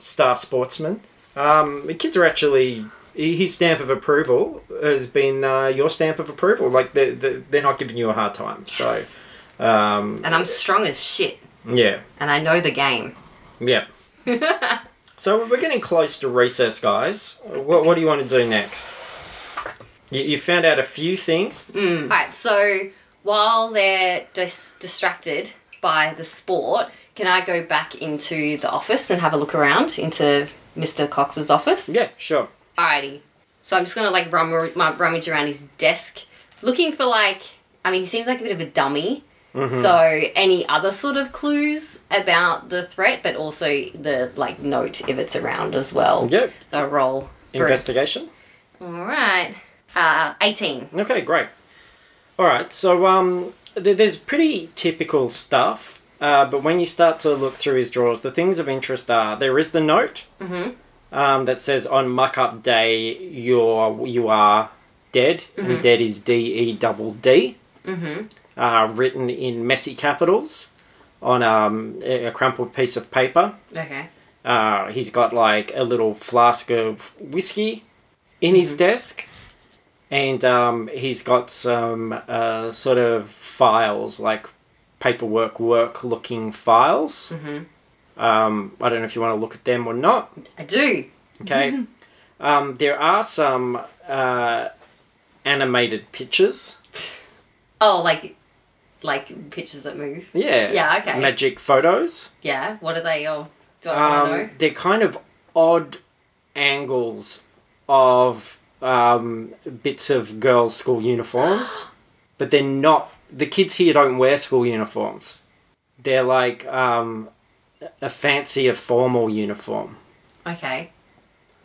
[SPEAKER 2] star sportsman. Um, the kids are actually his stamp of approval has been uh, your stamp of approval. Like they they they're not giving you a hard time.
[SPEAKER 4] Yes.
[SPEAKER 2] So, um,
[SPEAKER 4] and I'm strong as shit,
[SPEAKER 2] yeah.
[SPEAKER 4] and I know the game.
[SPEAKER 2] Yep. so we're getting close to recess, guys. What, what do you want to do next? You, you found out a few things.
[SPEAKER 4] Alright, so while they're dis- distracted by the sport, can I go back into the office and have a look around into Mr. Cox's office?
[SPEAKER 2] Yeah, sure.
[SPEAKER 4] Alrighty. So I'm just gonna like rum- my, rummage around his desk, looking for like, I mean, he seems like a bit of a dummy.
[SPEAKER 2] Mm-hmm.
[SPEAKER 4] So any other sort of clues about the threat, but also the like note if it's around as well.
[SPEAKER 2] Yep.
[SPEAKER 4] The roll.
[SPEAKER 2] Investigation.
[SPEAKER 4] All right. Uh, 18.
[SPEAKER 2] Okay, great. All right, so um, th- there's pretty typical stuff, uh, but when you start to look through his drawers, the things of interest are there is the note um, that says on muck up day you're you are dead, and dead is D E double D, uh, written in messy capitals on um, a a crumpled piece of paper.
[SPEAKER 4] Okay.
[SPEAKER 2] Uh, he's got like a little flask of whiskey in
[SPEAKER 4] Mm-hmm.
[SPEAKER 2] his desk, and um, he's got some uh, sort of files, like paperwork work looking files.
[SPEAKER 4] Mm-hmm.
[SPEAKER 2] Um, I don't know if you want to look at them or not.
[SPEAKER 4] I do.
[SPEAKER 2] Okay. um, there are some uh, animated pictures.
[SPEAKER 4] Oh, like, like pictures that move.
[SPEAKER 2] Yeah.
[SPEAKER 4] Yeah, okay.
[SPEAKER 2] Magic photos.
[SPEAKER 4] Yeah. What are they? Oh, do I want to know?
[SPEAKER 2] um, they're kind of odd angles of um, bits of girls' school uniforms, but they're not. The kids here don't wear school uniforms. They're like um, a fancier formal uniform.
[SPEAKER 4] Okay.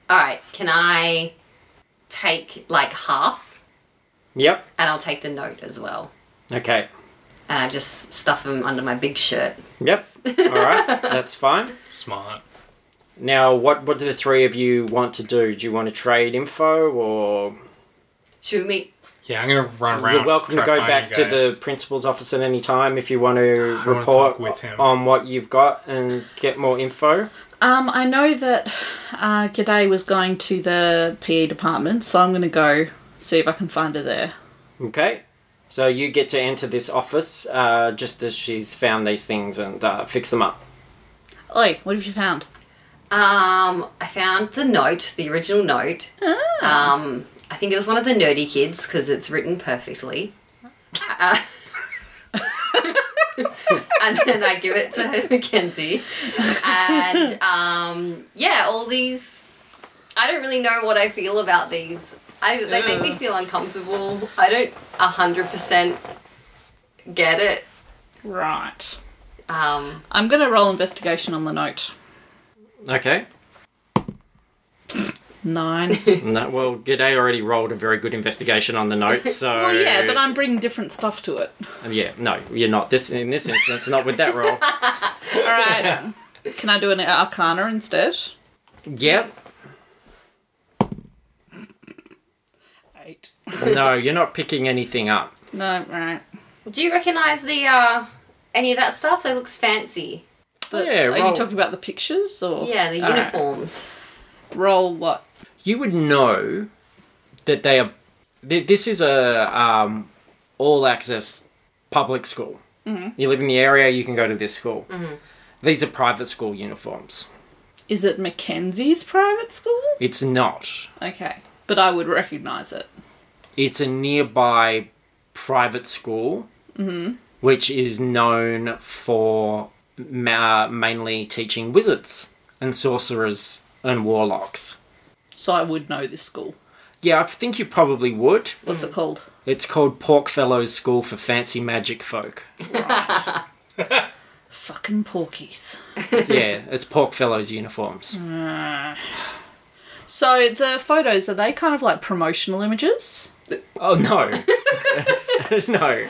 [SPEAKER 4] All right. Can I take like half,
[SPEAKER 2] Yep.
[SPEAKER 4] and I'll take the note as well,
[SPEAKER 2] Okay.
[SPEAKER 4] and I just stuff them under my big shirt.
[SPEAKER 2] Yep. All right. That's fine.
[SPEAKER 5] Smart.
[SPEAKER 2] Now, what what do the three of you want to do? Do you want to trade info, or
[SPEAKER 4] Should we meet?
[SPEAKER 5] Yeah, I'm gonna run around.
[SPEAKER 2] you're welcome to
[SPEAKER 5] try
[SPEAKER 2] go
[SPEAKER 5] find
[SPEAKER 2] back to
[SPEAKER 5] you
[SPEAKER 2] the
[SPEAKER 5] guys.
[SPEAKER 2] principal's office at any time if you want to
[SPEAKER 5] wanna
[SPEAKER 2] report
[SPEAKER 5] talk with him.
[SPEAKER 2] on what you've got and get more info.
[SPEAKER 3] Um, I know that uh, G'day was going to the PE department, so I'm going to go see if I can find her there.
[SPEAKER 2] Okay. So you get to enter this office uh, just as she's found these things and uh, fix them up.
[SPEAKER 3] Oi, what have you found?
[SPEAKER 4] Um, I found the note, the original note. Um, I think it was one of the nerdy kids because it's written perfectly. Uh, and then I give it to Mackenzie, and um, yeah, all these. I don't really know what I feel about these. I, they make me feel uncomfortable. I don't hundred percent get it.
[SPEAKER 3] Right.
[SPEAKER 4] Um,
[SPEAKER 3] I'm going to roll investigation on the note.
[SPEAKER 2] Okay.
[SPEAKER 3] Nine.
[SPEAKER 2] No, well, G'day already rolled a very good investigation on the note, so. um,
[SPEAKER 3] well, yeah, but I'm bringing different stuff to it.
[SPEAKER 2] Yeah, no, you're not. This In this instance, not with that roll.
[SPEAKER 3] All right. can I do an arcana instead?
[SPEAKER 2] Yep.
[SPEAKER 3] Eight.
[SPEAKER 2] No, you're not picking anything up.
[SPEAKER 3] No, right.
[SPEAKER 4] do you recognize the uh, any of that stuff? That looks fancy.
[SPEAKER 3] But
[SPEAKER 2] Yeah,
[SPEAKER 3] are
[SPEAKER 2] roll.
[SPEAKER 3] you talking about the pictures or?
[SPEAKER 4] Yeah, the
[SPEAKER 3] All right.
[SPEAKER 4] uniforms.
[SPEAKER 3] Roll what?
[SPEAKER 2] you would know that they are. th- This is a um, all access public school. You live in the area, you can go to this school. These are private school uniforms.
[SPEAKER 3] Is it Mackenzie's private school?
[SPEAKER 2] It's not.
[SPEAKER 3] Okay, but I would recognize it.
[SPEAKER 2] It's a nearby private school, which is known for ma- mainly teaching wizards and sorcerers and warlocks.
[SPEAKER 3] So I would know this school.
[SPEAKER 2] Yeah, I think you probably would.
[SPEAKER 3] What's it called?
[SPEAKER 2] It's called Porkfellow's School for Fancy Magic Folk.
[SPEAKER 3] Fucking porkies.
[SPEAKER 2] yeah, it's pork fellows uniforms.
[SPEAKER 3] So the photos are they kind of like promotional images?
[SPEAKER 2] Oh no, no.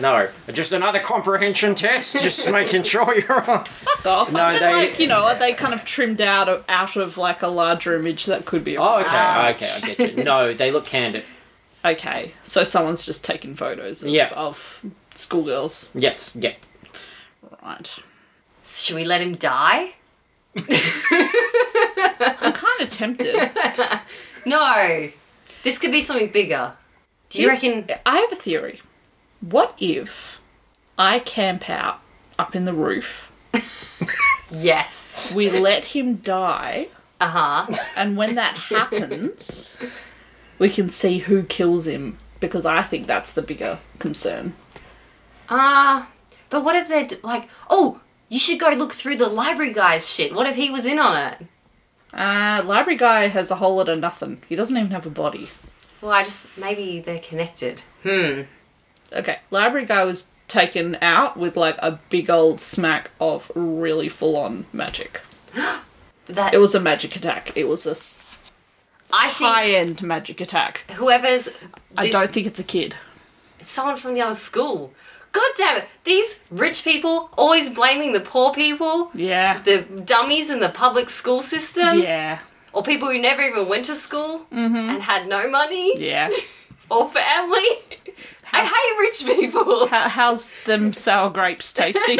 [SPEAKER 2] No, just another comprehension test, just making sure you're on.
[SPEAKER 3] Fuck off.
[SPEAKER 2] No,
[SPEAKER 3] I meant,
[SPEAKER 2] they-
[SPEAKER 3] like, you know, they kind of trimmed out of, out of like a larger image that could be.
[SPEAKER 2] Oh,
[SPEAKER 3] Oh,
[SPEAKER 2] okay, okay, I get you. No, they look candid.
[SPEAKER 3] okay. So someone's just taking photos of,
[SPEAKER 2] Yeah.
[SPEAKER 3] of schoolgirls.
[SPEAKER 2] Yes, yeah.
[SPEAKER 3] Right.
[SPEAKER 4] Should we let him die?
[SPEAKER 3] I'm kind of tempted.
[SPEAKER 4] No. This could be something bigger. Do you
[SPEAKER 3] Here's-
[SPEAKER 4] reckon?
[SPEAKER 3] I have a theory. What if I camp out up in the roof?
[SPEAKER 4] Yes.
[SPEAKER 3] We let him die,
[SPEAKER 4] Uh huh.
[SPEAKER 3] and when that happens, we can see who kills him because I think that's the bigger concern.
[SPEAKER 4] Ah. but what if they're d- like, oh, you should go look through the library guy's shit. What if he was in on it?
[SPEAKER 3] Uh, library guy has a whole lot of nothing. He doesn't even have a body.
[SPEAKER 4] Well, I just maybe they're connected.
[SPEAKER 3] Okay, library guy was taken out with like a big old smack of really full on magic.
[SPEAKER 4] But that
[SPEAKER 3] It was a magic attack. It was a
[SPEAKER 4] I think
[SPEAKER 3] high end magic attack.
[SPEAKER 4] whoever's this,
[SPEAKER 3] I don't think it's a kid.
[SPEAKER 4] it's someone from the other school. God damn it! These rich people always blaming the poor people,
[SPEAKER 3] Yeah.
[SPEAKER 4] the dummies in the public school system,
[SPEAKER 3] yeah. Mm-hmm.
[SPEAKER 4] or people who never even went to school and had no money
[SPEAKER 3] Yeah.
[SPEAKER 4] or family. I hate rich people.
[SPEAKER 3] How, how's them sour grapes tasting?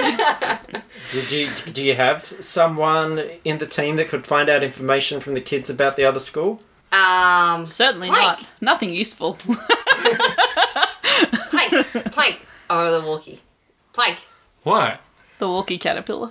[SPEAKER 2] Did you do you have someone in the team that could find out information from the kids about the other school?
[SPEAKER 4] Um,
[SPEAKER 3] Certainly
[SPEAKER 4] Plank.
[SPEAKER 3] not. Nothing useful.
[SPEAKER 4] plank, plank. Oh, the walkie, plank.
[SPEAKER 5] What?
[SPEAKER 3] the walkie caterpillar.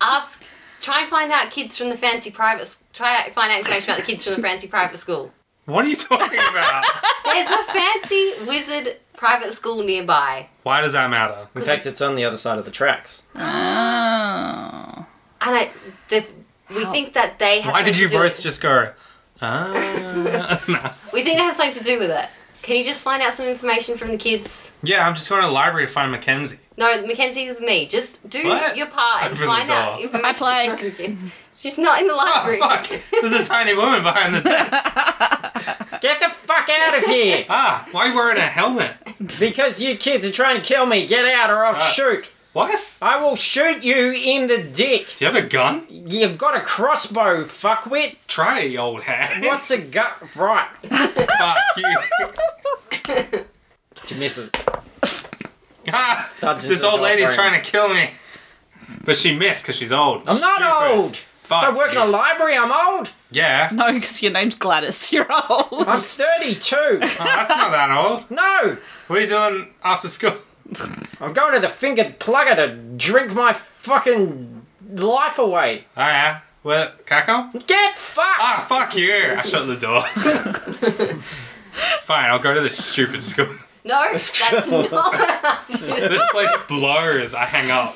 [SPEAKER 4] Ask. Try and find out kids from the fancy private. s- Try and find out information about the kids from the fancy private school.
[SPEAKER 5] What are you talking about?
[SPEAKER 4] There's a fancy wizard private school nearby.
[SPEAKER 5] Why does that matter?
[SPEAKER 2] In fact, it's on the other side of the tracks.
[SPEAKER 3] Oh.
[SPEAKER 4] And I, the, we think that they have
[SPEAKER 5] Why
[SPEAKER 4] something
[SPEAKER 5] did you
[SPEAKER 4] to do
[SPEAKER 5] both
[SPEAKER 4] with-
[SPEAKER 5] just go? Ah.
[SPEAKER 4] We think they have something to do with it. Can you just find out some information from the kids?
[SPEAKER 5] yeah, I'm just going to the library to find Mackenzie.
[SPEAKER 4] No, Mackenzie is me. Just do
[SPEAKER 5] What?
[SPEAKER 4] your part and
[SPEAKER 5] Open the
[SPEAKER 4] find out
[SPEAKER 5] door.
[SPEAKER 4] information
[SPEAKER 3] I play.
[SPEAKER 4] from the kids. She's not in the
[SPEAKER 5] Oh
[SPEAKER 4] library.
[SPEAKER 5] fuck! There's a tiny woman behind the desk.
[SPEAKER 2] Get the fuck out of here!
[SPEAKER 5] Ah, why are you wearing a helmet?
[SPEAKER 2] because you kids are trying to kill me. Get out or I'll
[SPEAKER 5] Right.
[SPEAKER 2] shoot.
[SPEAKER 5] What?
[SPEAKER 2] I will shoot you in the dick.
[SPEAKER 5] Do you have a gun?
[SPEAKER 2] You've got a crossbow, fuckwit.
[SPEAKER 5] Try it, you old hand.
[SPEAKER 2] What's a gun? Right.
[SPEAKER 5] Fuck you.
[SPEAKER 2] She misses.
[SPEAKER 5] Ah,
[SPEAKER 2] Dodges
[SPEAKER 5] this
[SPEAKER 2] the
[SPEAKER 5] old lady's
[SPEAKER 2] doorframe.
[SPEAKER 5] trying to kill me. But she missed because she's old.
[SPEAKER 2] I'm not old.
[SPEAKER 5] Fuck
[SPEAKER 2] so I work in a
[SPEAKER 5] you.
[SPEAKER 2] library. I'm old.
[SPEAKER 5] Yeah.
[SPEAKER 3] No, because your name's Gladys. You're old.
[SPEAKER 2] I'm 32.
[SPEAKER 5] Oh, that's not that old.
[SPEAKER 2] no.
[SPEAKER 5] What are you doing after school?
[SPEAKER 2] I'm going to the fingered plugger to drink my fucking life away.
[SPEAKER 5] Oh, yeah. What? Can I come?
[SPEAKER 2] Get fucked.
[SPEAKER 5] Ah, fuck you. I shut the door. Fine, I'll go to this stupid school.
[SPEAKER 4] No, that's not.
[SPEAKER 5] This place blows. I hang up.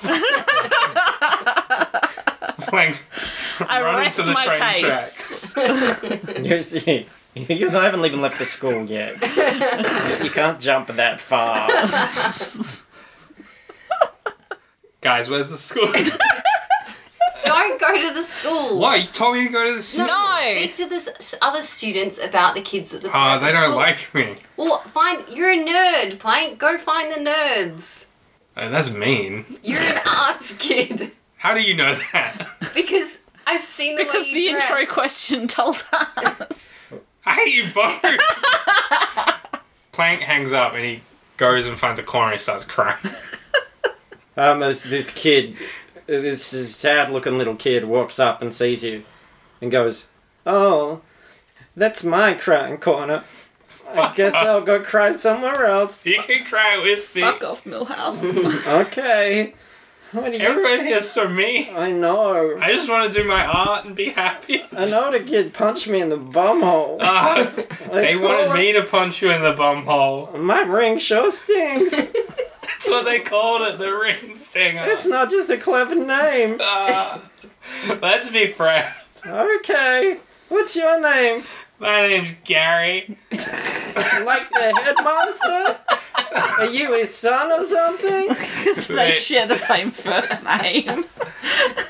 [SPEAKER 5] Thanks.
[SPEAKER 3] I
[SPEAKER 5] Run into
[SPEAKER 3] rest
[SPEAKER 5] the
[SPEAKER 3] my
[SPEAKER 5] train
[SPEAKER 3] case.
[SPEAKER 2] You see, you haven't even left the school yet. you can't jump that far.
[SPEAKER 5] Guys, where's the school?
[SPEAKER 4] Don't go to the school.
[SPEAKER 5] Why? You told me to go to the school.
[SPEAKER 3] No.
[SPEAKER 4] Speak to the s- other students about the kids at the
[SPEAKER 5] Oh,
[SPEAKER 4] private
[SPEAKER 5] they don't
[SPEAKER 4] school.
[SPEAKER 5] like me.
[SPEAKER 4] Well, find you're a nerd, Plank. Go find the nerds.
[SPEAKER 5] Oh, that's mean.
[SPEAKER 4] You're an arts kid
[SPEAKER 5] How do you know that?
[SPEAKER 4] because I've seen the
[SPEAKER 3] Because
[SPEAKER 4] way you
[SPEAKER 3] the intro
[SPEAKER 4] dress.
[SPEAKER 3] question told us.
[SPEAKER 5] I hate you both. Plank hangs up and he goes and finds a corner and starts crying.
[SPEAKER 2] Um, this, this kid, this sad-looking little kid, walks up and sees you, and goes, "Oh, that's my crying corner. I guess I'll go cry somewhere else."
[SPEAKER 5] You can cry with me.
[SPEAKER 3] Fuck off, Millhouse.
[SPEAKER 2] Okay. What do you?
[SPEAKER 5] Everyone here's so me.
[SPEAKER 2] I know.
[SPEAKER 5] I just want to do my art and be happy.
[SPEAKER 2] I know the kid punched me in the bumhole.
[SPEAKER 5] Ah, they
[SPEAKER 2] call
[SPEAKER 5] wanted
[SPEAKER 2] it-
[SPEAKER 5] me to punch you in the bum hole.
[SPEAKER 2] My ring sure stings.
[SPEAKER 5] That's what they called it, the ring stinger.
[SPEAKER 2] it's not just a clever name.
[SPEAKER 5] Ah, let's be friends.
[SPEAKER 2] Okay. What's your name?
[SPEAKER 5] My name's Gary.
[SPEAKER 2] Like the headmaster? Are you his son or something?
[SPEAKER 3] Because they
[SPEAKER 5] Wait.
[SPEAKER 3] share the same first name.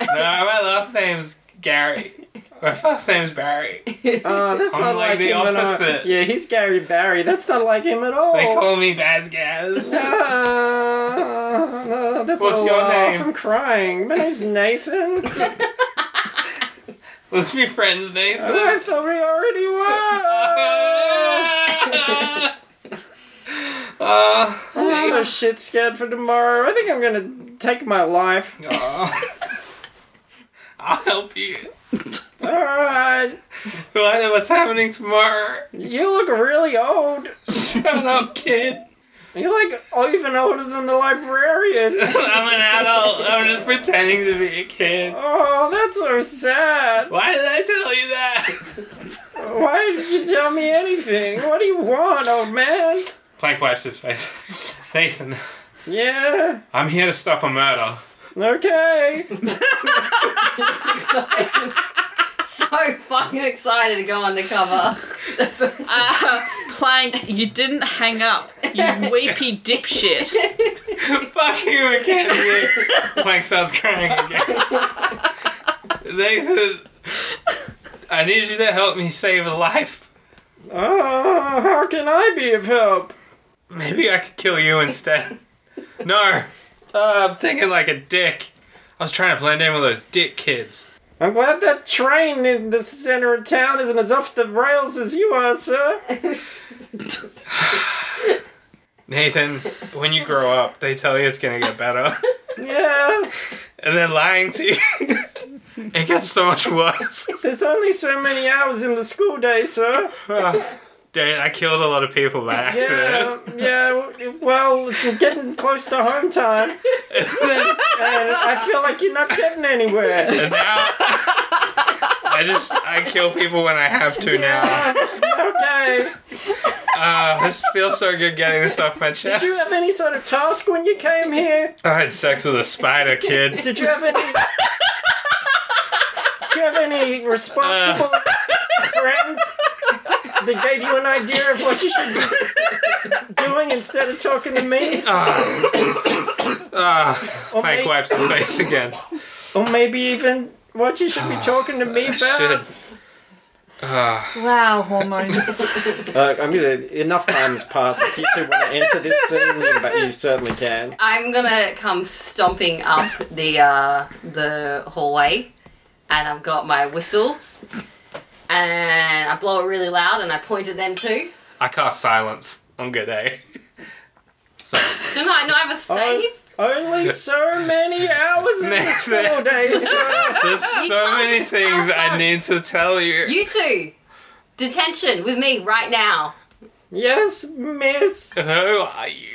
[SPEAKER 5] No, my last name's Gary. My first name's Barry. They
[SPEAKER 2] Oh, that's not
[SPEAKER 5] Unlike
[SPEAKER 2] like
[SPEAKER 5] the
[SPEAKER 2] him at all.
[SPEAKER 5] opposite.
[SPEAKER 2] Yeah, he's Gary Barry. That's not like him at all. Uh,
[SPEAKER 5] call me Bazgaz.
[SPEAKER 2] Ah, no, that's
[SPEAKER 5] What's
[SPEAKER 2] not
[SPEAKER 5] your
[SPEAKER 2] laugh.
[SPEAKER 5] name?
[SPEAKER 2] I'm crying. My name's Nathan.
[SPEAKER 5] Let's be friends,
[SPEAKER 2] I
[SPEAKER 5] Nathan.
[SPEAKER 2] thought we already were.
[SPEAKER 5] Uh,
[SPEAKER 2] I'm so shit scared for tomorrow. I think I'm gonna take my life.
[SPEAKER 5] I'll help you.
[SPEAKER 2] Alright.
[SPEAKER 5] What- What's happening tomorrow?
[SPEAKER 2] You look really old.
[SPEAKER 5] Shut up, kid.
[SPEAKER 2] You're like even older than the librarian.
[SPEAKER 5] I'm an adult. I'm just pretending to be a kid.
[SPEAKER 2] Oh, that's so sad.
[SPEAKER 5] Why did I tell you that?
[SPEAKER 2] Why did you tell me anything? What do you want, old man?
[SPEAKER 5] Plank wipes his face. Nathan,
[SPEAKER 2] Yeah.
[SPEAKER 5] I'm here to stop a murder.
[SPEAKER 2] Okay.
[SPEAKER 4] so fucking excited to go undercover. The first-
[SPEAKER 3] Ah, Plank, you didn't hang up, you weepy dipshit.
[SPEAKER 5] Fuck you, Mackenzie. Plank starts crying again. Nathan, I need you to help me save a life.
[SPEAKER 2] Oh, how can I be of help?
[SPEAKER 5] Maybe I could kill you instead. No. Uh, I'm thinking like a dick. I was trying to blend in with those dick kids.
[SPEAKER 2] I'm glad that train in the center of town isn't as off the rails as you are, sir.
[SPEAKER 5] Nathan, when you grow up, they tell you it's gonna get better.
[SPEAKER 2] Yeah.
[SPEAKER 5] and then lying to you. it gets so much worse.
[SPEAKER 2] There's only so many hours in the school day, sir.
[SPEAKER 5] Dude, I killed a lot of people by
[SPEAKER 2] Yeah,
[SPEAKER 5] accident.
[SPEAKER 2] Um, yeah. Well, it's getting close to home time, and I feel like you're not getting anywhere.
[SPEAKER 5] And now I just I kill people when I have to now.
[SPEAKER 2] Okay.
[SPEAKER 5] Uh, this feels so good getting this off my
[SPEAKER 2] Did
[SPEAKER 5] chest.
[SPEAKER 2] you have any sort of task when you came here?
[SPEAKER 5] I had sex with a spider kid.
[SPEAKER 2] Did you have any? Did you have any responsible friends that gave you an idea of what you should be doing instead of talking to me? or,
[SPEAKER 5] Mike
[SPEAKER 2] may,
[SPEAKER 5] wipes his face again.
[SPEAKER 2] or maybe even what you should be talking to me
[SPEAKER 5] Shit.
[SPEAKER 2] about?
[SPEAKER 3] Wow, hormones.
[SPEAKER 2] Look, I'm gonna. Enough time has passed. If you two want to enter this scene, you, but you certainly can.
[SPEAKER 4] I'm gonna come stomping up the uh, the hallway, and I've got my whistle, and I blow it really loud, and I point at them too.
[SPEAKER 5] I cast silence on good day. So
[SPEAKER 4] So no, no, I have a save.
[SPEAKER 2] Only so many hours in the
[SPEAKER 5] Next
[SPEAKER 2] school
[SPEAKER 5] bit.
[SPEAKER 2] days. sir.
[SPEAKER 5] there's so
[SPEAKER 4] can't
[SPEAKER 5] many
[SPEAKER 4] just
[SPEAKER 5] things
[SPEAKER 4] pass
[SPEAKER 5] I
[SPEAKER 4] on.
[SPEAKER 5] need to tell you.
[SPEAKER 4] You two, detention with me right now.
[SPEAKER 2] Yes, miss.
[SPEAKER 5] Who are you?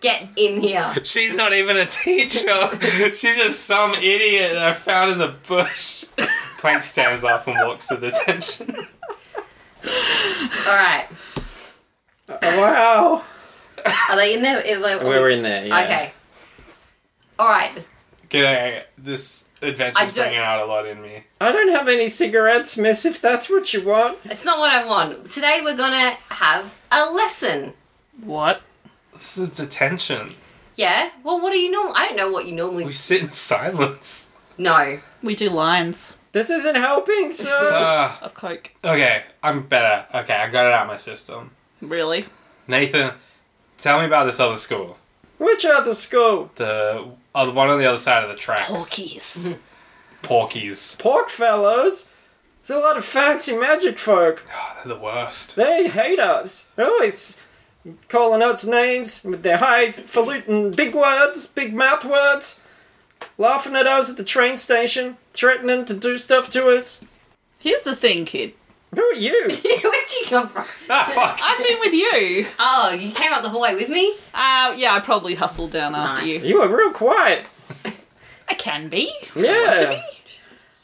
[SPEAKER 4] Get in here.
[SPEAKER 5] She's not even a teacher. She's just some idiot that I found in the bush. Plank stands up and walks to detention.
[SPEAKER 4] All right.
[SPEAKER 2] Wow.
[SPEAKER 4] Are they in there? Are they-
[SPEAKER 2] We're in there. Yeah.
[SPEAKER 4] Okay. All right.
[SPEAKER 5] G'day. This
[SPEAKER 4] I
[SPEAKER 5] adventure's
[SPEAKER 4] don't-
[SPEAKER 5] bringing out a lot in me.
[SPEAKER 2] I don't have any cigarettes, miss, if that's what you want.
[SPEAKER 4] It's not what I want. Today we're gonna have a lesson.
[SPEAKER 3] what?
[SPEAKER 5] This is detention.
[SPEAKER 4] Yeah. Well, what do you norm? I don't know what you normally.
[SPEAKER 5] We sit in silence.
[SPEAKER 4] No.
[SPEAKER 3] We do lines
[SPEAKER 2] This isn't helping, sir.
[SPEAKER 5] Ah,
[SPEAKER 3] of coke.
[SPEAKER 5] okay, I'm better. Okay, I got it out of my system.
[SPEAKER 3] Really?
[SPEAKER 5] Nathan, tell me about this other school.
[SPEAKER 2] Which other school?
[SPEAKER 5] The other one on the other side of the tracks.
[SPEAKER 3] Porkies.
[SPEAKER 5] Porkies.
[SPEAKER 2] Pork fellows? There's a lot of fancy magic folk.
[SPEAKER 5] Oh, they're the worst.
[SPEAKER 2] They hate us. They're always calling us names with their highfalutin big words, big mouth words, laughing at us at the train station, threatening to do stuff to us.
[SPEAKER 3] Here's the thing, kid.
[SPEAKER 2] Who are you?
[SPEAKER 4] Where'd you come from?
[SPEAKER 5] Ah, fuck.
[SPEAKER 3] I've been with you.
[SPEAKER 4] Oh, you came up the hallway with me.
[SPEAKER 3] Uh, yeah, I probably hustled down after
[SPEAKER 4] Nice.
[SPEAKER 3] you.
[SPEAKER 2] you were real quiet.
[SPEAKER 3] I can be.
[SPEAKER 2] Yeah.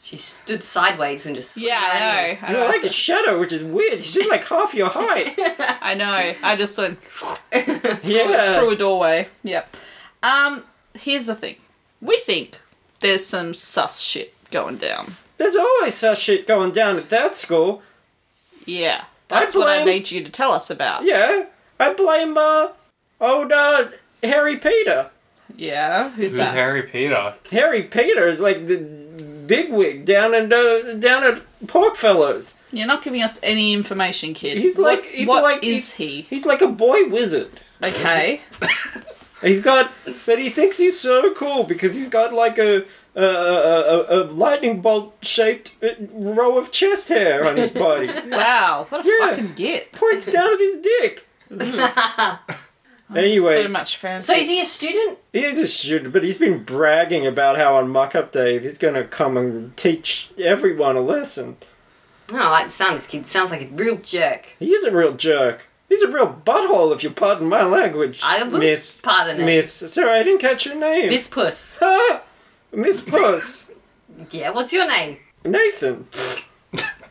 [SPEAKER 4] She stood sideways and just.
[SPEAKER 3] Yeah, I know. I
[SPEAKER 2] You
[SPEAKER 3] know.
[SPEAKER 2] were like a
[SPEAKER 3] that's-
[SPEAKER 2] shadow, which is weird. He's just like half your height.
[SPEAKER 3] I know. I just went through
[SPEAKER 2] Yeah.
[SPEAKER 3] a doorway. Yep. Um, here's the thing. We think there's some sus shit going down.
[SPEAKER 2] There's always such shit going down at that school.
[SPEAKER 3] Yeah.
[SPEAKER 2] I
[SPEAKER 3] That's what I
[SPEAKER 2] blame-
[SPEAKER 3] need you to tell us about.
[SPEAKER 2] Yeah. I blame uh old uh Harry Peter.
[SPEAKER 3] Yeah, who's
[SPEAKER 5] Who's
[SPEAKER 3] that?
[SPEAKER 5] Harry Peter?
[SPEAKER 2] Harry Peter is like the bigwig down in uh, down at Porkfellows.
[SPEAKER 3] You're not giving us any information, kid.
[SPEAKER 2] He's
[SPEAKER 3] What-
[SPEAKER 2] like he's
[SPEAKER 3] what
[SPEAKER 2] like
[SPEAKER 3] is
[SPEAKER 2] he's-
[SPEAKER 3] he?
[SPEAKER 2] He's like a boy wizard.
[SPEAKER 3] Okay.
[SPEAKER 2] He's got, but he thinks he's so cool because he's got like a a, a, a, a lightning bolt shaped uh, row of chest hair on his body.
[SPEAKER 3] Wow. What a
[SPEAKER 2] Yeah.
[SPEAKER 3] fucking git.
[SPEAKER 2] Points down at his dick. anyway,
[SPEAKER 3] So much fancy.
[SPEAKER 4] So is he a student?
[SPEAKER 2] he's a student, but he's been bragging about how on Muck Up Day he's gonna come and teach everyone a lesson.
[SPEAKER 4] Oh, I like the sound of this kid. Sounds like a real jerk.
[SPEAKER 2] He is a real jerk. He's a real butthole, if you pardon my language.
[SPEAKER 4] I will
[SPEAKER 2] miss,
[SPEAKER 4] pardon it.
[SPEAKER 2] Miss, sorry, I didn't catch your name.
[SPEAKER 4] Miss Puss.
[SPEAKER 2] Ah, Miss Puss.
[SPEAKER 4] Yeah, what's your name?
[SPEAKER 2] Nathan.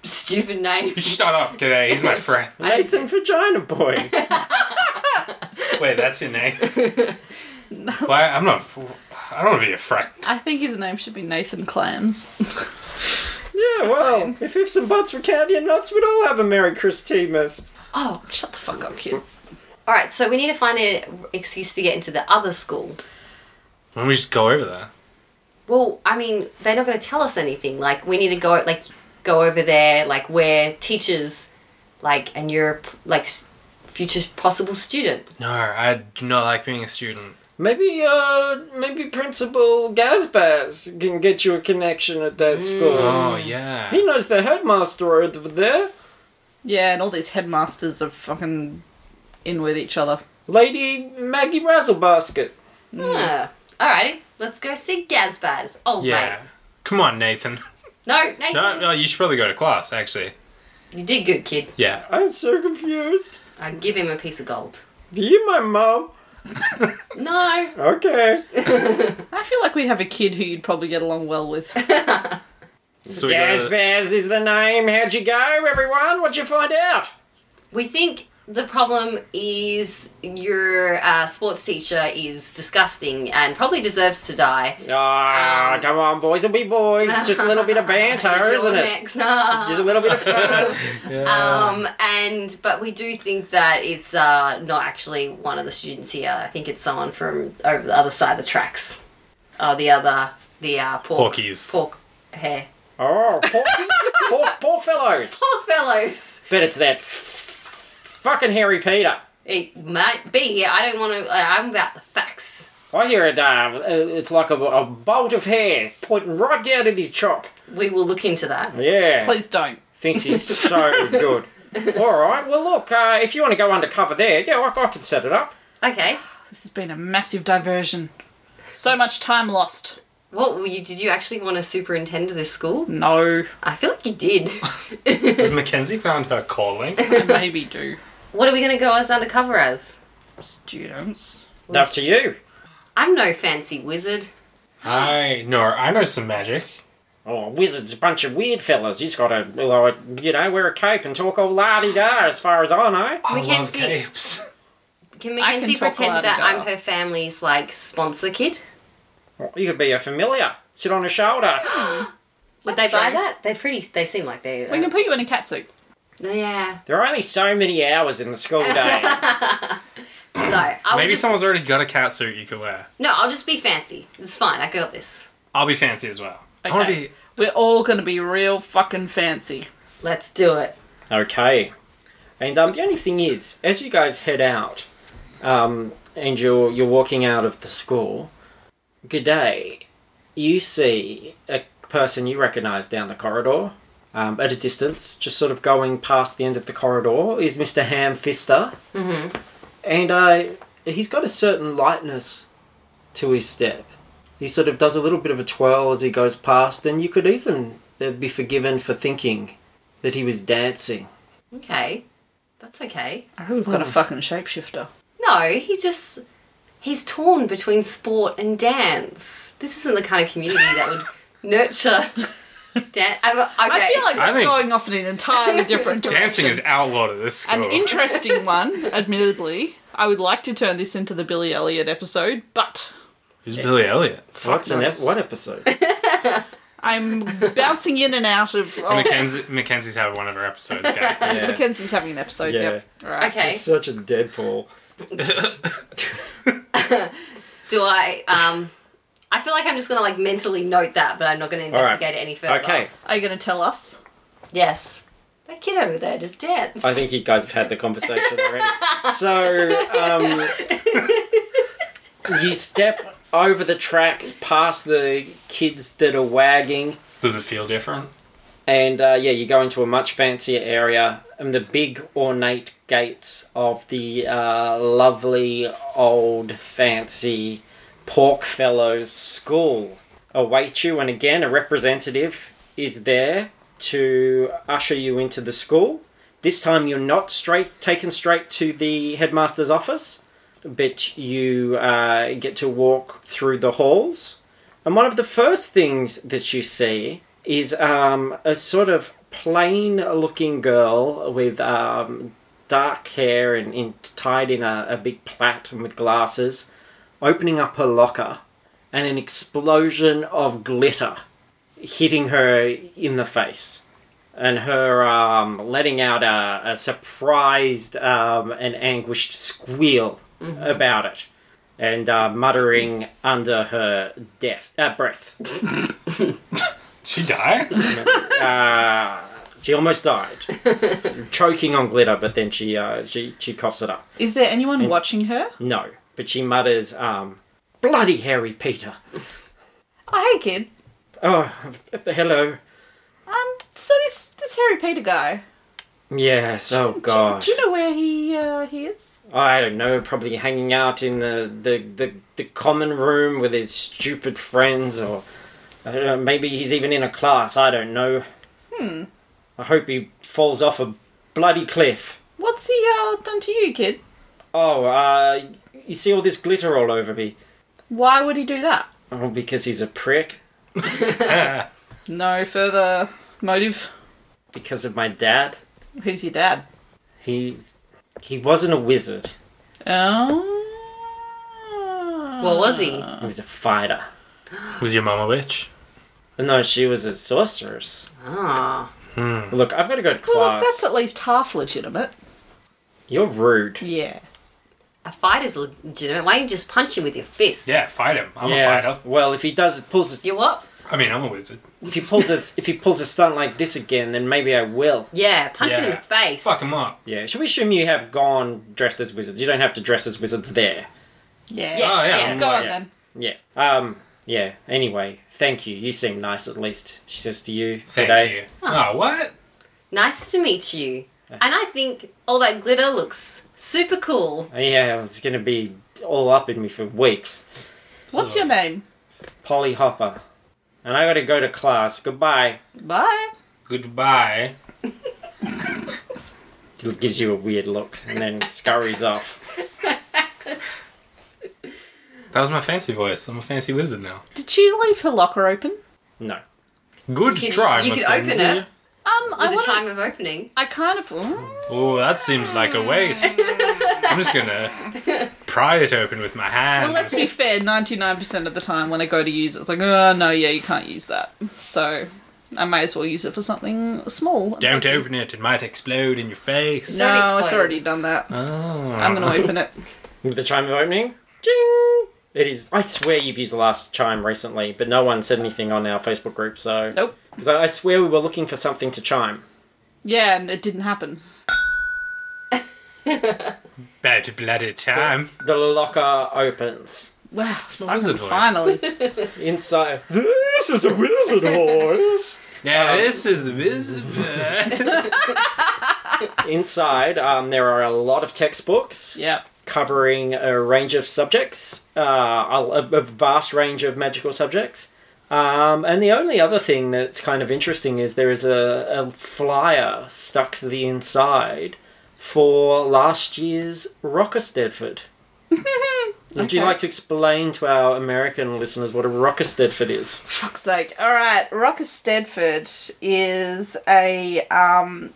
[SPEAKER 4] Stupid name.
[SPEAKER 5] Shut up, today. He's my friend.
[SPEAKER 2] Nathan Vagina Boy.
[SPEAKER 5] Wait, that's your name? Why? I'm not. I don't want to be a friend.
[SPEAKER 3] I think his name should be Nathan Clams.
[SPEAKER 2] Yeah, well,
[SPEAKER 3] same.
[SPEAKER 2] if ifs and buts were candy and nuts, we'd all have a Merry Christmas.
[SPEAKER 3] Oh, shut the fuck up, kid.
[SPEAKER 4] All right, so we need to find an excuse to get into the other school.
[SPEAKER 5] Why don't we just go over there?
[SPEAKER 4] Well, I mean, they're not going to tell us anything. Like, we need to go, like, go over there, like, where teachers, like, and you're, like, s- future possible student.
[SPEAKER 5] No, I do not like being a student.
[SPEAKER 2] Maybe, uh, maybe Principal Gazbaz can get you a connection at
[SPEAKER 4] Mm.
[SPEAKER 2] that school.
[SPEAKER 5] Oh yeah.
[SPEAKER 2] He knows the headmaster over there.
[SPEAKER 3] Yeah, and all these headmasters are fucking in with each other.
[SPEAKER 2] Lady Maggie Razzlebasket.
[SPEAKER 4] Yeah. All right, let's go see Gazbaz. Oh,
[SPEAKER 5] Yeah.
[SPEAKER 4] mate.
[SPEAKER 5] Come on, Nathan.
[SPEAKER 4] No, Nathan.
[SPEAKER 5] No, no, you should probably go to class. Actually.
[SPEAKER 4] You did good, kid.
[SPEAKER 5] Yeah.
[SPEAKER 2] I'm so confused.
[SPEAKER 4] I'd give him a piece of gold.
[SPEAKER 2] Are you my mom?
[SPEAKER 4] No.
[SPEAKER 2] Okay.
[SPEAKER 3] I feel like we have a kid who you'd probably get along well with.
[SPEAKER 5] So we go to the-
[SPEAKER 2] Gazbaz is the name. How'd you go, everyone? What'd you find out?
[SPEAKER 4] We think the problem is your uh, sports teacher is disgusting and probably deserves to die.
[SPEAKER 2] Ah, come on, boys will be boys. Just a little bit of banter,
[SPEAKER 4] You're
[SPEAKER 2] isn't it?
[SPEAKER 4] next.
[SPEAKER 2] Just a little bit of fun.
[SPEAKER 4] um, and but we do think that it's uh, not actually one of the students here. I think it's someone from over the other side of the tracks. Uh, the other, the uh, pork,
[SPEAKER 5] Porkies.
[SPEAKER 4] pork hair,
[SPEAKER 2] oh, pork, pork, pork fellows.
[SPEAKER 4] pork fellows.
[SPEAKER 2] Bet it's that f- fucking Harry Peter.
[SPEAKER 4] It might be. I don't want to. I'm about the facts.
[SPEAKER 2] I hear it. Uh, it's like a, a bolt of hair pointing right down at his chop.
[SPEAKER 4] We will look into that.
[SPEAKER 2] Yeah.
[SPEAKER 3] Please don't.
[SPEAKER 2] Thinks he's so good. All right. Well, look. Uh, if you want to go undercover there, yeah, I, I can set it up.
[SPEAKER 4] Okay.
[SPEAKER 3] This has been a massive diversion. So much time lost.
[SPEAKER 4] What were you? Did you actually want to superintend this school?
[SPEAKER 3] No,
[SPEAKER 4] I feel like you did.
[SPEAKER 5] Has Mackenzie found her calling?
[SPEAKER 3] I maybe do.
[SPEAKER 4] what are we gonna go as undercover as?
[SPEAKER 3] Students.
[SPEAKER 2] Up to you.
[SPEAKER 4] I'm no fancy wizard.
[SPEAKER 5] I no, I know some magic.
[SPEAKER 2] Oh, wizard's a bunch of weird fellas. He's got to, like, you know, wear a cape and talk all la-di-da as far as I know.
[SPEAKER 5] I love
[SPEAKER 4] Mackenzie-
[SPEAKER 5] capes.
[SPEAKER 4] Can
[SPEAKER 3] I can
[SPEAKER 4] Mackenzie
[SPEAKER 3] talk
[SPEAKER 4] pretend
[SPEAKER 3] louder,
[SPEAKER 4] that I'm
[SPEAKER 3] girl.
[SPEAKER 4] her family's like sponsor kid?
[SPEAKER 2] Oh, You could be a familiar. Sit on his shoulder.
[SPEAKER 3] That's
[SPEAKER 4] Would they buy
[SPEAKER 3] true.
[SPEAKER 4] that? They're pretty. They seem like they.
[SPEAKER 3] We
[SPEAKER 4] Uh,
[SPEAKER 3] can put you in a catsuit.
[SPEAKER 4] yeah.
[SPEAKER 2] There are only so many hours in the school day.
[SPEAKER 4] No. I would
[SPEAKER 5] Maybe
[SPEAKER 4] just,
[SPEAKER 5] someone's already got a cat suit you could wear.
[SPEAKER 4] No, I'll just be fancy. It's fine. I got this.
[SPEAKER 5] I'll be fancy as well. I want to
[SPEAKER 3] Okay.
[SPEAKER 5] be.
[SPEAKER 3] We're all gonna be real fucking fancy.
[SPEAKER 4] Let's do it.
[SPEAKER 2] Okay. And um, the only thing is, as you guys head out, um, and you're you're walking out of the school, good day. You see a person you recognise down the corridor, um, at a distance, just sort of going past the end of the corridor is Mister Ham Fister, mm-hmm. and uh, he's got a certain lightness to his step. He sort of does a little bit of a twirl as he goes past, and you could even uh, be forgiven for thinking that he was dancing.
[SPEAKER 4] Okay. That's okay.
[SPEAKER 3] I really got a fucking shapeshifter.
[SPEAKER 4] No, he just. He's torn between sport and dance. This isn't the kind of community that would nurture dance. I'm, okay.
[SPEAKER 3] I feel like
[SPEAKER 5] I
[SPEAKER 3] that's
[SPEAKER 5] think-
[SPEAKER 3] going off in an entirely different direction.
[SPEAKER 5] Dancing is outlawed at this school.
[SPEAKER 3] an interesting one, admittedly. I would like to turn this into the Billy Elliot episode, but
[SPEAKER 5] Who's Billy Elliot?
[SPEAKER 2] What's an ep-
[SPEAKER 3] knows?
[SPEAKER 2] what episode?
[SPEAKER 3] I'm bouncing in and out of. Oh,
[SPEAKER 5] Mackenzie, Mackenzie's had one of her episodes, guys.
[SPEAKER 2] Yeah.
[SPEAKER 3] Mackenzie's having an episode. Yep. Right.
[SPEAKER 4] Okay.
[SPEAKER 2] Such a Deadpool.
[SPEAKER 4] Do I um I feel like I'm just gonna like mentally note that, but I'm not gonna
[SPEAKER 2] right.
[SPEAKER 4] investigate it any further.
[SPEAKER 2] Okay,
[SPEAKER 3] Are you going to tell us?
[SPEAKER 4] Yes. That kid over there just danced.
[SPEAKER 2] I think you guys have had the conversation already. so, um, you step over the tracks past the kids that are wagging,
[SPEAKER 5] Does it feel different?
[SPEAKER 2] and uh, yeah, you go into a much fancier area and the big ornate gates of the uh, lovely old fancy Pork Fellows School await you, and again, a representative is there to usher you into the school. This time, you're not straight taken straight to the headmaster's office, but you uh, get to walk through the halls. And one of the first things that you see is um, a sort of plain looking girl with um, dark hair and in, tied in a, a big plait and with glasses opening up her locker and an explosion of glitter hitting her in the face and her um, letting out a, a surprised um, and anguished squeal about it and uh, muttering under her death uh, breath
[SPEAKER 5] She died?
[SPEAKER 2] She almost died, choking on glitter, but then she uh, she she coughs it up.
[SPEAKER 3] Is there anyone watching her?
[SPEAKER 2] No, but she mutters, um, "Bloody Harry Peter!"
[SPEAKER 3] Oh, hey, kid.
[SPEAKER 2] Oh, hello.
[SPEAKER 3] Um, so this this Harry Peter guy.
[SPEAKER 2] Yes. Oh
[SPEAKER 3] Do you-
[SPEAKER 2] gosh.
[SPEAKER 3] Do, you know where he uh, he is?
[SPEAKER 2] I don't know. Probably hanging out in the the the, the common room with his stupid friends, or I don't know, maybe he's even in a class. I don't know. Hmm. I hope he falls off a bloody cliff.
[SPEAKER 3] What's he uh, done to you, kid?
[SPEAKER 2] Oh, uh, you see all this glitter all over me.
[SPEAKER 3] Why would he do that?
[SPEAKER 2] Oh, because he's a prick.
[SPEAKER 3] No further motive.
[SPEAKER 2] because of my dad.
[SPEAKER 3] Who's your dad?
[SPEAKER 2] He he wasn't a wizard.
[SPEAKER 3] Oh.
[SPEAKER 4] What was he?
[SPEAKER 5] Ah.
[SPEAKER 2] He was a fighter.
[SPEAKER 5] Was your mum a witch?
[SPEAKER 2] No, she was a sorceress.
[SPEAKER 4] Ah.
[SPEAKER 5] Hmm.
[SPEAKER 2] Look, I've got to go to class.
[SPEAKER 3] Well, look, that's at least half legitimate.
[SPEAKER 2] You're rude.
[SPEAKER 3] Yes.
[SPEAKER 4] A fight is legitimate. Why don't you just punch him with your fist?
[SPEAKER 5] Yeah, fight him. I'm
[SPEAKER 2] yeah.
[SPEAKER 5] a fighter.
[SPEAKER 2] Well, if he does pulls his
[SPEAKER 4] You what?
[SPEAKER 5] I mean, I'm a wizard.
[SPEAKER 2] if he pulls his if he pulls a stunt like this again, then maybe I will.
[SPEAKER 4] Yeah, punch him in
[SPEAKER 5] Yeah.
[SPEAKER 4] the face.
[SPEAKER 5] Fuck him up.
[SPEAKER 2] Yeah. Should we assume you have gone dressed as wizards? You don't have to dress as wizards there.
[SPEAKER 3] Yes.
[SPEAKER 4] Yes,
[SPEAKER 5] Oh, yeah,
[SPEAKER 4] yeah.
[SPEAKER 5] I'm
[SPEAKER 3] Go on
[SPEAKER 2] Yeah.
[SPEAKER 3] then.
[SPEAKER 2] Yeah. Um. Yeah. Anyway, thank you. You seem nice at least. She says to you.
[SPEAKER 5] Thank
[SPEAKER 2] "G'day."
[SPEAKER 5] you. Oh, what?
[SPEAKER 4] Nice to meet you. And I think all that glitter looks super cool.
[SPEAKER 2] Yeah, it's gonna be all up in me for weeks.
[SPEAKER 3] What's your name?
[SPEAKER 2] Polly Hopper. And I gotta go to class. Goodbye.
[SPEAKER 3] Bye.
[SPEAKER 5] Goodbye.
[SPEAKER 2] Gives you a weird look and then scurries off.
[SPEAKER 5] That was my fancy voice. I'm a fancy wizard now.
[SPEAKER 3] Did she leave her locker open?
[SPEAKER 2] No.
[SPEAKER 5] Good
[SPEAKER 4] You
[SPEAKER 5] try,
[SPEAKER 4] can, you can open
[SPEAKER 5] Mackenzie.
[SPEAKER 4] it
[SPEAKER 3] Um, I
[SPEAKER 4] with the
[SPEAKER 3] want.
[SPEAKER 4] time of opening.
[SPEAKER 3] I kind of. mm,
[SPEAKER 5] Oh, that seems like a waste. I'm just gonna pry it open with my hands.
[SPEAKER 3] Well, let's be fair. Ninety-nine percent of the time, when I go to use it, it's like, oh no, yeah, you can't use that. So, I may as well use it for something small.
[SPEAKER 5] Don't open it; it might explode in your face.
[SPEAKER 4] Don't
[SPEAKER 3] No, it's
[SPEAKER 4] explain.
[SPEAKER 3] already done that.
[SPEAKER 5] Oh.
[SPEAKER 3] I'm gonna open it.
[SPEAKER 2] With the chime of opening, jing! It is. I swear you've used the last chime recently, but no one said anything on our Facebook group, so.
[SPEAKER 3] Nope.
[SPEAKER 2] Because I I swear we were looking for something to chime.
[SPEAKER 3] Yeah, and it didn't happen.
[SPEAKER 5] Bad bloody time.
[SPEAKER 2] The locker opens.
[SPEAKER 3] Wow, it's my
[SPEAKER 5] Wizard
[SPEAKER 3] wizard
[SPEAKER 5] voice.
[SPEAKER 3] finally.
[SPEAKER 2] Inside. This is a wizard voice!
[SPEAKER 4] Um,
[SPEAKER 5] Now this is wizard.
[SPEAKER 2] Inside, um, there are a lot of textbooks.
[SPEAKER 3] yeah.
[SPEAKER 2] covering a range of subjects, uh, a, a vast range of magical subjects. Um, and the only other thing that's kind of interesting is there is a, a flyer stuck to the inside for last year's Rocker Stedford. Would you
[SPEAKER 3] Okay.
[SPEAKER 2] like to explain to our American listeners what a Rocker Stedford is?
[SPEAKER 3] Fuck's sake. All right, Rocker Stedford is a um,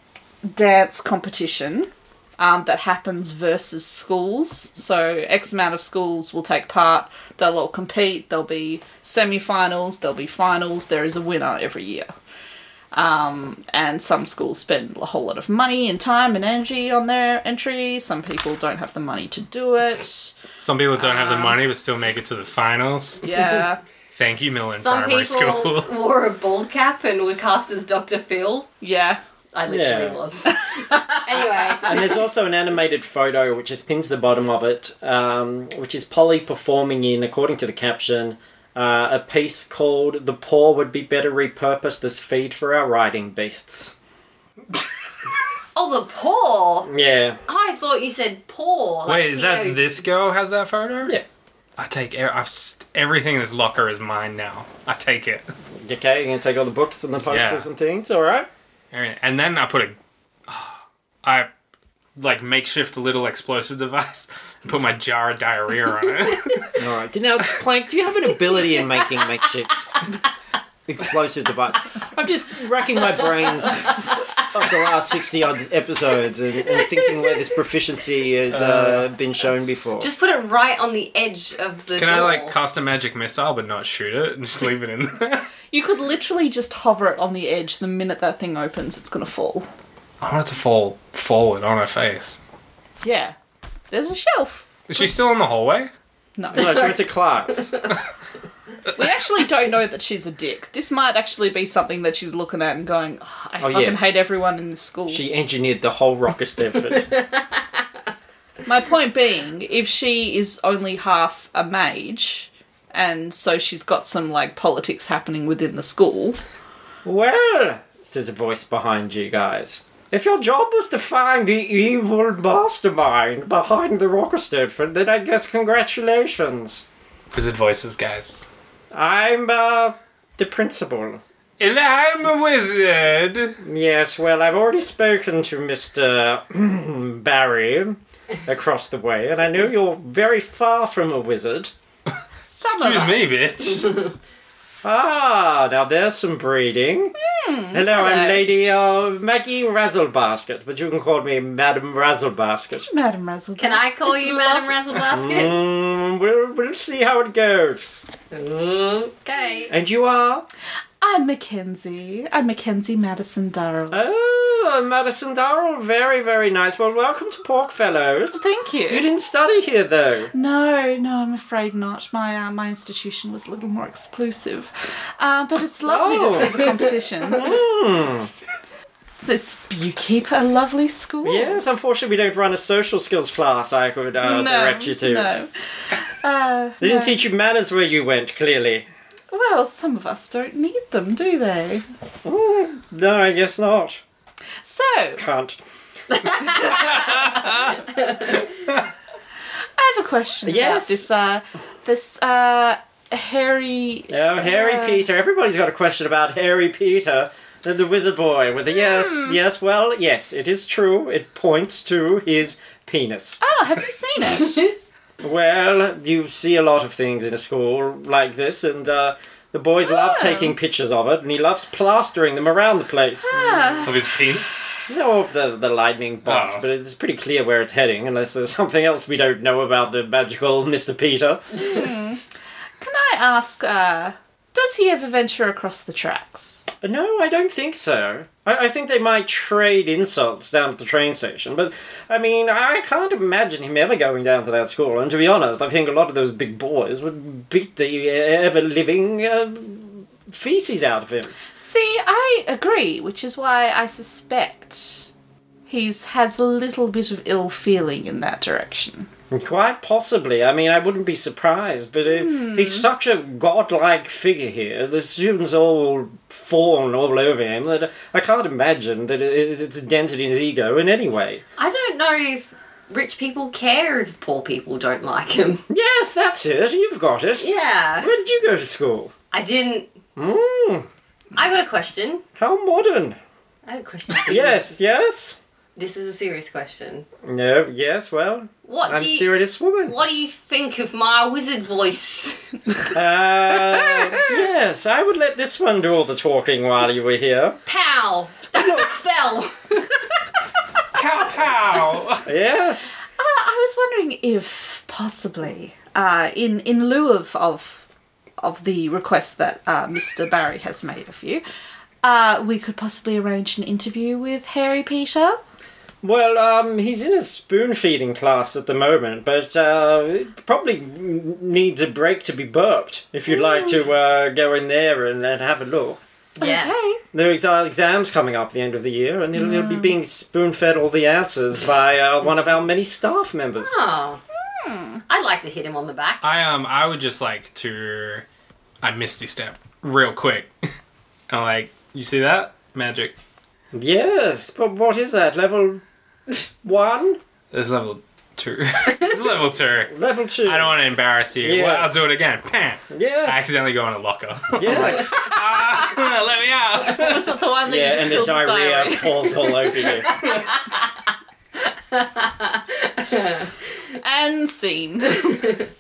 [SPEAKER 3] dance competition um, that happens versus schools. So, X amount of schools will take part, they'll all compete, there'll be semi finals, there'll be finals, there is a winner every year. Um, and some schools spend a whole lot of money and time and energy on their entry. Some people don't have the money to do it.
[SPEAKER 4] um,
[SPEAKER 5] Some people don't have the money but still make it to the finals.
[SPEAKER 3] Yeah.
[SPEAKER 5] Thank you, Millen
[SPEAKER 4] Some
[SPEAKER 5] Primary
[SPEAKER 4] people
[SPEAKER 5] School.
[SPEAKER 4] wore a bald cap and were cast as Dr. Phil.
[SPEAKER 3] Yeah.
[SPEAKER 4] I literally
[SPEAKER 2] Yeah.
[SPEAKER 4] was. anyway,
[SPEAKER 2] And there's also an animated photo which is pinned to the bottom of it, um, which is Polly performing in, according to the caption, uh, a piece called "The Poor Would Be Better Repurposed as Feed for Our Riding Beasts."
[SPEAKER 4] oh, the paw.
[SPEAKER 2] Yeah,
[SPEAKER 4] I thought you said paw. like
[SPEAKER 5] Wait, is that
[SPEAKER 4] P-O-
[SPEAKER 5] this girl has that photo?
[SPEAKER 2] yeah.
[SPEAKER 5] I take e- I've, st- everything in this locker is mine now. I take it.
[SPEAKER 2] Okay, you're gonna take all the books and the posters
[SPEAKER 5] Yeah.
[SPEAKER 2] and things. All right.
[SPEAKER 5] Alright, And then I put a, I like makeshift little explosive device. and Put my jar of diarrhea on it.
[SPEAKER 2] All right. Now, Plank, do you have an ability in making makeshift explosive device? I'm just racking my brains of the last sixty odd episodes and, and thinking where this proficiency has uh, been shown before.
[SPEAKER 4] Just put it right on the edge of the
[SPEAKER 5] Can
[SPEAKER 4] door.
[SPEAKER 5] I like cast a magic missile but not shoot it and just leave it in there?
[SPEAKER 3] You could literally just hover it on the edge. The minute that thing opens, it's gonna fall.
[SPEAKER 5] I want it to fall forward on her face.
[SPEAKER 3] Yeah. There's a shelf.
[SPEAKER 5] Is she still in the hallway?
[SPEAKER 3] No.
[SPEAKER 2] no, she went to class.
[SPEAKER 3] we actually don't know that she's a dick. This might actually be something that she's looking at and going, "Oh, I
[SPEAKER 2] Oh,
[SPEAKER 3] fucking
[SPEAKER 2] yeah.
[SPEAKER 3] hate everyone in this school.
[SPEAKER 2] She engineered the whole Rock of Stedford.
[SPEAKER 3] My point being, if she is only half a mage, and so she's got some like politics happening within the school.
[SPEAKER 2] well, says a voice behind you guys. If your job was to find the evil mastermind behind the Rock of Stedford, then I guess congratulations.
[SPEAKER 5] Wizard voices, guys.
[SPEAKER 2] I'm uh, the principal.
[SPEAKER 5] And I'm a wizard.
[SPEAKER 2] Yes, well, I've already spoken to Mr. Barry across the way, and I know you're very far from a wizard.
[SPEAKER 3] Some of
[SPEAKER 5] Excuse me,
[SPEAKER 3] us.
[SPEAKER 5] bitch.
[SPEAKER 2] Ah, now there's some breeding.
[SPEAKER 3] Hmm,
[SPEAKER 2] hello,
[SPEAKER 3] hello.
[SPEAKER 2] I'm Lady uh, Maggie Razzlebasket, but you can call me Madam Razzlebasket.
[SPEAKER 3] Madam Razzle.
[SPEAKER 4] Can I call you Madam
[SPEAKER 3] Hmm.
[SPEAKER 4] Razzlebasket?
[SPEAKER 2] Mm, we'll, we'll see how it goes.
[SPEAKER 4] okay.
[SPEAKER 2] And you are?
[SPEAKER 3] I'm Mackenzie. I'm Mackenzie Madison Darrell.
[SPEAKER 2] Oh, Madison Darrell. Very, very nice. Well, welcome to Pork Fellows.
[SPEAKER 3] Thank you.
[SPEAKER 2] You didn't study here, though.
[SPEAKER 3] Hmm. no, no, I'm afraid not. My uh, my institution was a little more exclusive, uh, but it's lovely
[SPEAKER 2] Oh.
[SPEAKER 3] to see the competition.
[SPEAKER 2] Hmm.
[SPEAKER 3] it's you keep a lovely school.
[SPEAKER 2] Yes, unfortunately, we don't run a social skills class I could uh,
[SPEAKER 3] no,
[SPEAKER 2] direct you to.
[SPEAKER 3] no. Uh,
[SPEAKER 2] They didn't
[SPEAKER 3] no.
[SPEAKER 2] teach you manners where you went, clearly.
[SPEAKER 3] Well, some of us don't need them, do they?
[SPEAKER 2] No, I guess not.
[SPEAKER 3] So,
[SPEAKER 2] Can't.
[SPEAKER 3] I have a question about
[SPEAKER 2] Yes.
[SPEAKER 3] this uh this uh hairy
[SPEAKER 2] Oh, Harry
[SPEAKER 3] uh,
[SPEAKER 2] Peter. Everybody's got a question about Harry Peter, the, the wizard boy, with a yes, yes, well, yes, it is true. It points to his penis.
[SPEAKER 3] Oh, have you seen it?
[SPEAKER 2] Well, you see a lot of things in a school like this, and uh, the boys love taking pictures of it, and he loves plastering them around the place.
[SPEAKER 3] Uh,
[SPEAKER 5] of his penis.
[SPEAKER 2] No, of the, the lightning bolt,
[SPEAKER 5] Oh.
[SPEAKER 2] but it's pretty clear where it's heading, unless there's something else we don't know about the magical Mr. Peter.
[SPEAKER 3] Can I ask uh does he ever venture across the tracks?
[SPEAKER 2] No, I don't think so. I, I think they might trade insults down at the train station, but I mean, I can't imagine him ever going down to that school, and to be honest, I think a lot of those big boys would beat the ever living. Uh, feces out of him
[SPEAKER 3] See, I agree, which is why I suspect he's has a little bit of ill feeling in that direction.
[SPEAKER 2] quite possibly i mean i wouldn't be surprised but uh, he's such a godlike figure here the students all fawn all over him that i can't imagine that it, it's dented his ego in any way
[SPEAKER 4] I don't know if rich people care if poor people don't like him.
[SPEAKER 2] yes that's it you've got it
[SPEAKER 4] Yeah.
[SPEAKER 2] Where did you go to school?
[SPEAKER 4] I didn't.
[SPEAKER 2] Mmm,
[SPEAKER 4] I got a question.
[SPEAKER 2] how modern.
[SPEAKER 4] I have a question.
[SPEAKER 2] Yes, yes.
[SPEAKER 4] This is a serious question.
[SPEAKER 2] No, yes, well,
[SPEAKER 4] What
[SPEAKER 2] I'm
[SPEAKER 4] do
[SPEAKER 2] a
[SPEAKER 4] you,
[SPEAKER 2] serious woman.
[SPEAKER 4] What do you think of my wizard voice?
[SPEAKER 2] Uh, yes, I would let this one do all the talking while you were here.
[SPEAKER 4] Pow! That's a spell.
[SPEAKER 5] Cow pow.
[SPEAKER 2] Yes.
[SPEAKER 3] Uh, I was wondering if possibly, uh, in in lieu of of of the request that uh, Mr. Barry has made of you, uh, we could possibly arrange an interview with Harry Peter.
[SPEAKER 2] Well, um, he's in a spoon feeding class at the moment, but uh, probably n- needs a break to be burped if you'd like to uh, go in there and, and have a look.
[SPEAKER 4] Yeah.
[SPEAKER 3] Okay.
[SPEAKER 2] There are ex- uh, exams coming up at the end of the year, and he'll, he'll be being spoon fed all the answers by uh, one of our many staff members.
[SPEAKER 4] Oh.
[SPEAKER 5] Hmm.
[SPEAKER 4] I'd like to hit him on the back.
[SPEAKER 5] I um I would just like to I misty step real quick. I'm like, you see that? Magic.
[SPEAKER 2] Yes, but what is that? Level one?
[SPEAKER 5] It's level two. it's level two.
[SPEAKER 2] Level two.
[SPEAKER 5] I don't want to embarrass you.
[SPEAKER 2] Yes.
[SPEAKER 5] Well, I'll do it again. Pam.
[SPEAKER 2] Yes.
[SPEAKER 5] I accidentally go on a locker.
[SPEAKER 2] Yes.
[SPEAKER 5] Let me out.
[SPEAKER 3] That was not the one that you
[SPEAKER 2] yeah,
[SPEAKER 3] just
[SPEAKER 2] and the
[SPEAKER 3] filled with
[SPEAKER 2] diarrhea
[SPEAKER 3] diarrhea.
[SPEAKER 2] falls all over you.
[SPEAKER 3] and scene.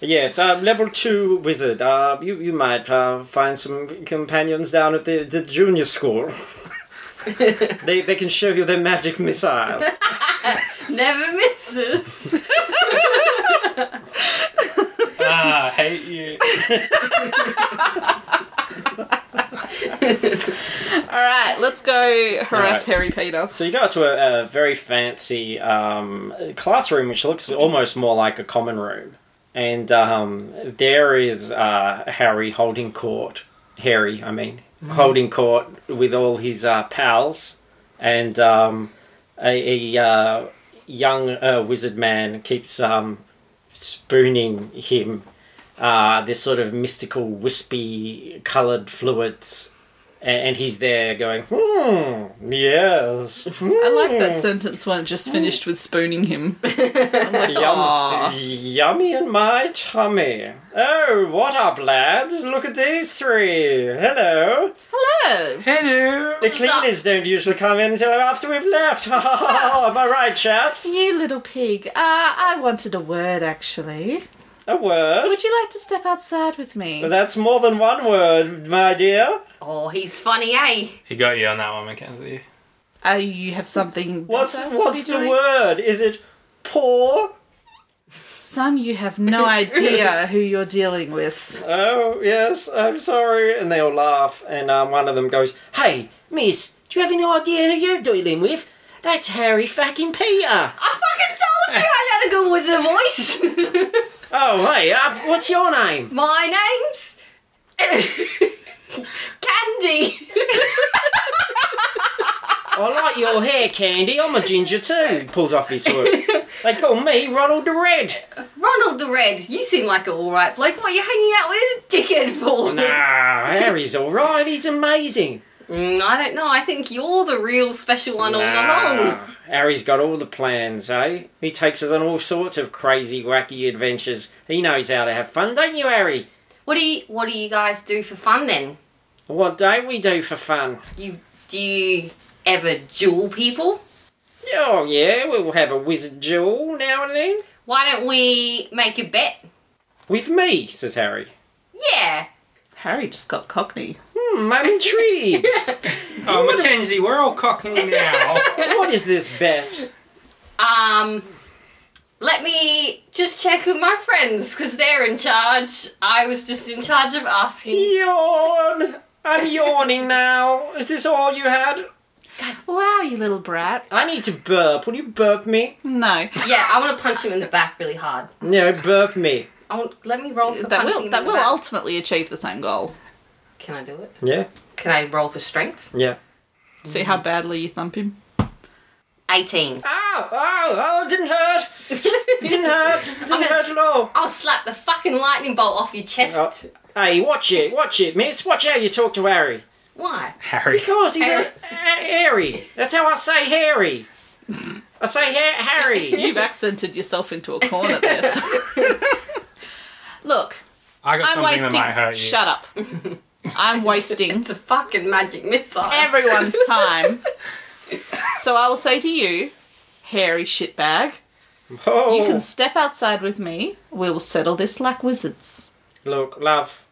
[SPEAKER 2] Yes, uh, level two wizard. Uh, you you might uh, find some companions down at the, the junior school. they they can show you their magic missile.
[SPEAKER 4] Never misses.
[SPEAKER 5] Ah, hate you.
[SPEAKER 3] All right, let's go harass
[SPEAKER 2] All
[SPEAKER 3] Harry Peter.
[SPEAKER 2] So you go to a, a very fancy um, classroom, which looks almost more like a common room, and um, there is uh, Harry holding court. Harry, I mean, holding court with all his uh, pals, and um, a, a uh, young uh, wizard man keeps um, spooning him uh, this sort of mystical, wispy, coloured fluids. a- And he's there going, hmm, yes, hmm,
[SPEAKER 3] I like that sentence when it just finished with spooning him.
[SPEAKER 2] Yum, yummy in my tummy. Oh, what up, lads? Look at these three. Hello.
[SPEAKER 3] Hello.
[SPEAKER 5] Hello.
[SPEAKER 2] The cleaners don't usually come in until after we've left. Ha ha ha! ha. Am I right, chaps?
[SPEAKER 3] You little pig. Uh, I wanted a word actually.
[SPEAKER 2] A word.
[SPEAKER 3] Would you like to step outside with me?
[SPEAKER 2] That's more than one word, my dear.
[SPEAKER 4] oh, he's funny, eh?
[SPEAKER 5] He got you on that one, Mackenzie.
[SPEAKER 3] Uh, you have something.
[SPEAKER 2] What's
[SPEAKER 3] better to be
[SPEAKER 2] what's the
[SPEAKER 3] doing?
[SPEAKER 2] word? Is it poor?
[SPEAKER 3] Son, you have no idea who you're dealing with.
[SPEAKER 2] Oh yes, I'm sorry. And they all laugh, and um, one of them goes, "Hey, miss, do you have any idea who you're dealing with? That's Harry fucking Peter."
[SPEAKER 4] I fucking told you I had a good wizard voice.
[SPEAKER 2] Oh hey, uh, what's your name?
[SPEAKER 4] My name's Candy.
[SPEAKER 2] I like your hair, Candy. I'm a ginger too. Pulls off his hood. They call me Ronald the Red.
[SPEAKER 4] Ronald the Red, you seem like an alright bloke. What are you hanging out with this dickhead for?
[SPEAKER 2] Nah, Harry's all right. He's amazing.
[SPEAKER 4] Mm, I don't know. I think you're the real special one all along.
[SPEAKER 2] Nah, Harry's got all the plans, eh? He takes us on all sorts of crazy, wacky adventures. He knows how to have fun, don't you, Harry?
[SPEAKER 4] What do you What do you guys do for fun then?
[SPEAKER 2] What don't we do for fun?
[SPEAKER 4] You do you ever duel people?
[SPEAKER 2] Oh yeah, we'll have a wizard duel now and then.
[SPEAKER 4] Why don't we make a bet?
[SPEAKER 2] With me, says Harry.
[SPEAKER 4] Yeah.
[SPEAKER 3] Harry just got cockney.
[SPEAKER 2] Hmm, I'm intrigued.
[SPEAKER 5] Oh, Mackenzie, we're all cocking now.
[SPEAKER 2] what is this bet?
[SPEAKER 4] Um. Let me just check with my friends because they're in charge. I was just in charge of asking.
[SPEAKER 2] Yawn. I'm yawning now. Is this all you had?
[SPEAKER 3] Wow, you little brat.
[SPEAKER 2] I need to burp. Will you burp me?
[SPEAKER 3] No,
[SPEAKER 4] Yeah, I want to punch him in the back really hard.
[SPEAKER 2] No, burp me.
[SPEAKER 4] I want. Let me roll for
[SPEAKER 3] that
[SPEAKER 4] punching
[SPEAKER 3] will
[SPEAKER 4] him
[SPEAKER 3] that
[SPEAKER 4] in
[SPEAKER 3] will
[SPEAKER 4] the back.
[SPEAKER 3] ultimately achieve the same goal.
[SPEAKER 4] Can I do it?
[SPEAKER 2] Yeah,
[SPEAKER 4] Can I roll for strength?
[SPEAKER 2] yeah.
[SPEAKER 3] See how badly you thump him.
[SPEAKER 4] Eighteen.
[SPEAKER 2] Ow, ow, ow, it didn't hurt. It didn't hurt. It didn't
[SPEAKER 4] gonna
[SPEAKER 2] hurt
[SPEAKER 4] s-
[SPEAKER 2] at all.
[SPEAKER 4] I'll slap the fucking lightning bolt off your chest.
[SPEAKER 2] Oh, hey, watch it, watch it, miss. Watch how you talk to Harry.
[SPEAKER 4] Why?
[SPEAKER 5] Harry.
[SPEAKER 2] Because he's a, a- Harry. That's how I say Harry. I say ha- Harry.
[SPEAKER 3] You've accented yourself into a corner there. so- Look,
[SPEAKER 5] I got
[SPEAKER 3] I'm
[SPEAKER 5] something
[SPEAKER 3] wasting.
[SPEAKER 5] that might hurt you.
[SPEAKER 3] Shut up. I'm wasting
[SPEAKER 4] It's a fucking magic missile.
[SPEAKER 3] everyone's time. So I will say to you, hairy shitbag, you
[SPEAKER 2] Oh,
[SPEAKER 3] can step outside with me. We will settle this like wizards.
[SPEAKER 2] look, love.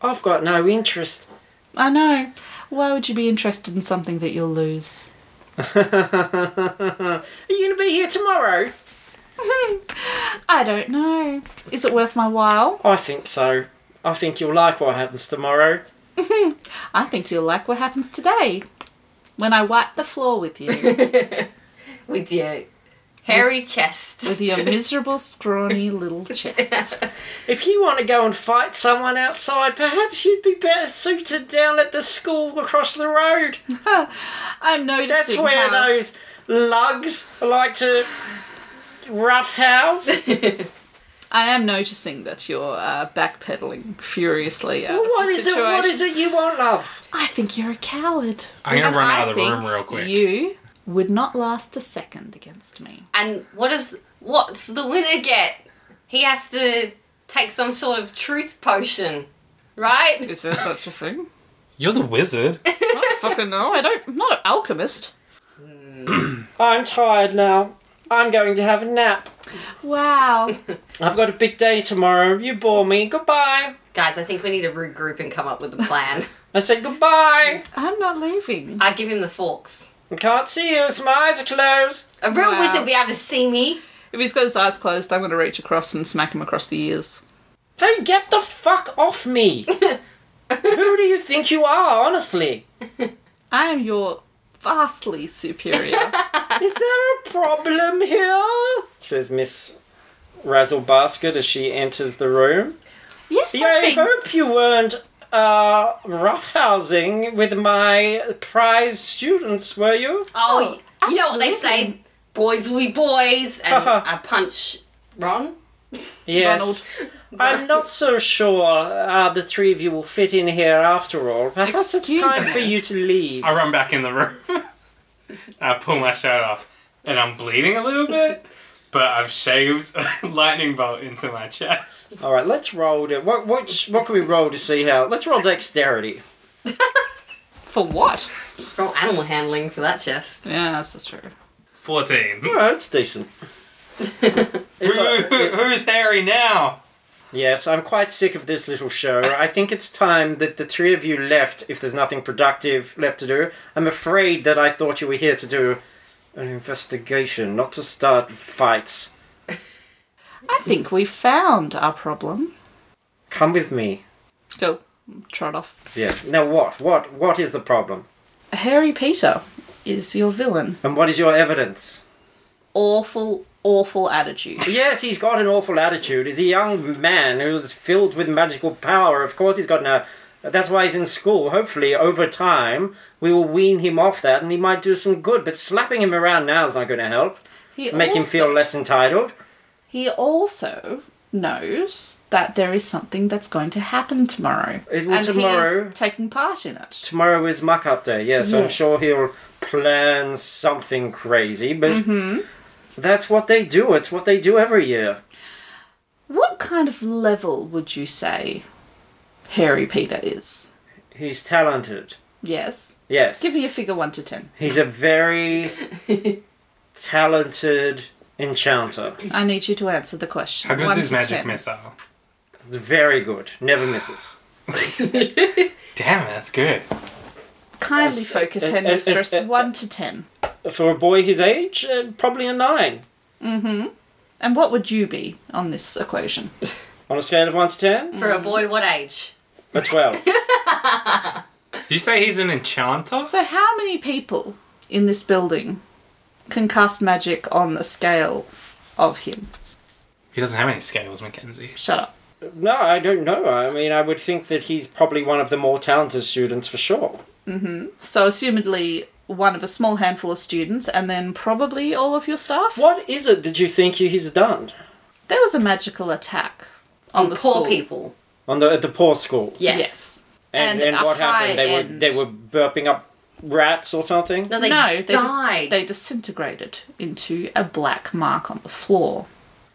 [SPEAKER 2] I've got no interest.
[SPEAKER 3] I know. Why would you be interested in something that you'll lose?
[SPEAKER 2] Are you gonna be here tomorrow?
[SPEAKER 3] I don't know. Is it worth my while?
[SPEAKER 2] I think so. I think you'll like what happens tomorrow.
[SPEAKER 3] I think you'll like what happens today when I wipe the floor with you.
[SPEAKER 4] with your hairy chest.
[SPEAKER 3] with your miserable, scrawny little chest.
[SPEAKER 2] If you want to go and fight someone outside, perhaps you'd be better suited down at the school across the road.
[SPEAKER 3] I'm noticing.
[SPEAKER 2] That's where
[SPEAKER 3] how-
[SPEAKER 2] those lugs like to roughhouse.
[SPEAKER 3] I am noticing that you're uh, backpedaling furiously. Out of
[SPEAKER 2] what
[SPEAKER 3] the
[SPEAKER 2] is it? What
[SPEAKER 3] situation.
[SPEAKER 2] is it you want, love?
[SPEAKER 3] I think you're a coward.
[SPEAKER 5] I'm gonna
[SPEAKER 4] And
[SPEAKER 5] run
[SPEAKER 4] I
[SPEAKER 5] out of the
[SPEAKER 4] think
[SPEAKER 5] room real quick.
[SPEAKER 3] You would not last a second against me.
[SPEAKER 4] And what is what's the winner get? He has to take some sort of truth potion, right?
[SPEAKER 3] Is there such a thing?
[SPEAKER 5] You're the wizard.
[SPEAKER 3] I fucking know. I don't. I'm not an alchemist.
[SPEAKER 2] I'm tired now. I'm going to have a nap.
[SPEAKER 3] Wow.
[SPEAKER 2] I've got a big day tomorrow. You bore me. Goodbye.
[SPEAKER 4] Guys, I think we need to regroup and come up with a plan.
[SPEAKER 2] I said goodbye.
[SPEAKER 3] I'm not leaving.
[SPEAKER 4] I give him the forks.
[SPEAKER 2] I can't see you. So my eyes are closed.
[SPEAKER 4] A real
[SPEAKER 3] Wow.
[SPEAKER 4] wizard would be able to see me.
[SPEAKER 3] If he's got his eyes closed, I'm going to reach across and smack him across the ears.
[SPEAKER 2] Hey, get the fuck off me. Who do you think you are, honestly?
[SPEAKER 3] I am your vastly superior.
[SPEAKER 2] Is there a problem here? Says Miss Razzle Basket as she enters the room.
[SPEAKER 3] yes, I've
[SPEAKER 2] I
[SPEAKER 3] been-
[SPEAKER 2] hope you weren't uh, roughhousing with my prize students, were you?
[SPEAKER 3] Uh,
[SPEAKER 4] Oh, you know what they
[SPEAKER 3] absolutely.
[SPEAKER 4] say? Boys will be boys, and I punch Ron.
[SPEAKER 2] Yes. I'm not so sure uh, the three of you will fit in here after all. Perhaps
[SPEAKER 3] Excuse
[SPEAKER 2] it's time
[SPEAKER 3] me.
[SPEAKER 2] for you to leave.
[SPEAKER 5] I run back in the room. and I pull my shirt off, and I'm bleeding a little bit, but I've shaved a lightning bolt into my chest.
[SPEAKER 2] All right, let's roll. To, what what sh- what can we roll to see how? Let's roll dexterity.
[SPEAKER 3] For what?
[SPEAKER 4] Roll animal handling for that chest.
[SPEAKER 3] Yeah, that's just true.
[SPEAKER 5] Fourteen.
[SPEAKER 2] All right, it's decent. It's
[SPEAKER 5] Who-
[SPEAKER 2] a-
[SPEAKER 5] who- who's hairy now?
[SPEAKER 2] Yes, I'm quite sick of this little show. I think it's time that the three of you left if there's nothing productive left to do. I'm afraid that I thought you were here to do an investigation, not to start fights.
[SPEAKER 3] I think we found our problem.
[SPEAKER 2] Come with me.
[SPEAKER 3] Go, trot off.
[SPEAKER 2] Yeah. Now what? What what is the problem?
[SPEAKER 3] Harry Peter is your villain.
[SPEAKER 2] And what is your evidence?
[SPEAKER 3] Awful, awful attitude.
[SPEAKER 2] Yes, he's got an awful attitude. He's a young man who's filled with magical power. Of course, he's got no. That's why he's in school. Hopefully, over time, we will wean him off that and he might do some good. But slapping him around now is not going to help.
[SPEAKER 3] He
[SPEAKER 2] Make him
[SPEAKER 3] also-
[SPEAKER 2] feel less entitled.
[SPEAKER 3] He also knows that there is something that's going to happen tomorrow.
[SPEAKER 2] It will
[SPEAKER 3] and
[SPEAKER 2] tomorrow-
[SPEAKER 3] he's taking part in it.
[SPEAKER 2] Tomorrow is muck up day, yeah, so I'm
[SPEAKER 3] Yes.
[SPEAKER 2] sure he'll plan something crazy, but
[SPEAKER 3] Mm-hmm.
[SPEAKER 2] that's what they do. It's what they do every year.
[SPEAKER 3] What kind of level would you say Harry Peter is?
[SPEAKER 2] He's talented.
[SPEAKER 3] Yes.
[SPEAKER 2] Yes.
[SPEAKER 3] Give me a figure 1 to 10.
[SPEAKER 2] He's a very talented enchanter.
[SPEAKER 3] I need you to answer the question.
[SPEAKER 5] How good's
[SPEAKER 3] One
[SPEAKER 5] his
[SPEAKER 3] to
[SPEAKER 5] magic
[SPEAKER 3] 10.
[SPEAKER 5] missile?
[SPEAKER 2] Very good. Never misses.
[SPEAKER 5] Damn, that's good.
[SPEAKER 3] Kindly
[SPEAKER 2] Yes.
[SPEAKER 3] focus,
[SPEAKER 2] Yes,
[SPEAKER 3] Hen
[SPEAKER 2] yes, yes,
[SPEAKER 3] Mistress,
[SPEAKER 2] yes.
[SPEAKER 3] 1 to 10.
[SPEAKER 2] For a boy his age, uh, probably a nine.
[SPEAKER 3] And what would you be on this equation?
[SPEAKER 2] On a scale of 1 to 10,
[SPEAKER 4] For a boy, what age?
[SPEAKER 2] a 12.
[SPEAKER 5] Do you say he's an enchanter?
[SPEAKER 3] So, how many people in this building can cast magic on a scale of him?
[SPEAKER 5] He doesn't have any scales, Mackenzie.
[SPEAKER 3] Shut up.
[SPEAKER 2] no, I don't know. I mean, I would think that he's probably one of the more talented students for sure.
[SPEAKER 3] So, assumedly, one of a small handful of students, and then probably all of your staff.
[SPEAKER 2] What is it that you think he's done?
[SPEAKER 3] There was a magical attack on the
[SPEAKER 4] Poor
[SPEAKER 3] school.
[SPEAKER 4] people.
[SPEAKER 2] on the at the poor school.
[SPEAKER 4] Yes.
[SPEAKER 3] Yes.
[SPEAKER 2] And
[SPEAKER 3] And
[SPEAKER 2] and,
[SPEAKER 3] a
[SPEAKER 2] what
[SPEAKER 3] high
[SPEAKER 2] happened? They
[SPEAKER 3] end.
[SPEAKER 2] were they were burping up rats or something.
[SPEAKER 4] No, they
[SPEAKER 3] no, they just
[SPEAKER 4] died.
[SPEAKER 3] they disintegrated into a black mark on the floor.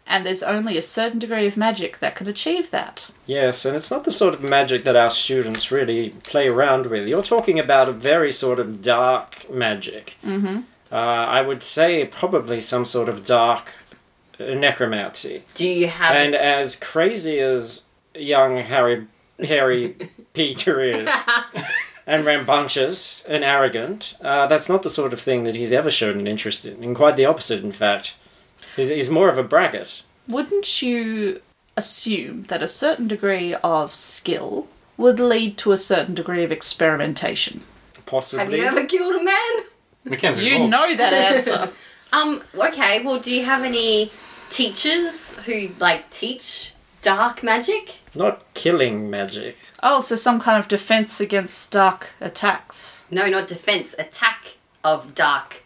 [SPEAKER 3] And there's only a certain degree of magic that can achieve that.
[SPEAKER 2] Yes, and it's not the sort of magic that our students really play around with. You're talking about a very sort of dark magic. Mm-hmm. Uh, I would say probably some sort of dark uh, necromancy.
[SPEAKER 4] Do you have?
[SPEAKER 2] And as crazy as young Harry Harry Peter is, and rambunctious and arrogant, uh, that's not the sort of thing that he's ever shown an interest in. And quite the opposite, in fact. He's, he's more of a braggart.
[SPEAKER 3] Wouldn't you assume that a certain degree of skill would lead to a certain degree of experimentation?
[SPEAKER 2] Possibly.
[SPEAKER 4] have you ever killed a man?
[SPEAKER 5] Mackenzie,
[SPEAKER 3] You
[SPEAKER 5] oh,
[SPEAKER 3] know that answer.
[SPEAKER 4] Um, okay, well, do you have any teachers who, like, teach dark magic?
[SPEAKER 2] Not killing magic.
[SPEAKER 3] Oh, so some kind of defense against dark attacks.
[SPEAKER 4] No, not defense, attack of dark.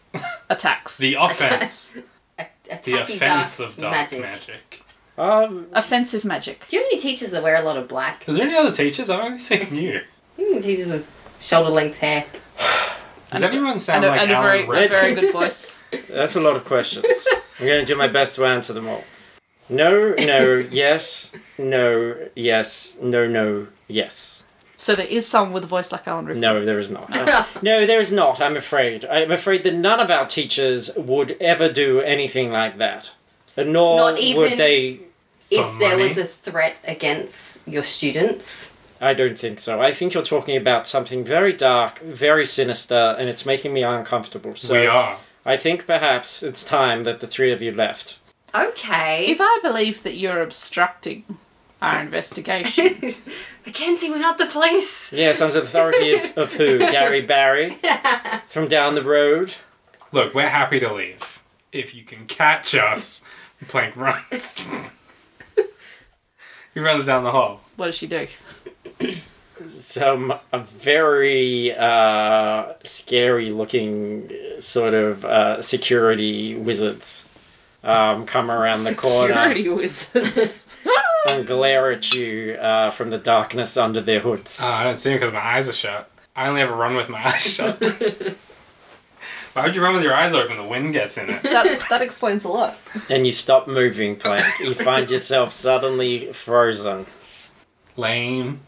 [SPEAKER 3] Attacks.
[SPEAKER 5] The offense.
[SPEAKER 4] A-
[SPEAKER 5] the
[SPEAKER 4] attacky
[SPEAKER 5] offense of dark magic.
[SPEAKER 2] Um,
[SPEAKER 3] Offensive magic.
[SPEAKER 4] Do you have any teachers that wear a lot of black?
[SPEAKER 5] Is there any other teachers? I've only seen you.
[SPEAKER 4] You have any teachers with shoulder length hair?
[SPEAKER 5] Does anyone
[SPEAKER 3] And
[SPEAKER 5] sound
[SPEAKER 3] a,
[SPEAKER 5] like
[SPEAKER 3] and a
[SPEAKER 5] Alan
[SPEAKER 3] very, a
[SPEAKER 5] Rickman?
[SPEAKER 3] very good voice.
[SPEAKER 2] that's a lot of questions. I'm going to do my best to answer them all. No, no, yes, no, yes, no, no, yes.
[SPEAKER 3] So there is someone with a voice like Alan Rickman.
[SPEAKER 2] No, there is not. no, there is not, I'm afraid. I'm afraid that none of our teachers would ever do anything like that. Nor
[SPEAKER 4] Not even-
[SPEAKER 2] would they.
[SPEAKER 4] if there
[SPEAKER 5] money?
[SPEAKER 4] was a threat against your students.
[SPEAKER 2] I don't think so. I think you're talking about something very dark, very sinister, and it's making me uncomfortable. So
[SPEAKER 5] We are.
[SPEAKER 2] I think perhaps it's time that the three of you left.
[SPEAKER 4] Okay.
[SPEAKER 3] If I believe that you're obstructing our investigation,
[SPEAKER 4] Mackenzie, we're not the police.
[SPEAKER 2] Yes, under the authority of, of who? Gary Barry? From down the road?
[SPEAKER 5] Look, we're happy to leave. If you can catch us, Plank runs. he runs down the hall.
[SPEAKER 3] what does she do?
[SPEAKER 2] Some a very uh, scary looking sort of uh, security wizards um, come around the corner
[SPEAKER 3] Security wizards.
[SPEAKER 2] and glare at you uh, from the darkness under their hoods.
[SPEAKER 5] Oh, I don't see him because my eyes are shut. I only ever run with my eyes shut. Why would you run with your eyes open? The wind gets in it.
[SPEAKER 3] that, that explains a lot.
[SPEAKER 2] And you stop moving, Plank. You find yourself suddenly frozen.
[SPEAKER 5] Lame.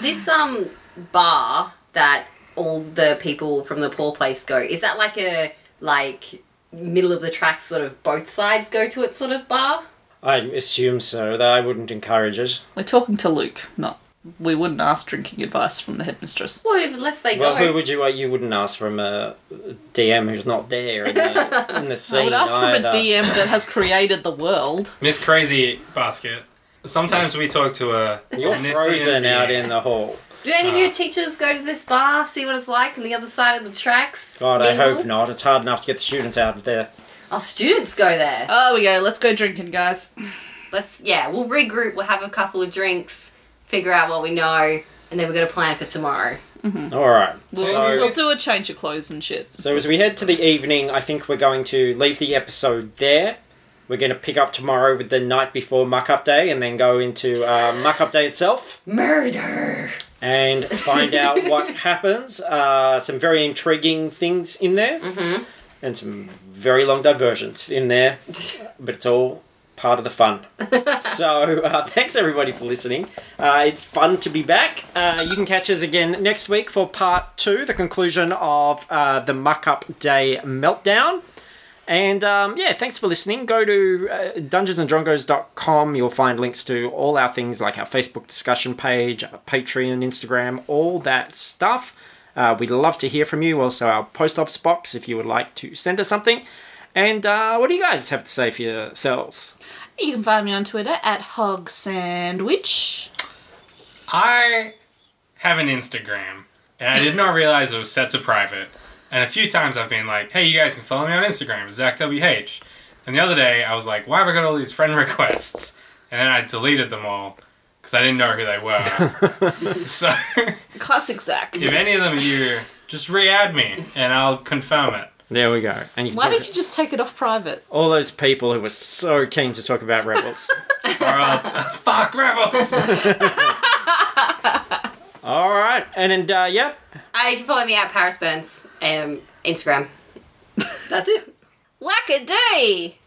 [SPEAKER 4] This um bar that all the people from the poor place go, is that like a like middle of the track sort of both sides go to it sort of bar?
[SPEAKER 2] I assume so, though I wouldn't encourage it.
[SPEAKER 3] We're talking to Luke, not. We wouldn't ask drinking advice from the headmistress.
[SPEAKER 4] Well, if- unless they
[SPEAKER 2] Well,
[SPEAKER 4] go.
[SPEAKER 2] who would you? Uh, you wouldn't ask from a DM who's not there in the, in the scene.
[SPEAKER 3] I would ask from a
[SPEAKER 2] either.
[SPEAKER 3] DM that has created the world.
[SPEAKER 5] Miss Crazy Basket. Sometimes we talk to a.
[SPEAKER 2] You're
[SPEAKER 5] Nissan
[SPEAKER 2] frozen out
[SPEAKER 5] being-
[SPEAKER 2] in the hall.
[SPEAKER 4] Do any of your teachers go to this bar, see what it's like on the other side of the tracks?
[SPEAKER 2] God, I
[SPEAKER 4] mingle?
[SPEAKER 2] hope not. It's hard enough to get the students out of there.
[SPEAKER 4] Our students go there.
[SPEAKER 3] Oh, we go. Let's go drinking, guys.
[SPEAKER 4] Let's yeah, we'll regroup, we'll have a couple of drinks, figure out what we know, and then we're gonna plan for tomorrow.
[SPEAKER 2] All right.
[SPEAKER 3] We'll,
[SPEAKER 2] So,
[SPEAKER 3] we'll do a change of clothes and shit.
[SPEAKER 2] so as we head to the evening, I think we're going to leave the episode there. We're going to pick up tomorrow with the night before Muck Up Day, and then go into uh, Muck Up Day itself.
[SPEAKER 4] Murder.
[SPEAKER 2] and find out what happens. Uh, some very intriguing things in there, mm-hmm. and some very long diversions in there, but it's all part of the fun. so uh, thanks everybody for listening. Uh, it's fun to be back. Uh, you can catch us again next week for part two, the conclusion of uh, the Muck Up Day meltdown. And um, yeah, thanks for listening. Go to uh, dungeonsanddrongos.com. You'll find links to all our things like our Facebook discussion page, our Patreon, Instagram, all that stuff. Uh, we'd love to hear from you. Also, our post office box if you would like to send us something. And uh, what do you guys have to say for yourselves?
[SPEAKER 3] You can find me on Twitter at Hog Sandwich.
[SPEAKER 5] I have an Instagram, and I did not realize it was set to private. And a few times I've been like, "Hey, you guys can follow me on Instagram, Zach WH." And the other day I was like, "Why have I got all these friend requests?" And then I deleted them all because I didn't know who they were. so,
[SPEAKER 3] Classic Zach.
[SPEAKER 5] if any of them are you, just re-add me, and I'll confirm it.
[SPEAKER 2] There we go. And you can
[SPEAKER 3] Why
[SPEAKER 2] talk
[SPEAKER 3] don't you just take it off private?
[SPEAKER 2] all those people who were so keen to talk about rebels.
[SPEAKER 5] Or I'll fuck rebels.
[SPEAKER 2] all right, and, and uh, yep,
[SPEAKER 4] Uh, you can follow me at Paris Burns um, Instagram. That's it.
[SPEAKER 3] Like a day!